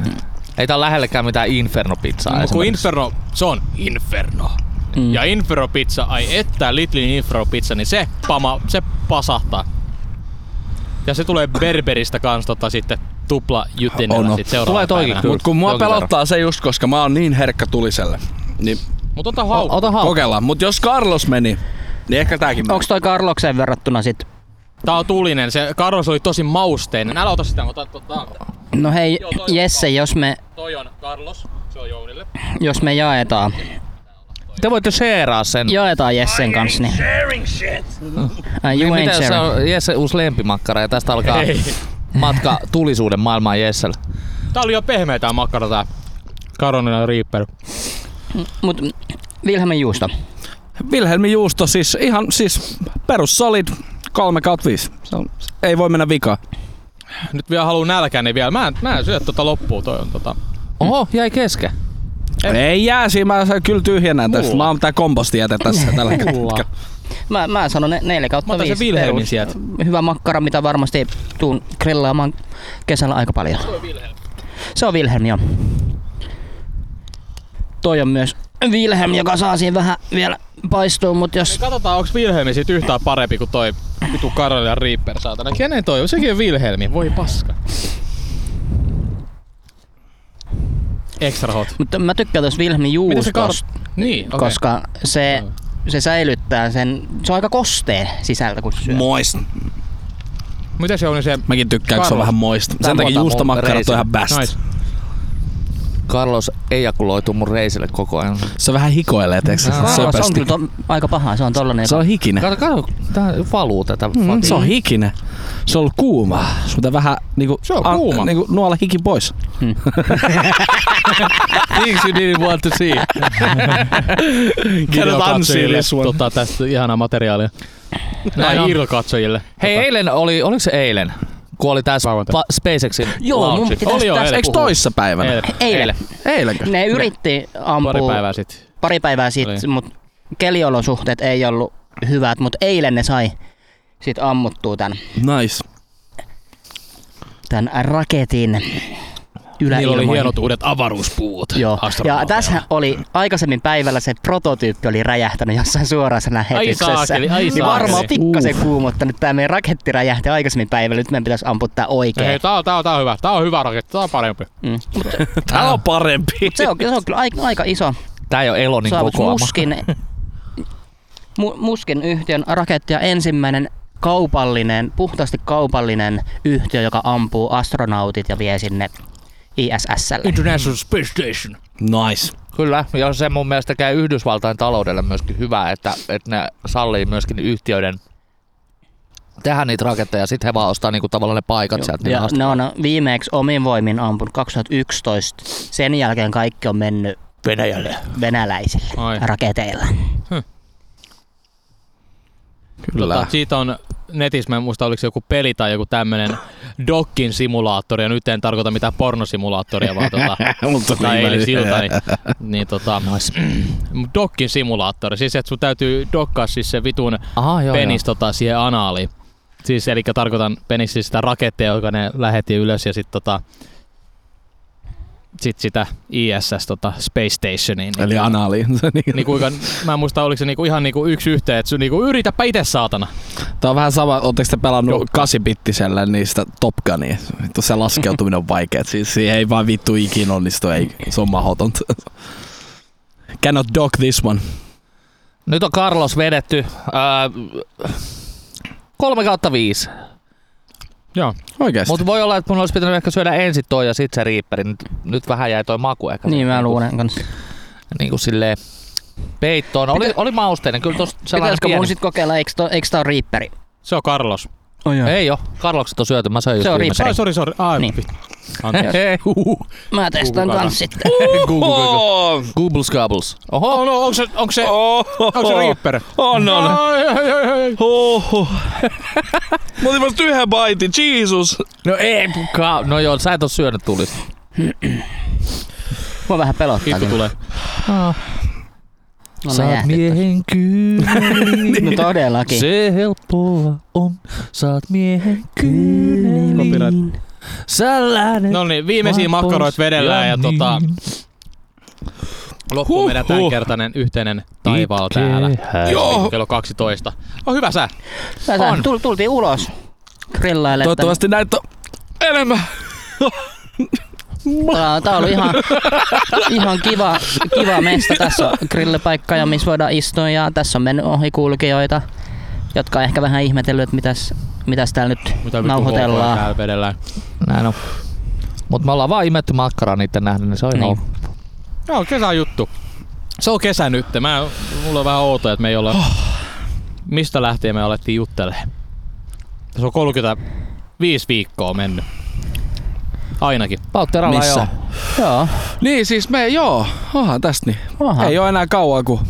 [SPEAKER 1] Ei tää ole lähellekään mitään inferno-pizzaa.
[SPEAKER 3] Mut kun
[SPEAKER 1] esimerkiksi.
[SPEAKER 3] Inferno, se on Inferno.
[SPEAKER 4] Mm.
[SPEAKER 3] Ja Inferno pizza, ai että Littlin Inferno pizza, niin se pama, se pasahtaa. Ja se tulee Berberistä kans tota sitten tupla
[SPEAKER 2] Ono.
[SPEAKER 3] jutinella sit seuraavana
[SPEAKER 1] Oh no. Tulee toikin
[SPEAKER 3] päivänä.
[SPEAKER 1] kyllä.
[SPEAKER 2] Mut kun mua
[SPEAKER 1] Jonkin
[SPEAKER 2] pelottaa se just, koska mä oon niin herkkä tuliselle. Niin
[SPEAKER 3] Mut ota
[SPEAKER 1] O-
[SPEAKER 3] haukku.
[SPEAKER 1] Ota hauki.
[SPEAKER 2] kokeillaan. Mut jos Carlos meni, niin ehkä tääkin meni.
[SPEAKER 4] Onks toi Karlokseen verrattuna sit?
[SPEAKER 3] Tää on tulinen, se Carlos oli tosi mausteinen. Älä ota sitä, ota tota.
[SPEAKER 4] No hei,
[SPEAKER 3] Joo, toi on
[SPEAKER 4] Jesse, jos me,
[SPEAKER 3] Toi on Carlos, se on Jounille.
[SPEAKER 4] jos me jaetaan,
[SPEAKER 1] Te voitte sheeraa sen.
[SPEAKER 4] jaetaan Jessen kanssa, niin... Ai,
[SPEAKER 1] Niin
[SPEAKER 4] you ain't
[SPEAKER 1] mitä se
[SPEAKER 4] sharing.
[SPEAKER 1] on Jesse uusi lempimakkara ja tästä alkaa matka tulisuuden maailmaan Jessellä.
[SPEAKER 2] Mm.
[SPEAKER 3] Tää oli jo pehmeä tää makkara tää. Carolina Reaper.
[SPEAKER 4] Mut Vilhelmin juusto.
[SPEAKER 2] Vilhelmi Juusto siis ihan siis perus solid 3 5. Se on, ei voi mennä vikaan.
[SPEAKER 3] Nyt vielä haluu nälkää, niin vielä. Mä en, mä en syö tota loppuun, toi on tota.
[SPEAKER 1] Oho, jäi kesken.
[SPEAKER 3] Ei.
[SPEAKER 2] Ei jää, siinä mä saan kyllä tyhjennän tästä. Mä oon tää komposti jätä tässä tällä
[SPEAKER 3] Mulla.
[SPEAKER 2] hetkellä.
[SPEAKER 4] Mä, mä sanon ne, 4
[SPEAKER 3] Mä
[SPEAKER 4] kautta
[SPEAKER 3] otan
[SPEAKER 4] 5.
[SPEAKER 3] sen Wilhelmin sieltä.
[SPEAKER 4] Hyvä makkara, mitä varmasti tuun grillaamaan kesällä aika paljon. Se on Wilhelm, joo. Toi on myös Wilhelm, joka saa siihen vähän vielä paistua, mutta jos...
[SPEAKER 3] Niin katsotaan, onko Wilhelmi sit yhtään parempi kuin toi vitu Karolina Reaper, saatana. Kenen toi on? Sekin on Wilhelmi. Voi paska. Extra hot.
[SPEAKER 4] Mutta mä tykkään tuosta Wilhelmin
[SPEAKER 3] Miten se
[SPEAKER 4] juustosta,
[SPEAKER 3] kar- Niin, okei.
[SPEAKER 4] koska se,
[SPEAKER 3] Joo.
[SPEAKER 4] se säilyttää sen... Se on aika kosteen sisältä, kun syö.
[SPEAKER 2] Moist.
[SPEAKER 3] Mitä se on niin se...
[SPEAKER 2] Mäkin tykkään, kun se on
[SPEAKER 3] Carlos.
[SPEAKER 2] vähän moista.
[SPEAKER 1] Tää
[SPEAKER 2] Sen takia
[SPEAKER 1] vuotaa mun
[SPEAKER 2] juustomakkarat on
[SPEAKER 1] reisille.
[SPEAKER 2] ihan best.
[SPEAKER 3] Nice.
[SPEAKER 1] Carlos ejakuloituu mun reisille koko ajan.
[SPEAKER 2] Se vähän hikoilee, teeks sä?
[SPEAKER 1] Carlos
[SPEAKER 4] Karvas on
[SPEAKER 2] Söpösti.
[SPEAKER 4] kyllä to, aika paha, se on tollanen.
[SPEAKER 2] Se
[SPEAKER 4] joka-
[SPEAKER 2] on hikinen.
[SPEAKER 1] Kato, kato, tää valuu tätä.
[SPEAKER 2] Mm,
[SPEAKER 1] fucking-
[SPEAKER 2] se on hikinen. Se on ollut kuuma. Sun pitää vähän niinku,
[SPEAKER 3] Se on kuuma.
[SPEAKER 2] niinku nuola hiki pois.
[SPEAKER 1] Things you didn't want to see.
[SPEAKER 3] videokatsojille tota, tästä ihanaa materiaalia. Näin
[SPEAKER 1] on.
[SPEAKER 3] Irlo-katsojille.
[SPEAKER 1] Hei,
[SPEAKER 2] tota-
[SPEAKER 1] eilen oli, oliko se eilen? Kun oli tää
[SPEAKER 3] Lauantai.
[SPEAKER 1] pa- SpaceXin
[SPEAKER 4] Joo, mun
[SPEAKER 1] launchi.
[SPEAKER 4] pitäis
[SPEAKER 3] Oli jo
[SPEAKER 4] tästä...
[SPEAKER 3] eilen.
[SPEAKER 2] Eiks toissa päivänä?
[SPEAKER 3] Eilen.
[SPEAKER 4] Eilen.
[SPEAKER 2] Eilenkö?
[SPEAKER 4] Ne yritti ampua...
[SPEAKER 3] Pari päivää sitten.
[SPEAKER 4] pari päivää
[SPEAKER 3] Oli.
[SPEAKER 4] sitten, mutta keliolosuhteet ei ollut hyvät, mutta eilen ne sai sit ammuttua tämän,
[SPEAKER 2] Nice.
[SPEAKER 4] tämän raketin
[SPEAKER 3] Niillä oli
[SPEAKER 4] yläilmoihin.
[SPEAKER 3] hienot uudet avaruuspuut.
[SPEAKER 4] Joo. Ja
[SPEAKER 3] astronauteilla.
[SPEAKER 4] tässä oli aikaisemmin päivällä se prototyyppi oli räjähtänyt jossain suorassa lähetyksessä.
[SPEAKER 3] saakeli, ai
[SPEAKER 4] niin
[SPEAKER 3] saakeli.
[SPEAKER 4] varmaan pikkasen kuumottanut. Tämä meidän raketti räjähti aikaisemmin päivällä. Nyt meidän pitäisi ampua tää oikein.
[SPEAKER 3] No Hei, tää on, tää on, tää on hyvä. Tää on hyvä raketti. Tää on parempi.
[SPEAKER 4] Mm.
[SPEAKER 2] Tää on parempi.
[SPEAKER 4] Se, on, se on kyllä aika, aika iso
[SPEAKER 1] Tää ei oo Elonin
[SPEAKER 4] saavutus.
[SPEAKER 1] Niin kokoama.
[SPEAKER 4] Muskin, mu, muskin yhtiön raketti ja ensimmäinen kaupallinen, puhtaasti kaupallinen yhtiö, joka ampuu astronautit ja vie sinne ISSlle.
[SPEAKER 3] International Space Station.
[SPEAKER 2] Nice.
[SPEAKER 1] Kyllä, ja se mun mielestä käy Yhdysvaltain taloudelle myöskin hyvää, että, että ne sallii myöskin yhtiöiden tehdä niitä raketteja, ja sit he vaan ostaa niinku tavallaan ne paikat sieltä.
[SPEAKER 4] Ja
[SPEAKER 1] Ja,
[SPEAKER 4] ne on viimeksi omin voimin ampunut 2011. Sen jälkeen kaikki on mennyt
[SPEAKER 1] Venäjälle.
[SPEAKER 4] venäläisille
[SPEAKER 3] Ai.
[SPEAKER 4] raketeilla.
[SPEAKER 2] Kyllä.
[SPEAKER 3] Tota, siitä on netissä, mä en muista oliko se joku peli tai joku tämmönen Dokkin simulaattori, ja nyt en tarkoita mitään pornosimulaattoria, vaan tota,
[SPEAKER 2] Mutta
[SPEAKER 3] tai
[SPEAKER 2] niin
[SPEAKER 3] ei
[SPEAKER 2] väliä.
[SPEAKER 3] siltä, niin, niin tota, Dokkin simulaattori, siis että sun täytyy dokkaa siis se vitun
[SPEAKER 1] Aha, joo,
[SPEAKER 3] penis tota, siihen anaaliin. Siis eli tarkoitan penis siis sitä rakettia, joka ne lähetti ylös ja sitten tota, sit sitä ISS tota Space Stationiin. Niin,
[SPEAKER 2] Eli niinku- anali.
[SPEAKER 3] niin kuinka, mä en muista, oliko se niinku ihan niinku yksi yhteen, että sun niinku yritäpä itse saatana.
[SPEAKER 2] Tää on vähän sama, ootteko te pelannut 8-bittisellä niistä Top Gunia? Vittu, se laskeutuminen on vaikea. Siis siihen ei vaan vittu ikinä onnistu, ei. Se on mahdotonta. Cannot dog this one.
[SPEAKER 1] Nyt on Carlos vedetty. Ää, 3 kautta 5.
[SPEAKER 3] Joo.
[SPEAKER 2] Oikeesti.
[SPEAKER 1] Mutta voi olla, että mun olisi pitänyt ehkä syödä ensin toi ja sit se riipperi. Nyt, nyt vähän jäi toi maku ehkä.
[SPEAKER 4] Niin mä luulen kanssa.
[SPEAKER 1] Niin kuin silleen peittoon. Oli, oli mausteinen, kyllä tossa sellainen
[SPEAKER 4] Pitäisikö mun
[SPEAKER 1] pieni.
[SPEAKER 4] sit kokeilla, eikö, to, eikö tää on riipperi?
[SPEAKER 3] Se on Carlos.
[SPEAKER 4] Oh, joo.
[SPEAKER 1] Ei oo, Karlokset on syöty, mä söin
[SPEAKER 4] Se on
[SPEAKER 1] just
[SPEAKER 4] Peri.
[SPEAKER 3] Ai, sori, sori. Ai,
[SPEAKER 4] Niin.
[SPEAKER 3] niin. Anteeksi.
[SPEAKER 1] Hei, huhu.
[SPEAKER 4] Mä testaan
[SPEAKER 3] Google
[SPEAKER 4] kans sitten.
[SPEAKER 1] Oho! Goobles gobbles. Oho.
[SPEAKER 3] Oh, no, onko se, onko se, onko se Reaper?
[SPEAKER 2] On,
[SPEAKER 3] Ai, ai, ai, ai.
[SPEAKER 2] Oho. Mä otin vasta yhden baitin, Jesus.
[SPEAKER 1] No ei, ka- no joo, sä et oo syönyt tulista.
[SPEAKER 4] Mua vähän pelottaa.
[SPEAKER 3] Itku
[SPEAKER 4] kyllä.
[SPEAKER 3] tulee.
[SPEAKER 4] Mä olen jäähdyttä.
[SPEAKER 1] miehen kyyneli.
[SPEAKER 4] No todellakin.
[SPEAKER 1] Se helppoa on, saat miehen kyyneli.
[SPEAKER 4] Copyright.
[SPEAKER 1] Sä lähdet
[SPEAKER 3] No niin, viimeisiä
[SPEAKER 1] vaan pois
[SPEAKER 3] makkaroit vedellään ja
[SPEAKER 1] niin.
[SPEAKER 3] tota, loppu meidän
[SPEAKER 2] Huhhuh.
[SPEAKER 3] tämänkertainen yhteinen taivaalla
[SPEAKER 1] Itkee
[SPEAKER 3] täällä.
[SPEAKER 1] hän.
[SPEAKER 3] Joo. Kello 12. On hyvä sä.
[SPEAKER 4] Tässä
[SPEAKER 1] On.
[SPEAKER 4] tul- tultiin ulos. Grillaille.
[SPEAKER 2] Toivottavasti näitä on enemmän.
[SPEAKER 4] Tää on, tää on ollut ihan, ihan kiva, kiva mesta. Tässä on grillipaikka, ja missä voidaan istua. Ja tässä on mennyt ohikulkijoita, jotka on ehkä vähän ihmetellyt, että mitäs, mitäs täällä nyt
[SPEAKER 3] Mitä vittu houkuilla
[SPEAKER 4] nauhoitellaan.
[SPEAKER 3] täällä vedellään.
[SPEAKER 1] Näin on. Mut me ollaan vaan imetty makkaraa niitten nähden, niin se on
[SPEAKER 4] Niin.
[SPEAKER 1] niin.
[SPEAKER 3] Joo, kesä on juttu. Se on kesä nyt. Mä, mulla on vähän outoa, että me ei olla... Mistä lähtien me alettiin juttelemaan? Se on 35 viikkoa mennyt. Ainakin.
[SPEAKER 1] Pautteralla
[SPEAKER 2] Missä?
[SPEAKER 1] joo.
[SPEAKER 4] Joo,
[SPEAKER 2] Niin siis me, joo. Aha, tästä niin.
[SPEAKER 4] Aha.
[SPEAKER 2] Ei oo enää kauan kun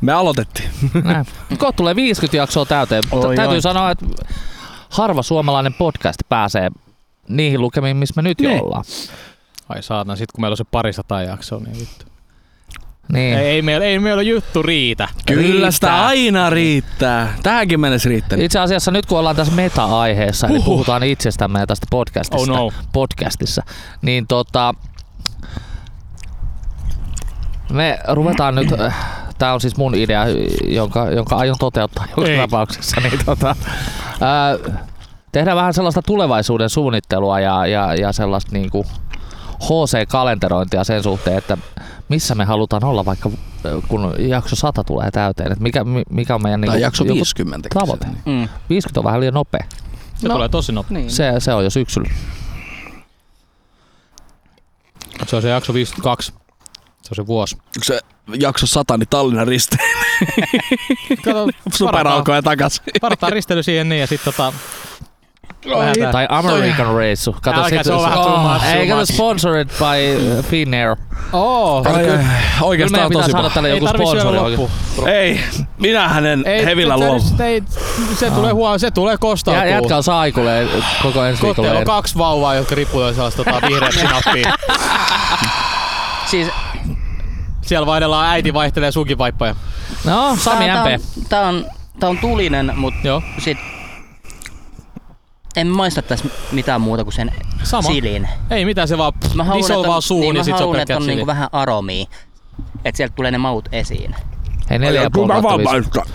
[SPEAKER 2] me aloitettiin.
[SPEAKER 1] Näin. Kohta tulee 50 jaksoa täyteen. Oi,
[SPEAKER 4] Oi,
[SPEAKER 1] täytyy
[SPEAKER 4] oi.
[SPEAKER 1] sanoa, että harva suomalainen podcast pääsee niihin lukemiin, missä me nyt jo
[SPEAKER 2] Niin.
[SPEAKER 1] ollaan.
[SPEAKER 3] Ai saatana, sit kun meillä on se parista jaksoa, niin vittu.
[SPEAKER 1] Niin.
[SPEAKER 3] Ei, ei, meillä, ei meillä juttu riitä.
[SPEAKER 2] Kyllä sitä
[SPEAKER 1] Riittää.
[SPEAKER 2] aina riittää. Tähänkin mennessä riittänyt.
[SPEAKER 1] Itse asiassa nyt kun ollaan tässä meta-aiheessa, eli puhutaan itsestämme ja tästä podcastista,
[SPEAKER 3] Uhuh. Oh no.
[SPEAKER 1] podcastissa, niin tota, me ruvetaan nyt, tämä on siis mun idea, jonka, jonka aion toteuttaa joka
[SPEAKER 3] Ei.
[SPEAKER 1] tapauksessa, niin tota, ää, tehdään vähän sellaista tulevaisuuden suunnittelua ja, ja, ja sellaista niinku HC-kalenterointia sen suhteen, että missä me halutaan olla vaikka ö, kun jakso 100 tulee täyteen, että mikä, mi- mikä on meidän
[SPEAKER 2] Tai
[SPEAKER 1] niinku,
[SPEAKER 2] jakso
[SPEAKER 1] joku
[SPEAKER 2] 50.
[SPEAKER 1] tavoite.
[SPEAKER 4] mm.
[SPEAKER 1] 50 on vähän liian nopea.
[SPEAKER 3] Se no. tulee tosi nopea.
[SPEAKER 4] niin.
[SPEAKER 1] Se, se on jo syksyllä.
[SPEAKER 3] Se on se jakso 52. Se on se vuosi.
[SPEAKER 2] Kun se jakso 100, niin Tallinnan riste.
[SPEAKER 3] Kato,
[SPEAKER 2] Superalkoja takas.
[SPEAKER 3] Varataan risteily siihen niin ja sit tota... lähdetään.
[SPEAKER 1] Tai American Reissu. Kato
[SPEAKER 3] Älkää,
[SPEAKER 1] sit-
[SPEAKER 3] se on vähän too much,
[SPEAKER 1] Oh, Ei,
[SPEAKER 3] too
[SPEAKER 1] kato
[SPEAKER 3] much.
[SPEAKER 1] sponsored by äh, Finnair.
[SPEAKER 3] Oo,
[SPEAKER 2] Ai, ai,
[SPEAKER 1] Kyllä
[SPEAKER 2] Oikeastaan
[SPEAKER 1] meidän pitää
[SPEAKER 2] tosi
[SPEAKER 1] saada
[SPEAKER 2] paha.
[SPEAKER 1] tälle
[SPEAKER 3] ei
[SPEAKER 1] joku
[SPEAKER 3] tarvi syödä
[SPEAKER 1] sponsori.
[SPEAKER 3] loppu.
[SPEAKER 1] oikein.
[SPEAKER 2] Ei, minähän en
[SPEAKER 3] Ei,
[SPEAKER 2] hevillä
[SPEAKER 3] se-
[SPEAKER 2] luovu.
[SPEAKER 3] Se, ei- se, tulee huono, se tulee
[SPEAKER 1] Jä,
[SPEAKER 3] kostautuu.
[SPEAKER 1] jätkä on saikulee koko ensi viikolla.
[SPEAKER 3] Kotteella on kaksi vauvaa, jotka ripulee sellaista tota, vihreät
[SPEAKER 4] Niin.
[SPEAKER 3] sinappia.
[SPEAKER 4] Siis,
[SPEAKER 3] Siellä vaihdellaan äiti vaihtelee sunkin vaippoja.
[SPEAKER 1] No, Sami
[SPEAKER 4] tää, on-
[SPEAKER 1] MP.
[SPEAKER 4] tää, on, tää on tulinen, mut
[SPEAKER 3] Joo.
[SPEAKER 4] sit... En maista tässä mitään muuta kuin sen
[SPEAKER 3] Sama.
[SPEAKER 4] silin.
[SPEAKER 3] Ei mitään, se vaan
[SPEAKER 4] Mä haluan, että
[SPEAKER 3] dissolvaa
[SPEAKER 4] on,
[SPEAKER 3] suuhun niin,
[SPEAKER 4] niin,
[SPEAKER 3] ja
[SPEAKER 4] mä
[SPEAKER 3] sit se on
[SPEAKER 4] haluan, että
[SPEAKER 3] pelkkää
[SPEAKER 4] on niinku
[SPEAKER 3] chili.
[SPEAKER 4] vähän aromia. Että sieltä tulee ne maut esiin.
[SPEAKER 1] Ei, neljä ja puoli kautta viisi.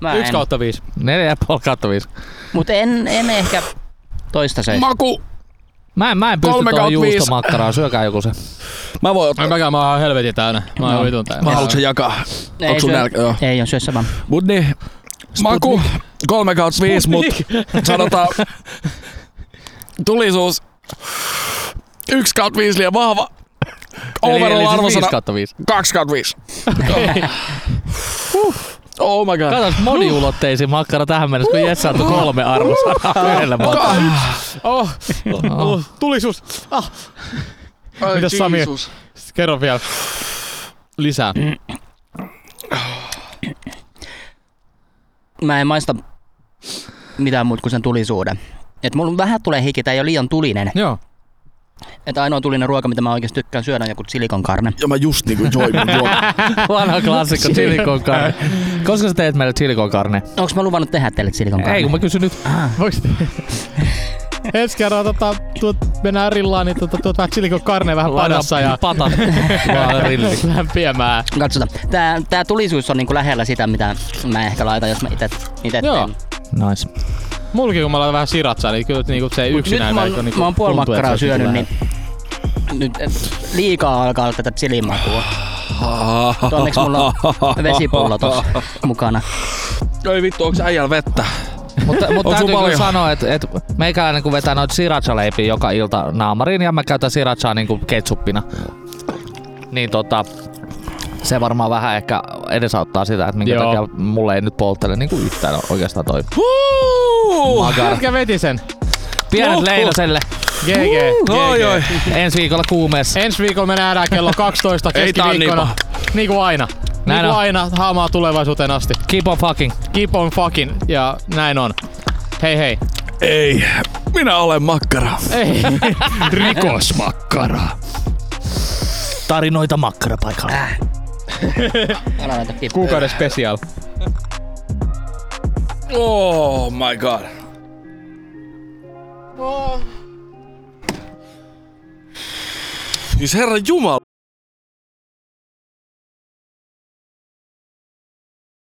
[SPEAKER 4] Mä
[SPEAKER 3] Yksi
[SPEAKER 4] en,
[SPEAKER 3] kautta viisi.
[SPEAKER 1] Neljä ja puoli kautta viisi.
[SPEAKER 4] mut en, en ehkä toistaiseksi.
[SPEAKER 2] Maku!
[SPEAKER 1] Mä en, mä en pysty
[SPEAKER 2] Kolme
[SPEAKER 1] tuohon
[SPEAKER 2] kautta viisi.
[SPEAKER 1] juustomakkaraan, syökää joku se.
[SPEAKER 2] Mä voin ottaa.
[SPEAKER 3] Mä käyn, mä oon helvetin täynnä. Mä oon
[SPEAKER 4] No.
[SPEAKER 3] no. vitun täynnä.
[SPEAKER 2] Mä haluan sen jakaa. Onks sun
[SPEAKER 4] syö-
[SPEAKER 2] nälkä? Joo.
[SPEAKER 4] Ei, on syössä vaan.
[SPEAKER 2] Mut niin, maku 3 kautta 5, mut sanotaan tulisuus 1 kautta 5 liian vahva.
[SPEAKER 3] siis
[SPEAKER 2] Overall arvosana
[SPEAKER 1] 5 kautta viisi.
[SPEAKER 2] 2 kautta 5. Oh my god.
[SPEAKER 1] Katos moniulotteisin makkara tähän mennessä, kun Jesse antoi kolme arvosanaa yhdelle
[SPEAKER 2] Ka-
[SPEAKER 1] makkaralla.
[SPEAKER 3] Oh, oh, tulisuus. Ah,
[SPEAKER 2] Ai
[SPEAKER 3] Mitäs Sami?
[SPEAKER 2] Jesus.
[SPEAKER 3] kerro vielä. Lisää.
[SPEAKER 1] Mm.
[SPEAKER 4] Mä en maista mitään muuta kuin sen tulisuuden. Et mulla vähän tulee hiki, tää ei ole liian tulinen.
[SPEAKER 3] Joo.
[SPEAKER 4] Et ainoa tulinen ruoka, mitä mä oikeesti tykkään syödä, on joku silikonkarne.
[SPEAKER 2] Ja mä just niinku join mun ruokaa.
[SPEAKER 1] Vanha klassikko, chili con carne. Koska sä teet meille chili con carne?
[SPEAKER 4] Onks mä luvannut tehdä teille silikonkarne?
[SPEAKER 1] Ei, kun mä kysyn nyt.
[SPEAKER 3] Voiks ensi kerralla tota, tuot, mennään rillaan, niin tota, tuot vähän silikon karne vähän padassa ja
[SPEAKER 1] Pata. Vaan rilli.
[SPEAKER 3] lämpiämään.
[SPEAKER 4] Katsotaan. Tää, tää tulisuus on niinku lähellä sitä, mitä mä ehkä laitan, jos mä ite, ite
[SPEAKER 3] Joo.
[SPEAKER 4] teen.
[SPEAKER 1] Nice.
[SPEAKER 3] Mullakin kun mä laitan vähän siratsaa, niin kyllä niinku se
[SPEAKER 4] Mut nyt
[SPEAKER 3] yksinään
[SPEAKER 4] mä
[SPEAKER 3] näin, kun
[SPEAKER 4] oon,
[SPEAKER 3] niinku
[SPEAKER 4] mä oon puoli
[SPEAKER 3] tuntuu, että
[SPEAKER 4] makkaraa
[SPEAKER 3] se on
[SPEAKER 4] syönyt,
[SPEAKER 3] niinku
[SPEAKER 4] niin nyt eh, liikaa alkaa olla tätä chilimakua. Onneksi mulla on vesipullo tossa mukana.
[SPEAKER 2] Oi vittu, onks äijällä vettä?
[SPEAKER 1] Mutta, mutta
[SPEAKER 2] sun
[SPEAKER 1] täytyy kyllä
[SPEAKER 2] paljon?
[SPEAKER 1] sanoa, että et meikäläinen kun vetää noita sirachaleipiä joka ilta naamariin ja mä käytän sirachaa niinku ketsuppina, niin tota, se varmaan vähän ehkä edesauttaa sitä, että minkä
[SPEAKER 3] Joo.
[SPEAKER 1] takia mulle ei nyt polttele niinku yhtään oikeastaan toi.
[SPEAKER 3] vähän-
[SPEAKER 1] Magar.
[SPEAKER 3] Jätkä veti sen.
[SPEAKER 1] Pienet
[SPEAKER 2] Uhuh.
[SPEAKER 1] Leinoselle.
[SPEAKER 3] GG.
[SPEAKER 2] Oi, oi.
[SPEAKER 3] GG.
[SPEAKER 1] Ensi viikolla kuumeessa.
[SPEAKER 3] Ensi viikolla me nähdään kello 12
[SPEAKER 2] Ei tää on niin
[SPEAKER 3] keskiviikkona.
[SPEAKER 2] paha.
[SPEAKER 3] Niin kuin aina. Näin
[SPEAKER 1] Näin
[SPEAKER 3] niin kuin
[SPEAKER 1] on.
[SPEAKER 3] aina, haamaa tulevaisuuteen asti.
[SPEAKER 1] Keep on fucking.
[SPEAKER 3] Keep on fucking. Ja näin on. Hei hei.
[SPEAKER 2] Ei, minä olen makkara.
[SPEAKER 3] Ei.
[SPEAKER 2] Rikosmakkara.
[SPEAKER 1] Tarinoita makkarapaikalla.
[SPEAKER 4] Älä laita kippuja.
[SPEAKER 3] Kuukauden special.
[SPEAKER 2] Oh my god. Siis herra Jumala.